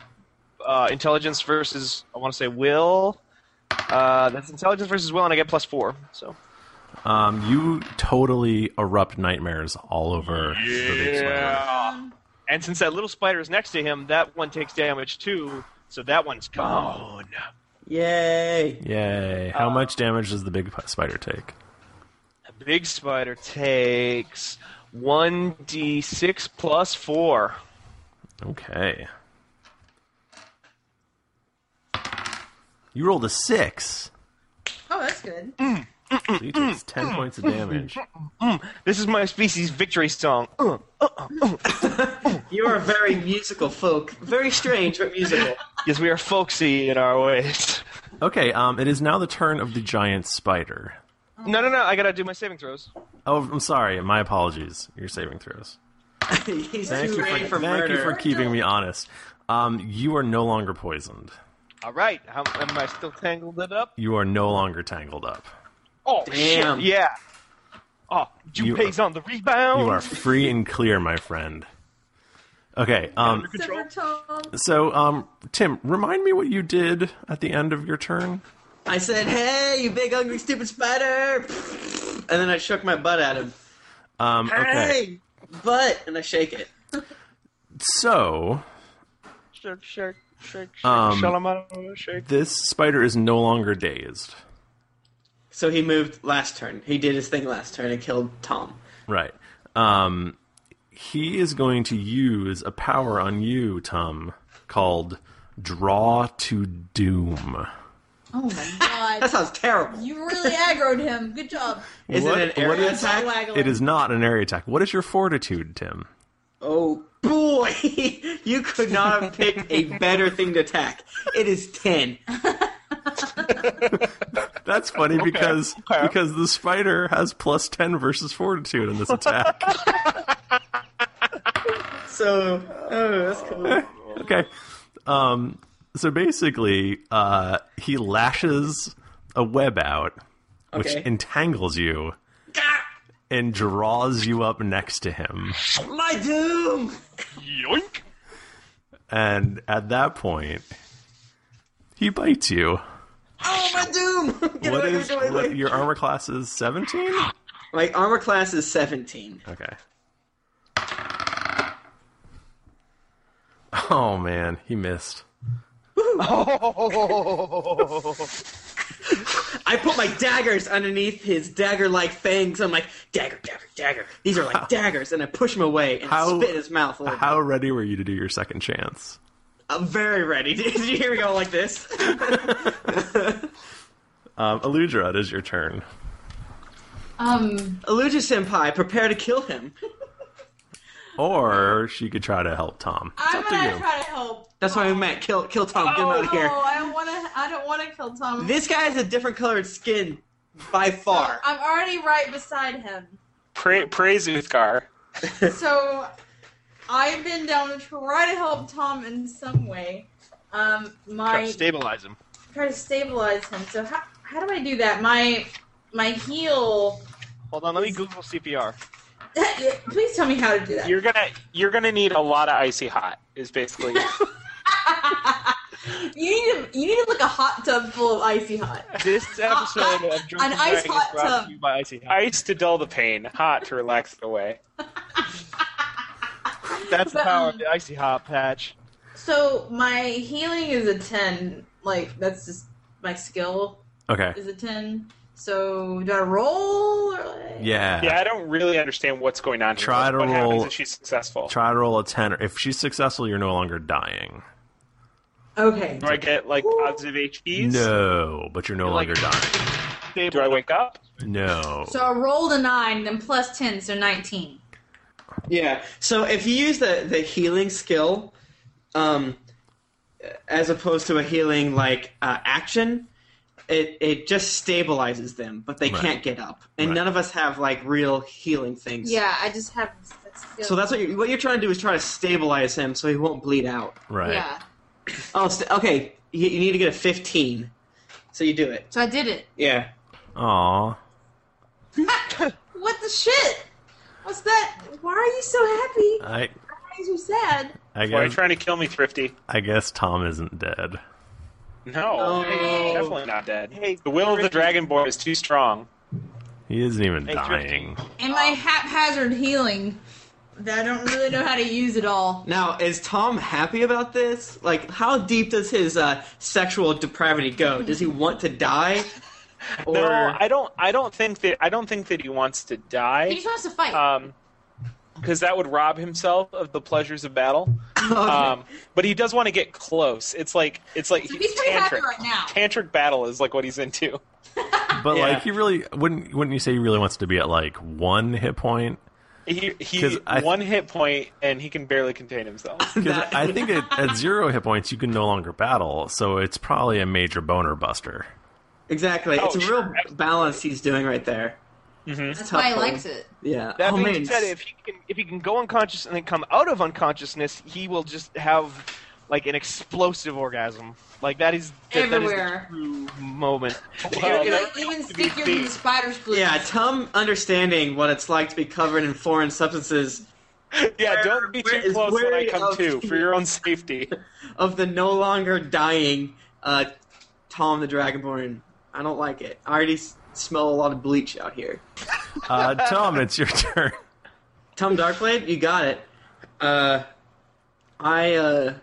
Speaker 4: uh, intelligence versus I want to say will. Uh, that's intelligence versus will, and I get plus four. So
Speaker 1: Um, you totally erupt nightmares all over the big spider.
Speaker 4: yeah. And since that little spider is next to him, that one takes damage too. So that one's
Speaker 1: Oh.
Speaker 4: gone.
Speaker 5: Yay!
Speaker 1: Yay! How much damage does the big pi- spider take?
Speaker 4: The big spider takes one d six plus four.
Speaker 1: Okay. You rolled a six.
Speaker 3: Oh, that's good.
Speaker 1: So he takes ten points of damage.
Speaker 4: Mm, this is my species victory song. Mm. uh.
Speaker 5: [laughs] You are very musical folk. Very strange, but musical.
Speaker 4: Yes, we are folksy in our ways.
Speaker 1: Okay. Um, it is now the turn of the giant spider.
Speaker 4: No, no, no. I gotta do my saving throws.
Speaker 1: Oh, I'm sorry. My apologies. Your saving throws.
Speaker 5: [laughs] He's
Speaker 1: Thank
Speaker 5: too
Speaker 1: you
Speaker 5: ready
Speaker 1: for,
Speaker 5: for
Speaker 1: thank
Speaker 5: murder.
Speaker 1: you for keeping me honest. Um, you are no longer poisoned.
Speaker 4: All right. How, am I still tangled it up?
Speaker 1: You are no longer tangled up.
Speaker 4: Oh
Speaker 5: Damn.
Speaker 4: shit! Yeah. Oh,
Speaker 1: You
Speaker 4: Jupe's on the rebound.
Speaker 1: You are free and clear, my friend. Okay. Um,
Speaker 3: Silver tongue.
Speaker 1: so, um, Tim, remind me what you did at the end of your turn.
Speaker 5: [laughs] I said, "Hey, you big ugly stupid spider!" And then I shook my butt at him.
Speaker 1: Um, okay.
Speaker 5: Hey, butt! And I shake it.
Speaker 1: So,
Speaker 4: Shake, shake, shake, shake,
Speaker 1: Um,
Speaker 4: shalamala, shake.
Speaker 1: this spider is no longer dazed.
Speaker 5: So he moved last turn. He did his thing last turn and killed Tom.
Speaker 1: Right. Um, he is going to use a power on you, Tom, called Draw to Doom.
Speaker 3: Oh
Speaker 5: [laughs]
Speaker 3: my
Speaker 5: That
Speaker 3: god.
Speaker 5: sounds terrible.
Speaker 3: You really aggroed him. Good job.
Speaker 5: Is
Speaker 1: What-
Speaker 5: it an area
Speaker 1: what is-
Speaker 5: attack?
Speaker 1: It is not an area attack. What is your fortitude, Tim?
Speaker 5: Oh boy, [laughs] you could not have picked a better thing to attack. It is ten.
Speaker 1: [laughs] That's funny because
Speaker 4: okay.
Speaker 1: because the spider has plus ten versus fortitude in
Speaker 4: [laughs]
Speaker 1: this attack.
Speaker 5: So, oh, that's cool.
Speaker 1: [laughs] okay. Um, so basically, uh, he lashes a web out, which
Speaker 5: Okay.
Speaker 1: entangles you and draws you up next to him.
Speaker 5: My doom.
Speaker 4: Yoink!
Speaker 1: And at that point, he bites you.
Speaker 5: Oh, my doom. [laughs] Get
Speaker 1: What
Speaker 5: away,
Speaker 1: is
Speaker 5: get away,
Speaker 1: what,
Speaker 5: away.
Speaker 1: your armor class is seventeen?
Speaker 5: My armor class is seventeen.
Speaker 1: Okay. Oh man, he missed.
Speaker 4: Oh.
Speaker 1: um,
Speaker 4: [laughs]
Speaker 5: I put my daggers underneath his dagger-like fangs. I'm like dagger, dagger, dagger. These are like daggers, and I push him away and
Speaker 1: How-
Speaker 5: spit in his mouth. A little
Speaker 1: How ready were you to do your second chance?
Speaker 5: I'm very ready. [laughs] Did you hear me go like this?
Speaker 1: Um, Eludra, it is your turn.
Speaker 3: Um,
Speaker 5: Aluja Senpai, prepare to kill him.
Speaker 1: Or she could try to help Tom. It's
Speaker 3: I'm
Speaker 1: up to
Speaker 3: gonna
Speaker 1: you.
Speaker 3: try to help.
Speaker 5: That's what I meant. Kill, kill Tom. Get him out of here.
Speaker 3: Oh, I don't want to. I don't want to kill Tom.
Speaker 5: This guy has a different colored skin by far.
Speaker 3: I'm already right beside him.
Speaker 5: [laughs]
Speaker 2: Pra- praise Uthgar.
Speaker 3: so I bend down to try to help Tom in some way. Um,
Speaker 4: Try
Speaker 3: my
Speaker 4: to stabilize him.
Speaker 3: try to stabilize him. So how how do I do that? My my heel.
Speaker 4: Hold on, let me Google CPR.
Speaker 3: [laughs] Please tell me how to do that.
Speaker 2: You're gonna you're gonna need a lot of icy hot. Is
Speaker 3: [laughs]
Speaker 2: basically
Speaker 3: you need to, you need like a hot tub full of icy hot.
Speaker 4: This episode of Drunken
Speaker 3: An ice
Speaker 4: Dragon
Speaker 3: hot
Speaker 4: is brought
Speaker 3: tub.
Speaker 4: to you by Icy Hot.
Speaker 2: ice to dull the pain, hot to relax it
Speaker 3: [laughs]
Speaker 2: away.
Speaker 4: That's the power of the Icy Hot patch.
Speaker 3: So my healing is a ten. Like that's just my skill
Speaker 1: Okay.
Speaker 3: is a ten. So do I roll or like?
Speaker 1: Yeah.
Speaker 2: Yeah, I don't really understand what's going on. here.
Speaker 1: Try to
Speaker 2: what happens
Speaker 1: roll-
Speaker 2: if she's successful?
Speaker 1: Try to roll a ten. If she's successful, you're no longer dying.
Speaker 3: Okay.
Speaker 2: Do I get like positive HPs?
Speaker 1: No, but you're no
Speaker 4: Like-
Speaker 1: longer dying.
Speaker 2: Do I wake up?
Speaker 1: No.
Speaker 3: So I rolled a nine, then plus ten, so nineteen.
Speaker 5: Yeah. So if you use the, the healing skill, um, as opposed to a healing like uh, action, it it just stabilizes them, but they
Speaker 1: Right.
Speaker 5: can't get up. And
Speaker 1: Right.
Speaker 5: none of us have like real healing things.
Speaker 3: Yeah, I just have. That's good.
Speaker 5: So that's what you're, what you're trying to do is try to stabilize him so he won't bleed out.
Speaker 1: right.
Speaker 3: Yeah.
Speaker 5: Oh, st- okay. You, you need to get a 15. So you do it.
Speaker 3: So I did it.
Speaker 5: Yeah.
Speaker 1: Aw.
Speaker 3: What the shit? What's that? Why are you so happy?
Speaker 1: I
Speaker 3: Why are you so sad?
Speaker 1: I
Speaker 2: Why are you
Speaker 1: guess
Speaker 2: trying to kill me, Thrifty?
Speaker 1: I guess Tom isn't dead.
Speaker 2: No, he's definitely not dead. the will of the Dragonborn is too strong.
Speaker 1: He isn't even dying.
Speaker 3: And my haphazard healing that I don't really know how to use at all.
Speaker 5: Now, is Tom happy about this? Like, how deep does his uh, sexual depravity go? Does he want to die?
Speaker 2: [laughs]
Speaker 5: Or
Speaker 2: No, I don't. I don't think that. I don't think that he wants to die.
Speaker 3: He just wants to fight.
Speaker 2: Um, because that would rob himself of the pleasures of battle. Um, but he does want to get close. It's like it's like
Speaker 3: He's pretty happy
Speaker 2: tantric.
Speaker 3: right now.
Speaker 2: Tantric battle is like what
Speaker 3: [laughs]
Speaker 2: he's into.
Speaker 1: But like he really wouldn't wouldn't you say he really wants to be at like one hit
Speaker 2: [laughs]
Speaker 1: point?
Speaker 2: He he
Speaker 1: 'Cause I-
Speaker 2: one hit point and he can barely contain himself.
Speaker 1: Because I think at, at zero hit points you can no longer battle, so it's probably a major boner buster.
Speaker 5: exactly. it's
Speaker 2: Oh,
Speaker 5: a real balance he's doing right there.
Speaker 2: Mm-hmm.
Speaker 3: That's why he
Speaker 5: tough.
Speaker 3: likes it.
Speaker 5: Yeah.
Speaker 4: That
Speaker 5: oh,
Speaker 4: being
Speaker 5: man.
Speaker 4: said, if he can if he can go unconscious and then come out of unconsciousness, he will just have like an explosive orgasm. Like that is that- that is
Speaker 3: Everywhere.
Speaker 4: the true moment.
Speaker 2: [laughs]
Speaker 3: Even, like, even stick your
Speaker 5: big.
Speaker 3: spider's glue.
Speaker 5: Yeah, Tom understanding what it's like to be covered in foreign substances.
Speaker 2: yeah, don't be too close when I come to for
Speaker 5: [laughs]
Speaker 2: your own safety.
Speaker 5: Of the no longer dying uh, Tom the Dragonborn. I don't like it. I already s- smell a lot of bleach out here.
Speaker 1: Uh, Tom, it's your turn.
Speaker 5: Tom Darkblade, you got it. Uh, I uh,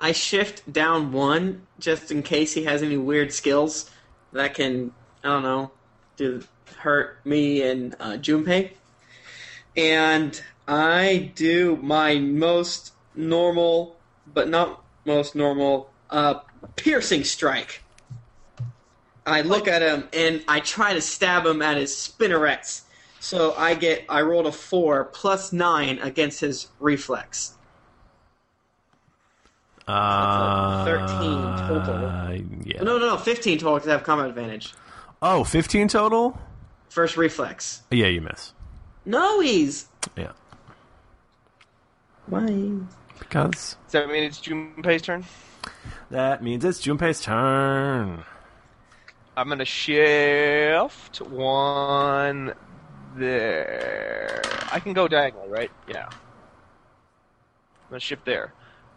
Speaker 5: I shift down one just in case he has any weird skills that can I don't know do hurt me and uh, Junpei. And I do my most normal, but not most normal, uh, piercing strike. I look at him and I try to stab him at his spinnerets. So I get I rolled a four plus nine against his reflex.
Speaker 1: Uh,
Speaker 5: 13
Speaker 1: total. Yeah.
Speaker 5: No, no, no, fifteen total because I have combat advantage.
Speaker 1: Oh, 15 total?
Speaker 5: First reflex.
Speaker 1: Yeah, you miss.
Speaker 5: No, he's
Speaker 1: Yeah.
Speaker 5: Why?
Speaker 1: Because
Speaker 4: Does that mean it's Junpei's turn?
Speaker 1: that means it's Junpei's turn.
Speaker 4: I'm gonna shift one there. I can go diagonally, right? Yeah. I'm gonna shift there,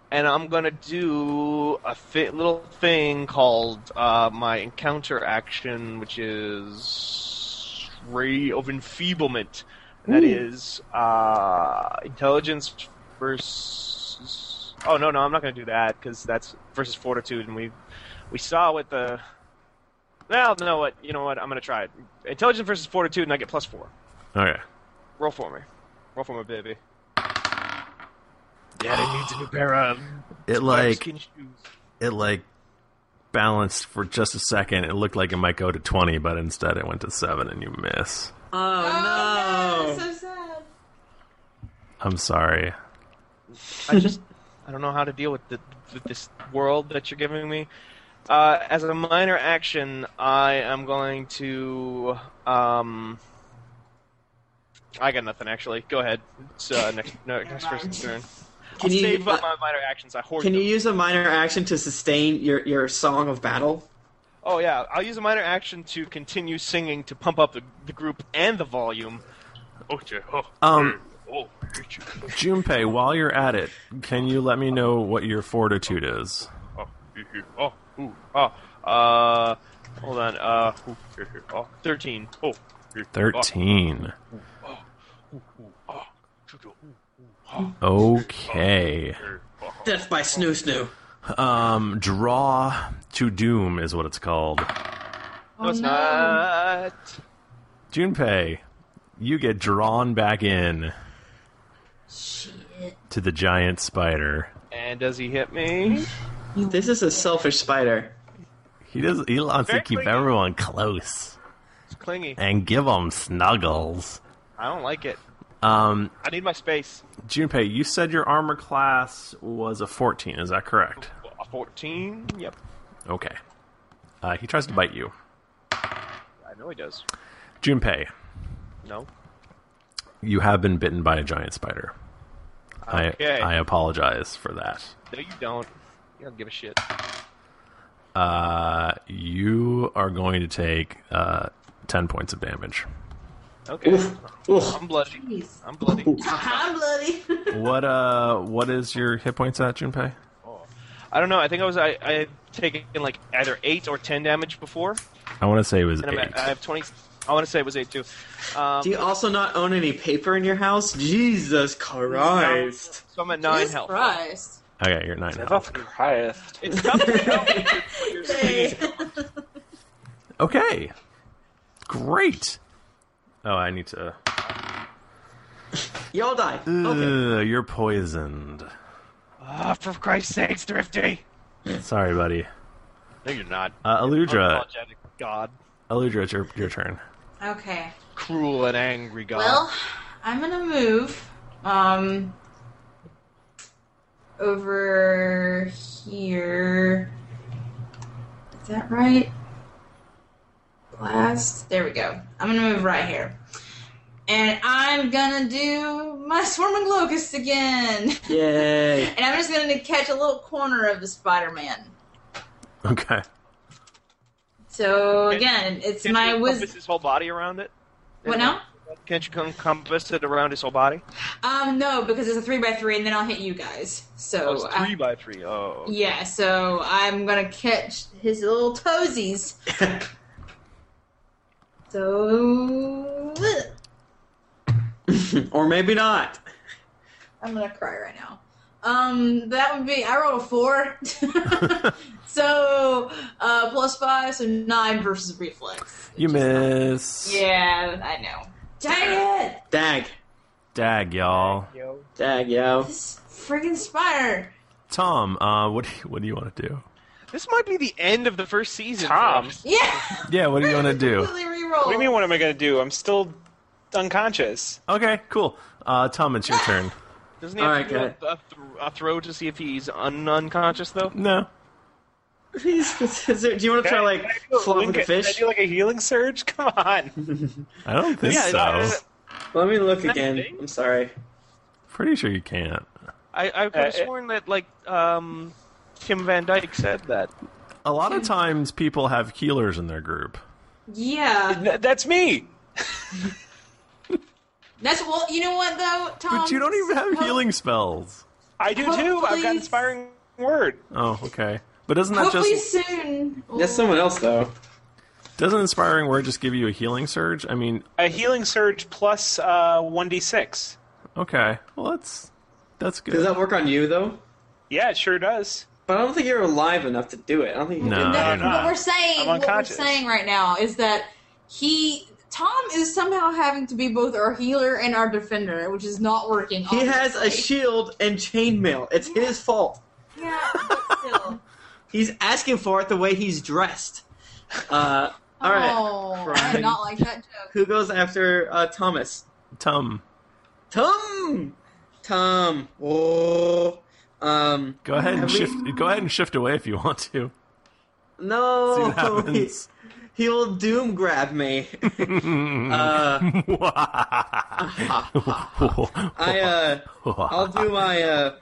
Speaker 4: and I'm gonna do a fit little thing called uh, my encounter action, which is ray of enfeeblement. And That
Speaker 16: Ooh.
Speaker 4: is uh, intelligence versus. Oh no, no, I'm not gonna do that because that's versus fortitude, and we we saw what the well, no, what you know what? I'm gonna try it. Intelligence versus fortitude, and I get plus four.
Speaker 1: Okay.
Speaker 4: Roll for me. Roll for me, baby. Yeah, it needs a new pair of.
Speaker 1: It like
Speaker 4: skin
Speaker 1: it like balanced for just a second. It looked like it might go to 20, but instead it went to 7 and you miss.
Speaker 5: Oh, no!
Speaker 3: so sad.
Speaker 1: I'm sorry.
Speaker 4: I just I don't know how to deal with, the, with this world that you're giving me. Uh, as a minor action, I am going to. Um, I got nothing actually. Go ahead. It's uh, next no, next person's turn. I'll
Speaker 5: you-
Speaker 4: save up my minor actions. I hoard
Speaker 5: Can
Speaker 4: them.
Speaker 5: you use a minor action to sustain your your song of battle?
Speaker 4: Oh yeah, I'll use a minor action to continue singing to pump up the, the group and the volume. Oh, yeah. oh,
Speaker 1: [clears throat] Um,
Speaker 4: hey, oh, I hate you.
Speaker 1: Junpei, while you're at it, can you let me know what your fortitude is?
Speaker 4: Oh, hey, hey, oh, ooh, ah, uh, hold on, uh, ooh, hey, hey, oh, thirteen. Oh, hey, oh,
Speaker 1: 13. Oh.
Speaker 4: ooh, ooh, ah, shoot, oh,
Speaker 1: Oh. Okay. Oh.
Speaker 5: Death by snoo snoo.
Speaker 1: Um, draw to doom is what it's called.
Speaker 4: No, it's not.
Speaker 1: Junpei, you get drawn back in to the giant spider.
Speaker 4: And does he hit me?
Speaker 5: This is a selfish spider.
Speaker 1: He does. He wants to
Speaker 4: Very
Speaker 1: keep
Speaker 4: clingy.
Speaker 1: everyone close
Speaker 4: It's clingy.
Speaker 1: and give them snuggles.
Speaker 4: I don't like it.
Speaker 1: Um,
Speaker 4: I need my space.
Speaker 1: Junpei, you said your armor class was a 14. Is that correct?
Speaker 4: A Uh, fourteen. Yep,
Speaker 1: Okay. Uh, he tries to bite you,
Speaker 4: I know he does.
Speaker 1: Junpei.
Speaker 4: No.
Speaker 1: You have been bitten by a giant spider.
Speaker 4: Okay.
Speaker 1: I I apologize for that.
Speaker 4: No, you don't. You don't give a shit.
Speaker 1: Uh, you are going to take uh, ten points of damage.
Speaker 2: Okay. I'm bloody. I'm bloody.
Speaker 3: I'm bloody.
Speaker 1: what uh? What is your hit points at Junpei?
Speaker 4: [laughs] I don't know. I think I was I, I had taken like either eight or ten damage before.
Speaker 1: I want to say it was
Speaker 4: And I'm
Speaker 1: eight.
Speaker 4: at, I have twenty. I want to say it was eight too. Um,
Speaker 5: Do you also not own any paper in your house? Jesus Christ.
Speaker 4: So I'm at
Speaker 3: [laughs]
Speaker 4: nine health.
Speaker 3: Christ.
Speaker 1: Okay, you're at nine
Speaker 5: Oh,
Speaker 1: health.
Speaker 2: Christ.
Speaker 4: It's tough to tell.
Speaker 1: Okay. Great. Oh, I need to.
Speaker 5: Y'all die.
Speaker 1: Ugh, you're poisoned.
Speaker 4: Ah, for Christ's sakes, Thrifty.
Speaker 1: Sorry, buddy.
Speaker 4: No, you're not.
Speaker 1: Uh, Aludra.
Speaker 4: Apologetic God,
Speaker 1: Aludra, it's your, your turn.
Speaker 3: Okay.
Speaker 4: cruel and angry God.
Speaker 3: Well, I'm gonna move um over here. Is that right? Last. There we go. I'm gonna move right here, and I'm gonna do my swarming locust again.
Speaker 5: Yay.
Speaker 3: And I'm just gonna catch a little corner of the Spider-Man.
Speaker 1: [laughs] Okay.
Speaker 3: So again, it's
Speaker 4: Can't
Speaker 3: my
Speaker 4: you
Speaker 3: wis-
Speaker 4: encompass his whole body around it.
Speaker 3: What now?
Speaker 4: Can't you encompass it around his whole body?
Speaker 3: Um, no, because it's a three by three, and then I'll hit you guys. So
Speaker 4: Oh, it's
Speaker 3: I-
Speaker 4: three by three. Oh.
Speaker 3: Yeah, so I'm gonna catch his little
Speaker 2: [laughs]
Speaker 3: toesies. so
Speaker 5: [laughs] or maybe not.
Speaker 3: I'm gonna cry right now. Um, that would be I rolled a four, [laughs] so uh, plus five, so nine versus reflex.
Speaker 1: You miss.
Speaker 3: Yeah, I know. Dang it!
Speaker 5: Dag.
Speaker 1: Dag, y'all.
Speaker 5: Dag, yo.
Speaker 3: Friggin' spider!
Speaker 1: Tom, uh, what do you, what do you want to do?
Speaker 4: This might be the end of the first season. Tom.
Speaker 3: Yeah. [laughs]
Speaker 1: Yeah, what do you want to do?
Speaker 3: Reroll.
Speaker 2: What do you mean? What am I going to do? I'm still unconscious.
Speaker 1: Okay, cool. Uh, Tom,
Speaker 3: [laughs]
Speaker 1: it's your turn.
Speaker 4: Doesn't he have to do a, a, th- a throw to see if he's un- unconscious though?
Speaker 1: No.
Speaker 5: [laughs] Please, is there- do you want to try like flopping
Speaker 2: Can
Speaker 5: the
Speaker 2: I
Speaker 5: fish?
Speaker 2: do like a healing surge? [laughs] Come on.
Speaker 1: I don't think
Speaker 4: Yeah,
Speaker 1: so.
Speaker 4: it's-
Speaker 5: Let me look again. I'm sorry.
Speaker 1: Pretty sure you can't.
Speaker 4: I, I could have sworn that like um, Kim Van Dyke said that.
Speaker 1: A lot
Speaker 3: Hmm.
Speaker 1: of times people have healers in their group.
Speaker 3: Yeah,
Speaker 2: That's me.
Speaker 3: that's well. You know what though, Tom?
Speaker 1: But you don't even have healing spells.
Speaker 2: I do too. I've got inspiring word.
Speaker 1: Oh, okay. But doesn't that
Speaker 3: Hopefully
Speaker 1: just
Speaker 3: soon.
Speaker 4: Oh.
Speaker 5: else though.
Speaker 1: Doesn't inspiring word just give you a healing surge? I mean,
Speaker 2: A healing surge plus uh, 1d6.
Speaker 1: okay. Well, that's that's good.
Speaker 5: Does that work on you though?
Speaker 2: Yeah, it sure does.
Speaker 5: But I don't think you're alive enough to do it. I don't think you
Speaker 1: No,
Speaker 5: can do
Speaker 1: you're
Speaker 5: that.
Speaker 1: not.
Speaker 3: what we're saying,
Speaker 5: I'm
Speaker 3: what we're
Speaker 5: unconscious.
Speaker 3: saying right now is that he, Tom, is somehow having to be both our healer and our defender, which is not working.
Speaker 5: He has a
Speaker 3: obviously.
Speaker 5: shield and chainmail. It's his fault. He's asking for it the way he's dressed.
Speaker 3: [laughs]
Speaker 5: Uh, all right.
Speaker 3: Oh, I
Speaker 5: Fine.
Speaker 3: did not like that joke.
Speaker 5: Who goes after uh, Thomas?
Speaker 1: Tom.
Speaker 5: Tom. Tom. Oh. Um.
Speaker 1: Go ahead and
Speaker 5: have we-
Speaker 1: shift. Go ahead and shift away if you want
Speaker 4: [laughs]
Speaker 1: to.
Speaker 5: No. [laughs]
Speaker 1: See what happens.
Speaker 5: He, he will doom grab me. [laughs]
Speaker 1: [laughs]
Speaker 5: uh, [laughs] I uh, I'll do my uh,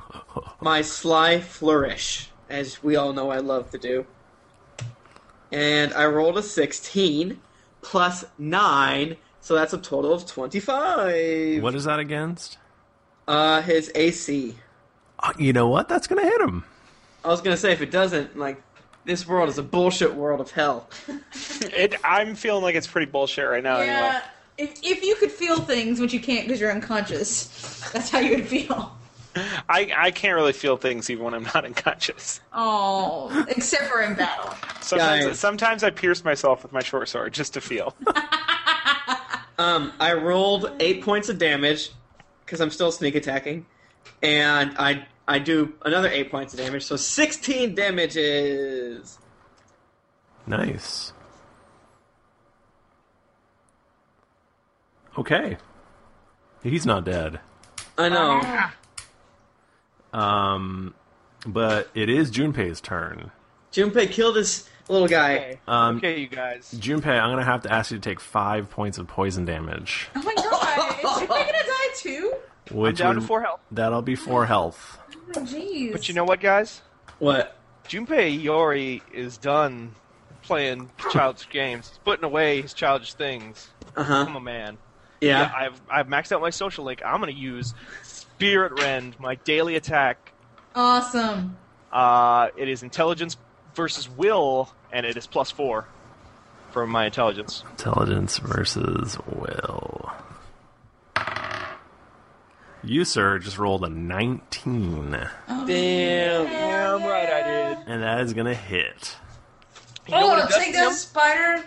Speaker 5: my sly flourish, as we all know I love to do. And I rolled a sixteen plus nine, so that's a total of twenty-five.
Speaker 1: What is that against?
Speaker 5: Uh, his AC.
Speaker 1: Uh, You know what? That's gonna hit him.
Speaker 5: I was gonna say if it doesn't, like, this world is a bullshit world of hell.
Speaker 2: It, I'm feeling like it's pretty bullshit right
Speaker 4: Oh,
Speaker 2: now.
Speaker 3: Yeah, if, if you could feel things, which you can't because you're unconscious, that's how you would feel.
Speaker 2: Anyway, I I can't really feel things even when I'm not [laughs] unconscious.
Speaker 3: Oh, except for in battle.
Speaker 2: Sometimes sometimes I pierce myself with my short sword just
Speaker 3: [laughs]
Speaker 2: to feel.
Speaker 5: Um, I rolled eight points of damage because I'm still sneak attacking, and I I do another eight points of damage, so sixteen damages.
Speaker 1: Nice. Okay. He's not dead.
Speaker 5: I know.
Speaker 1: Um, but it is Junpei's turn.
Speaker 5: Junpei killed this little guy.
Speaker 1: Um,
Speaker 4: okay, you guys.
Speaker 1: Junpei, I'm gonna have to ask you to take five points of poison damage,
Speaker 3: Oh my god, am I gonna die too?
Speaker 1: which
Speaker 4: down to
Speaker 1: would-
Speaker 4: four health.
Speaker 1: That'll be four health.
Speaker 3: Oh jeez.
Speaker 4: But you know what, guys?
Speaker 5: What?
Speaker 4: Junpei Iori is done playing childish games. He's putting away his childish things.
Speaker 5: Uh-huh.
Speaker 4: I'm a man.
Speaker 5: Yeah.
Speaker 4: I've I've maxed out my social link. I'm gonna use Spirit Rend, my daily attack.
Speaker 3: Awesome.
Speaker 4: Uh, it is intelligence versus will, and it is plus four from my intelligence.
Speaker 1: Intelligence versus will. You, sir, just rolled a 19.
Speaker 4: Damn. Damn right I did.
Speaker 1: And that is going to hit.
Speaker 4: You know what it
Speaker 3: oh,
Speaker 4: does
Speaker 3: take
Speaker 4: to him?
Speaker 3: that spider.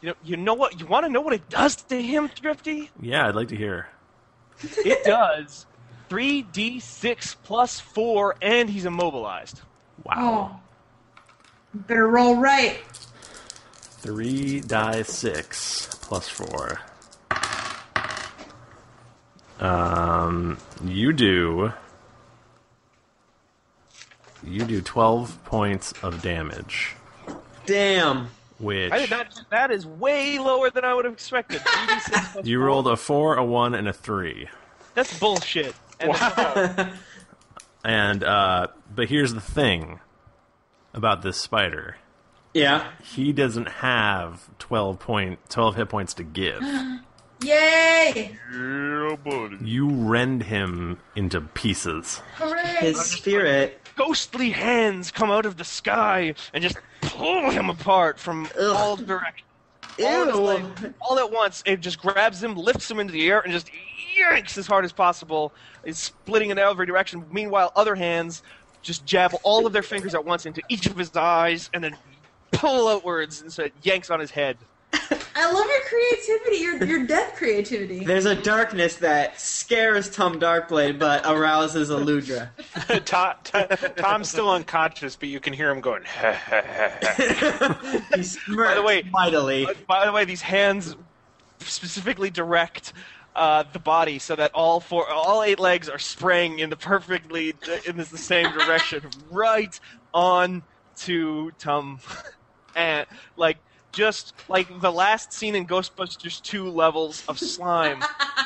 Speaker 4: You know, you know what? You want to know what it does to him, Drifty?
Speaker 1: Yeah, I'd like to hear.
Speaker 3: [laughs]
Speaker 4: It does 3d6 plus 4, and he's immobilized.
Speaker 1: Wow.
Speaker 3: Oh. Better roll right.
Speaker 1: 3 die 6 plus 4. Um, you do. You do 12 points of damage.
Speaker 5: Damn.
Speaker 1: Which.
Speaker 4: I did not. That is way lower than I would have expected. 3d6
Speaker 1: [laughs]
Speaker 4: plus
Speaker 1: You rolled a 4, a 1, and a 3.
Speaker 4: That's bullshit. And
Speaker 1: And uh, but here's the thing about this spider.
Speaker 5: Yeah.
Speaker 1: He doesn't have 12 point 12 hit points to give.
Speaker 3: [gasps] Yay!
Speaker 1: You rend him into pieces.
Speaker 3: Hooray!
Speaker 5: His spirit.
Speaker 4: Ghostly hands come out of the sky and just pull him apart from all directions. All, of his legs, all at once, it just grabs him, lifts him into the air, and just yanks as hard as possible. It's splitting in every direction. Meanwhile, other hands just jab all of their fingers at once into each of his eyes, and then pull outwards, and so it yanks on his head.
Speaker 3: I love your creativity. Your your death creativity.
Speaker 5: There's a darkness that scares Tom Darkblade, but arouses Aludra.
Speaker 2: Tom, Tom, Tom's still unconscious, but [laughs] you can hear him going.
Speaker 5: [laughs] he smirks
Speaker 4: the way- uh,
Speaker 5: mightily.
Speaker 4: By the way, these hands specifically direct uh, the body so that all four, all eight legs are spraying in the perfectly in this, the same
Speaker 5: [laughs]
Speaker 4: direction, right on to Tom, and like just like the last scene in Ghostbusters two levels
Speaker 3: [laughs]
Speaker 4: of slime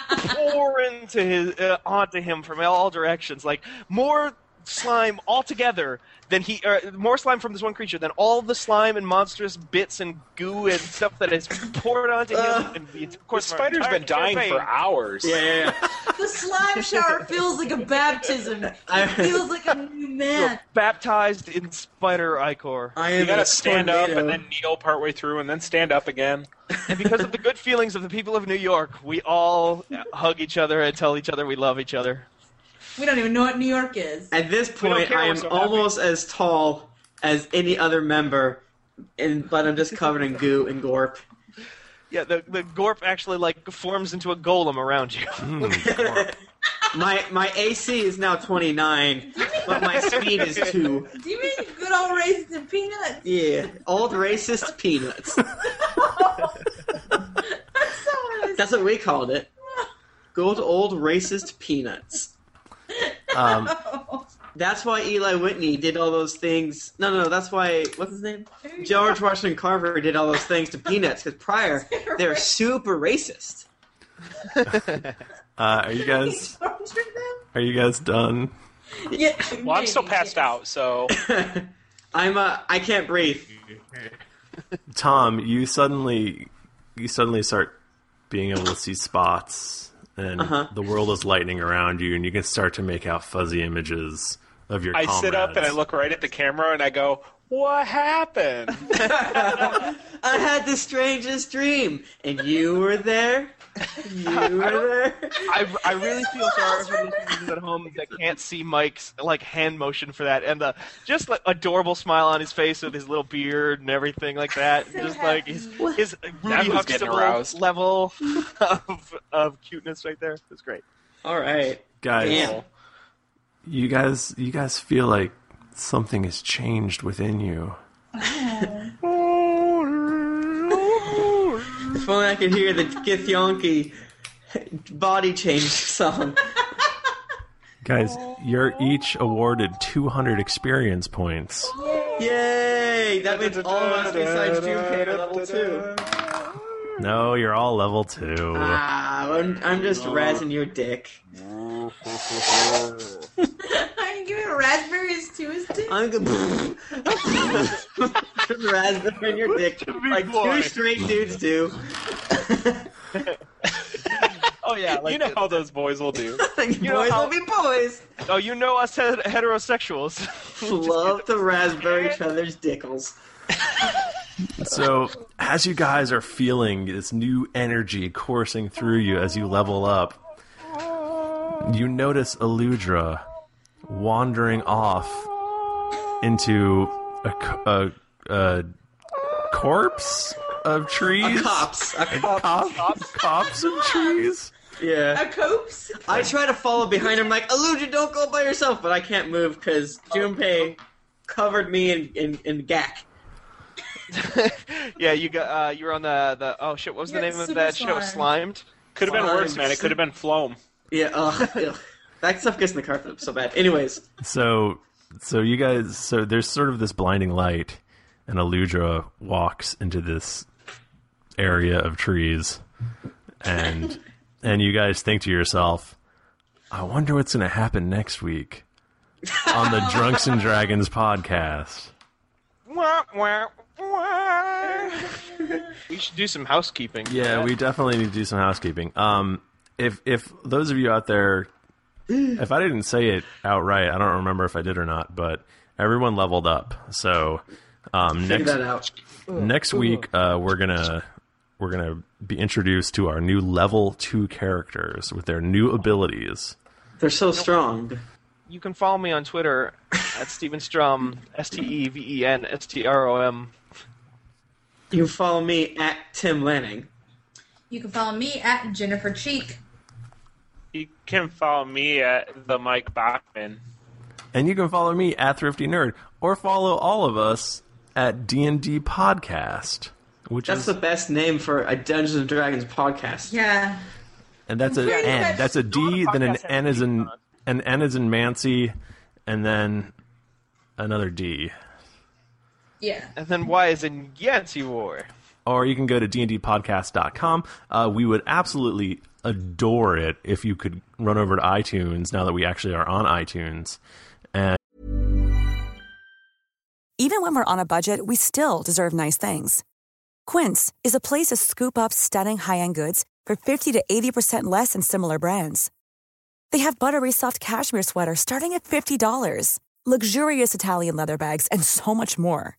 Speaker 4: pour into his uh, onto him from all directions, like more slime altogether than he uh, more slime from this one creature than all the slime and monstrous bits and goo and stuff that has poured onto him. and the, of course,
Speaker 2: the spider's been dying for hours.
Speaker 5: Yeah, yeah,
Speaker 3: [laughs]
Speaker 5: yeah.
Speaker 3: The slime shower feels like a baptism. It feels like a new man.
Speaker 4: baptized in spider icor.
Speaker 5: I
Speaker 2: You gotta stand up and then kneel partway through, and then stand
Speaker 1: [laughs]
Speaker 2: up again.
Speaker 4: and because of the good feelings of the people of New York, we all hug each other and tell each other we love each other.
Speaker 3: We don't even know what New York is.
Speaker 5: At this
Speaker 4: don't
Speaker 5: point,
Speaker 4: care,
Speaker 5: I
Speaker 4: we're
Speaker 5: am
Speaker 4: so happy.
Speaker 5: almost as tall as any other member, and but I'm just covered in goo and gorp.
Speaker 4: Yeah, the the gorp actually like forms into a golem around you.
Speaker 5: [laughs] My my AC is now 29, but my speed is two.
Speaker 3: Do you mean good old raisins and peanuts?
Speaker 5: Yeah, old racist peanuts. That's what we called it. Good old racist peanuts.
Speaker 3: [laughs]
Speaker 1: Um,
Speaker 5: That's why Eli Whitney did all those things. No, no, no. That's why what's his name? George Washington Carver did all those things to peanuts because prior they're super racist.
Speaker 1: Uh, are you
Speaker 5: [laughs]
Speaker 1: guys are you guys done?
Speaker 3: [laughs] Yeah,
Speaker 2: Well, I'm still passed out, so
Speaker 5: [laughs] I'm uh, I can't breathe.
Speaker 1: Tom, you suddenly you suddenly start being able to see spots and
Speaker 2: Uh-huh.
Speaker 1: the world is lightning around you and you can start to make out fuzzy images of your
Speaker 2: I sit up and I
Speaker 1: comrades.
Speaker 2: look right at the camera and I go, "What happened?"
Speaker 5: I had the strangest dream, and you were there. You were there.
Speaker 4: I, I really feel sorry for the listeners at home that can't see Mike's like hand motion for that, and the just like adorable smile on his face with his little beard and everything like that, and just like his his Rudy
Speaker 2: was getting
Speaker 4: Huxtable
Speaker 2: aroused.
Speaker 4: level of of cuteness right there. That's great.
Speaker 5: All right,
Speaker 1: Guys.
Speaker 5: Damn.
Speaker 1: You guys you guys feel like something has changed within you.
Speaker 5: If only I could hear the Githyanki body change song.
Speaker 1: Guys, you're each awarded 200 experience points.
Speaker 5: Yay! That means all of us besides Junpei are level two.
Speaker 1: No, you're all level 2.
Speaker 5: Ah, I'm, I'm just razzing your dick. [laughs]
Speaker 3: I'm giving raspberries to his dick.
Speaker 5: I'm gonna raspberry in your dick like two straight dudes do.
Speaker 4: Oh yeah, like, you know how those boys will
Speaker 5: [laughs]
Speaker 4: do.
Speaker 5: boys will be boys.
Speaker 4: Oh, you know us het- heterosexuals.
Speaker 5: Love to
Speaker 4: [laughs]
Speaker 5: raspberry each other's dickles.
Speaker 1: So, as you guys are feeling this new energy coursing through you as you level up, you notice Eludra wandering off into a, co- a, a corpse of trees.
Speaker 5: cops.
Speaker 4: Uh,
Speaker 5: A
Speaker 1: cops. Cops, of trees.
Speaker 5: Yeah.
Speaker 3: A copes?
Speaker 5: I try to follow behind him, like, Aluja, don't go by yourself, but I can't move because
Speaker 4: Oh,
Speaker 5: Junpei covered me in, in, in gack.
Speaker 4: [laughs] yeah, you got uh, you were on the the oh shit, what was the
Speaker 5: Yeah,
Speaker 4: name of
Speaker 5: super
Speaker 4: that show?
Speaker 5: slime.
Speaker 4: Slimed.
Speaker 2: Could have been worse, man. It could have been Floam.
Speaker 5: Yeah, ugh, ugh. that stuff gets in the carpet so bad. Anyways,
Speaker 1: So, so you guys, so there's sort of this blinding light, and Eludra walks into this area of trees, and and you guys think to yourself, I wonder what's going to happen next week on the Drunks and Dragons podcast.
Speaker 4: Wah, wah,
Speaker 3: [laughs]
Speaker 4: wah. we should do some housekeeping.
Speaker 1: Yeah, we definitely need to do some housekeeping. Um, if if those of you out
Speaker 5: [gasps]
Speaker 1: there, if I didn't say it outright, I don't remember if I did or not, but everyone leveled up. So um,
Speaker 5: figure
Speaker 1: next
Speaker 5: that out.
Speaker 1: next week uh, we're gonna we're gonna be introduced to our new level two characters with their new abilities.
Speaker 5: They're so strong.
Speaker 4: You can follow me on Twitter at Steven Strom, [laughs] S T E V E N S T R O M.
Speaker 5: You follow me at Tim Lanning.
Speaker 3: You can follow me at Jennifer Cheek.
Speaker 2: You can follow me at the Mike Bachman.
Speaker 1: And you can follow me at Thrifty Nerd or follow all of us at D and D Podcast, which
Speaker 5: That's
Speaker 1: is
Speaker 5: the best name for a Dungeons and Dragons podcast.
Speaker 3: Yeah.
Speaker 1: And that's a
Speaker 5: Pretty
Speaker 1: N.
Speaker 5: much
Speaker 1: That's a D, then an N is in an N is in Mancy, and then another D.
Speaker 3: Yeah.
Speaker 4: And then Y is in Yancy War.
Speaker 1: Or you can go to dndpodcast.com. Uh, we would absolutely adore it if you could run over to iTunes now that we actually are on iTunes. And
Speaker 10: Even when we're on a budget, we still deserve nice things. Quince is a place to scoop up stunning high-end goods for 50 to 80% less than similar brands. They have buttery soft cashmere sweaters starting at $50, luxurious Italian leather bags, and so much more.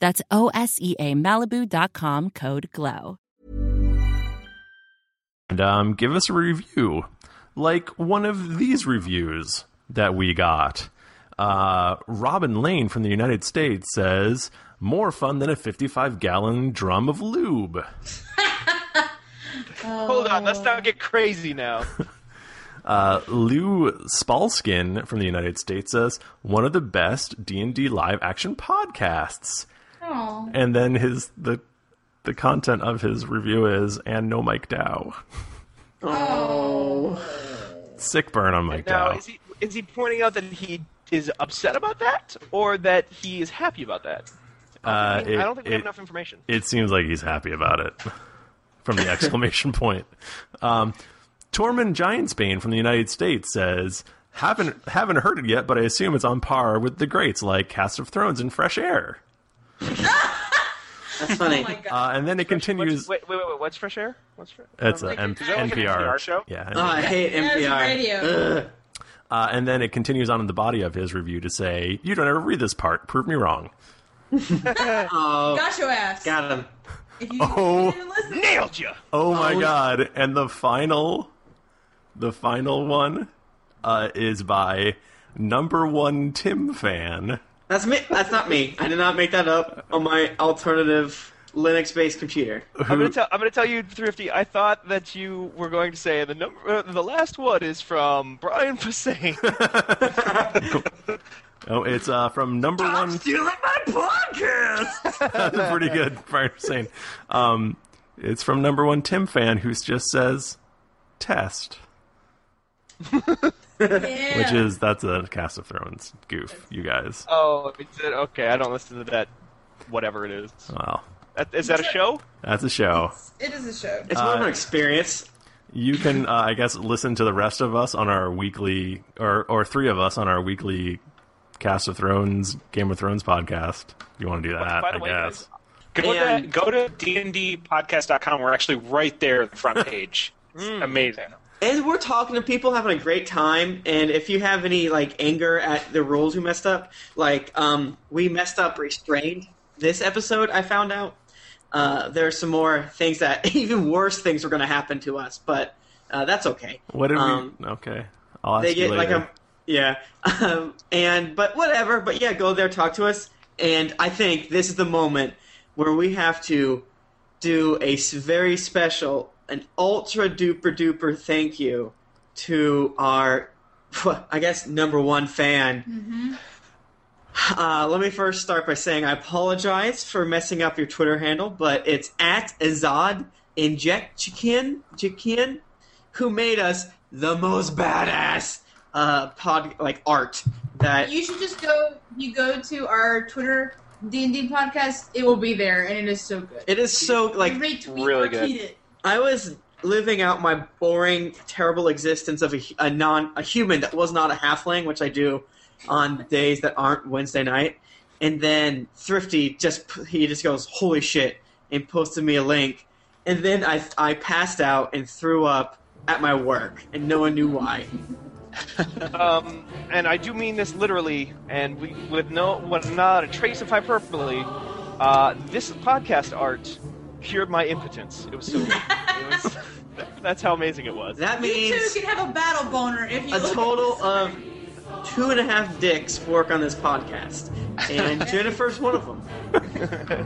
Speaker 17: That's O S E A Malibu.com code GLOW.
Speaker 1: and um, give us a review, like one of these reviews that we got. Uh, Robin Lane from the United States says, "More fun than a 55 gallon drum of lube."
Speaker 5: Oh.
Speaker 4: Hold on, let's not get crazy now.
Speaker 1: Uh, Lou Spalskin from the United States says one of the best D and D live action podcasts.
Speaker 3: Oh.
Speaker 1: And then his the the content of his review is and no Mike Dow.
Speaker 5: [laughs] Oh.
Speaker 1: Sick burn on Mike
Speaker 4: Now,
Speaker 1: Dow.
Speaker 4: is he is he pointing out that he is upset about that, or that he is happy about that?
Speaker 1: Uh,
Speaker 4: I don't think we have enough information.
Speaker 1: It seems like he's happy about it [laughs] from
Speaker 4: [laughs]
Speaker 1: the exclamation point. Um, Tormund Giantsbane from the United States says, haven't haven't heard it yet, but I assume it's on par with the greats like Cast of Thrones and Fresh Air.
Speaker 5: That's funny.
Speaker 1: uh, and then it continues.
Speaker 4: Wait, wait, wait, wait. What's fresh air? What's fresh?
Speaker 1: It's a
Speaker 4: Like,
Speaker 1: M-
Speaker 4: is that like an
Speaker 1: NPR.
Speaker 4: NPR show?
Speaker 1: Yeah.
Speaker 4: Oh, I hate Yeah, it's NPR. radio. Ugh.
Speaker 1: Uh, and then it continues on in the body of his review to say, "You don't ever read this part. Prove me wrong."
Speaker 5: [laughs] oh.
Speaker 3: Got your ass.
Speaker 5: Got him.
Speaker 1: Oh,
Speaker 4: nailed you.
Speaker 1: Oh my
Speaker 5: Oh.
Speaker 1: god! And the final, the final one, uh, is by number one Tim fan.
Speaker 5: That's me. That's not me. I did not make that up on my alternative Linux-based computer.
Speaker 4: I'm gonna tell. I'm gonna tell you, Thrifty. I thought that you were going to say the number. Uh, the last one is from
Speaker 1: [laughs]
Speaker 4: Brian Posehn.
Speaker 1: Oh, it's uh, from number one. [laughs]
Speaker 4: my [laughs] podcast.
Speaker 1: That's pretty good, Brian Hussein. Um, it's from number one Tim fan who just says test, which is that's a Cast of Thrones goof, you guys.
Speaker 4: Oh, it's it? okay. I don't listen to that. Whatever it is.
Speaker 1: Wow,
Speaker 4: That, is that a show?
Speaker 1: that's a show.
Speaker 3: It is a show.
Speaker 5: It's
Speaker 1: Uh,
Speaker 5: more of an experience.
Speaker 1: You can, uh, I guess, listen to the rest of us on our weekly, or or three of us on our weekly Cast of Thrones, Game of Thrones podcast. If you want to do that,
Speaker 2: by the
Speaker 1: I
Speaker 2: way,
Speaker 1: guess.
Speaker 2: Go to, go to dndpodcast.com. We're actually right there at the front page. It's
Speaker 3: Mm.
Speaker 2: amazing.
Speaker 5: And we're talking to people having a great time. And if you have any like anger at the rules we messed up, like um, we messed up restrained this episode, I found out. Uh, there are some more things that [laughs] even worse things were going to happen to us, but uh, that's okay.
Speaker 1: What did
Speaker 5: Um,
Speaker 1: we? Okay, I'll ask
Speaker 5: they get
Speaker 1: you
Speaker 5: like
Speaker 1: later.
Speaker 5: [laughs] a yeah um, and but whatever but yeah go there talk to us and i think this is the moment where we have to do a s- very special an ultra duper duper thank you to our [laughs] i guess number one fan
Speaker 3: Mm-hmm.
Speaker 5: uh, let me first start by saying I apologize for messing up your Twitter handle, but it's at Azad Inject Chikin Chikin, who made us the most badass uh, pod like art that
Speaker 3: You should just go. You go to our Twitter D and D podcast. It will be there, and it is so good.
Speaker 5: It is so like
Speaker 3: Retweet, really good. repeat it.
Speaker 5: I was living out my boring, terrible existence of a, hu- a non a human that was not a halfling, which I do on days that aren't Wednesday night. And then Thrifty just p- he just goes, "Holy shit!" and posted me a link. And then I I passed out and threw up at my work, and no one knew why.
Speaker 4: um, and I do mean this literally, and we, with no, with not a trace of hyperbole, uh, this podcast art cured my impotence. It was so. it
Speaker 5: [laughs]
Speaker 4: was, [laughs] that's how amazing it was.
Speaker 5: That
Speaker 3: You
Speaker 5: means
Speaker 3: two can have a battle boner if you.
Speaker 5: a
Speaker 3: look at
Speaker 5: total of two and a half dicks work on this podcast, and Jennifer's one of them.
Speaker 3: this.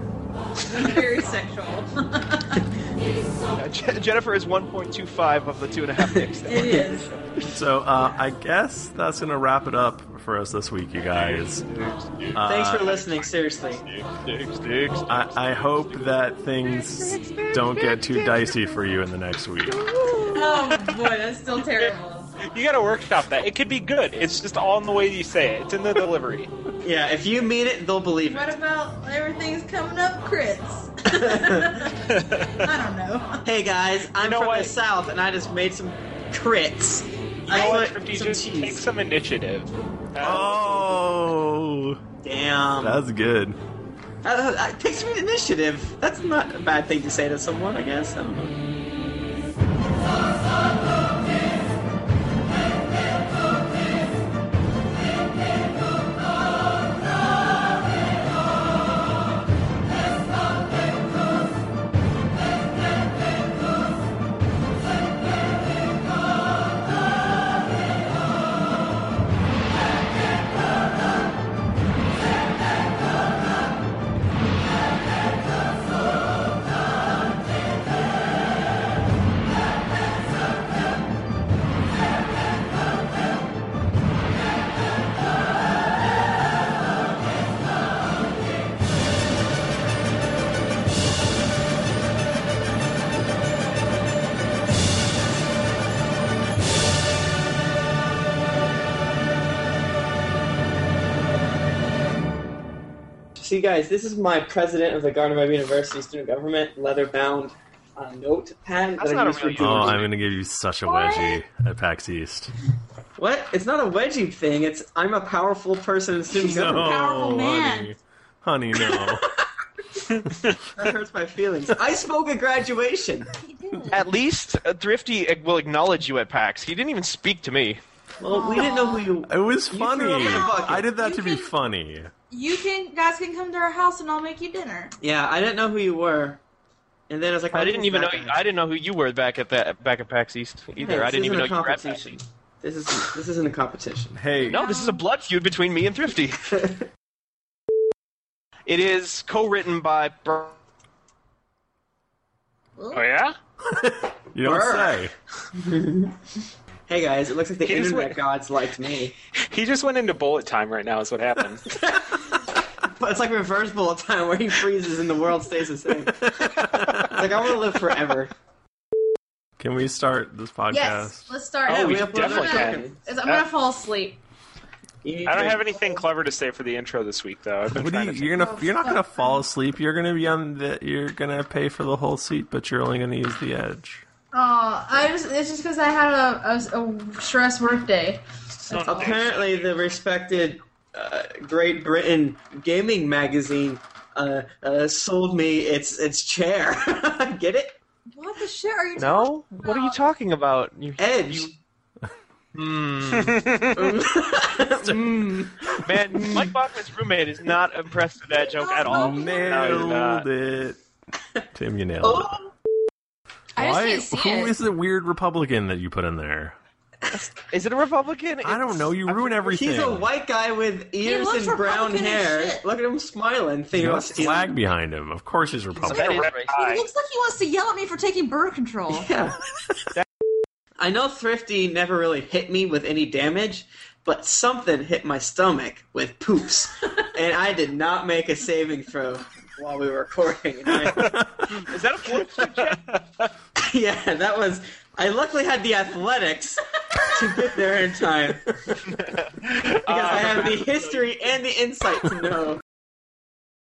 Speaker 3: [laughs] Very sexual.
Speaker 4: Uh, Je- Jennifer is 1.25 of the two and a
Speaker 5: [laughs]
Speaker 4: half dicks.
Speaker 3: It is.
Speaker 1: So uh, I guess that's gonna wrap it up for us this week, you guys.
Speaker 5: Thanks for
Speaker 1: Uh,
Speaker 5: listening. Seriously.
Speaker 1: I, I hope that things don't get too dicey for you in the next week.
Speaker 3: Oh boy, that's still terrible.
Speaker 2: [laughs] You got to workshop that. It could be good. It's just all in the way you say it. It's in the delivery.
Speaker 5: Yeah, if you mean it, they'll believe
Speaker 3: What about everything's coming up, crits?
Speaker 5: Hey guys, I'm from the south, and I just made some crits. I put some cheese.
Speaker 2: Take some initiative.
Speaker 1: Oh,
Speaker 5: damn!
Speaker 1: That's good.
Speaker 5: Uh, uh, take some initiative. That's not a bad thing to say to someone, I guess. I don't know. So, you guys, this is my president of the Garden of Ivy University student government leather bound uh, notepad. that I use for
Speaker 1: Oh,
Speaker 5: doodles.
Speaker 1: I'm going to give you such a wedgie at PAX East.
Speaker 5: What? It's not a wedgie thing. It's I'm a powerful person in student
Speaker 1: No,
Speaker 5: government.
Speaker 1: honey, honey, no.
Speaker 5: That hurts my feelings. I spoke at graduation.
Speaker 4: At least uh, Thrifty uh, will acknowledge you at PAX. He didn't even speak to me.
Speaker 5: Well, we didn't know who you.
Speaker 1: It was
Speaker 4: You threw
Speaker 1: funny.
Speaker 4: it in the bucket.
Speaker 1: I did that to be funny.
Speaker 3: You can guys can come to our house and I'll make you dinner.
Speaker 5: Yeah, I didn't know who you were, and then I was like,
Speaker 4: I didn't even know. I didn't know who you were back at that back at PAX East either.
Speaker 5: Hey,
Speaker 4: I didn't
Speaker 5: this
Speaker 4: even know
Speaker 5: isn't a
Speaker 4: you were at PAX
Speaker 5: competition. This is this isn't a competition.
Speaker 1: Hey,
Speaker 4: no, this is a blood feud between me and
Speaker 5: [laughs]
Speaker 4: Thrifty. it is co-written by. Bur-
Speaker 2: Oh yeah.
Speaker 1: You don't
Speaker 5: Brr.
Speaker 2: say.
Speaker 5: hey guys, it looks like the
Speaker 2: He just
Speaker 5: internet
Speaker 2: went-
Speaker 5: gods liked me.
Speaker 2: [laughs] He just went into bullet time right now. Is what happened.
Speaker 5: [laughs] But it's like reverse bullet time where he freezes and the world stays the same. It's like I want to live forever.
Speaker 1: [laughs] Can we start this podcast?
Speaker 3: Yes, let's start.
Speaker 1: Oh,
Speaker 3: Yeah,
Speaker 1: we
Speaker 3: have- Uh,
Speaker 1: definitely
Speaker 3: I'm gonna-
Speaker 1: can.
Speaker 3: is- I'm gonna fall asleep.
Speaker 2: I don't have anything clever to say for the intro this week, though. I've been
Speaker 1: What are you,
Speaker 2: trying to
Speaker 1: you're
Speaker 5: Oh,
Speaker 1: gonna you're not gonna fall asleep. You're gonna be on the you're gonna pay for the whole seat, but you're only gonna use the edge.
Speaker 3: Oh, I just it's just because I had a, a, a stress work day.
Speaker 5: Apparently, the respected uh, Great Britain gaming magazine uh, uh, sold me its its chair. [laughs] Get it?
Speaker 3: What the shit are you?
Speaker 4: no, what are you talking about? You, Hmm.
Speaker 5: Edge. [laughs] Mm.
Speaker 4: Man, Mike Bachman's roommate is not impressed with that joke at
Speaker 5: Oh,
Speaker 4: all.
Speaker 1: Nailed it, Tim. You nailed
Speaker 5: Oh.
Speaker 1: it.
Speaker 4: I just
Speaker 1: Why?
Speaker 4: can't see
Speaker 1: Who
Speaker 4: it.
Speaker 1: is the weird Republican that you put in there?
Speaker 4: Is it a Republican?
Speaker 1: I don't know. You ruin everything.
Speaker 5: He's a white guy with ears
Speaker 4: looks
Speaker 5: and brown
Speaker 4: Republican as
Speaker 5: hair. Look at him smiling,
Speaker 1: There's
Speaker 5: thinking
Speaker 1: no
Speaker 5: about stealing.
Speaker 1: flag behind him. Of course, he's Republican.
Speaker 5: that is racist.
Speaker 3: He looks like he wants to yell at me for taking birth control. [laughs]
Speaker 5: Yeah. I know Thrifty never really hit me with any damage, but something hit my stomach with poops, and I did not make a saving throw while we were recording. And I-
Speaker 4: Is that a fourth
Speaker 5: [laughs] yeah, that was. I luckily had the athletics to
Speaker 4: [laughs]
Speaker 5: get
Speaker 4: Uh,
Speaker 5: there in time because I have the history and the insight to know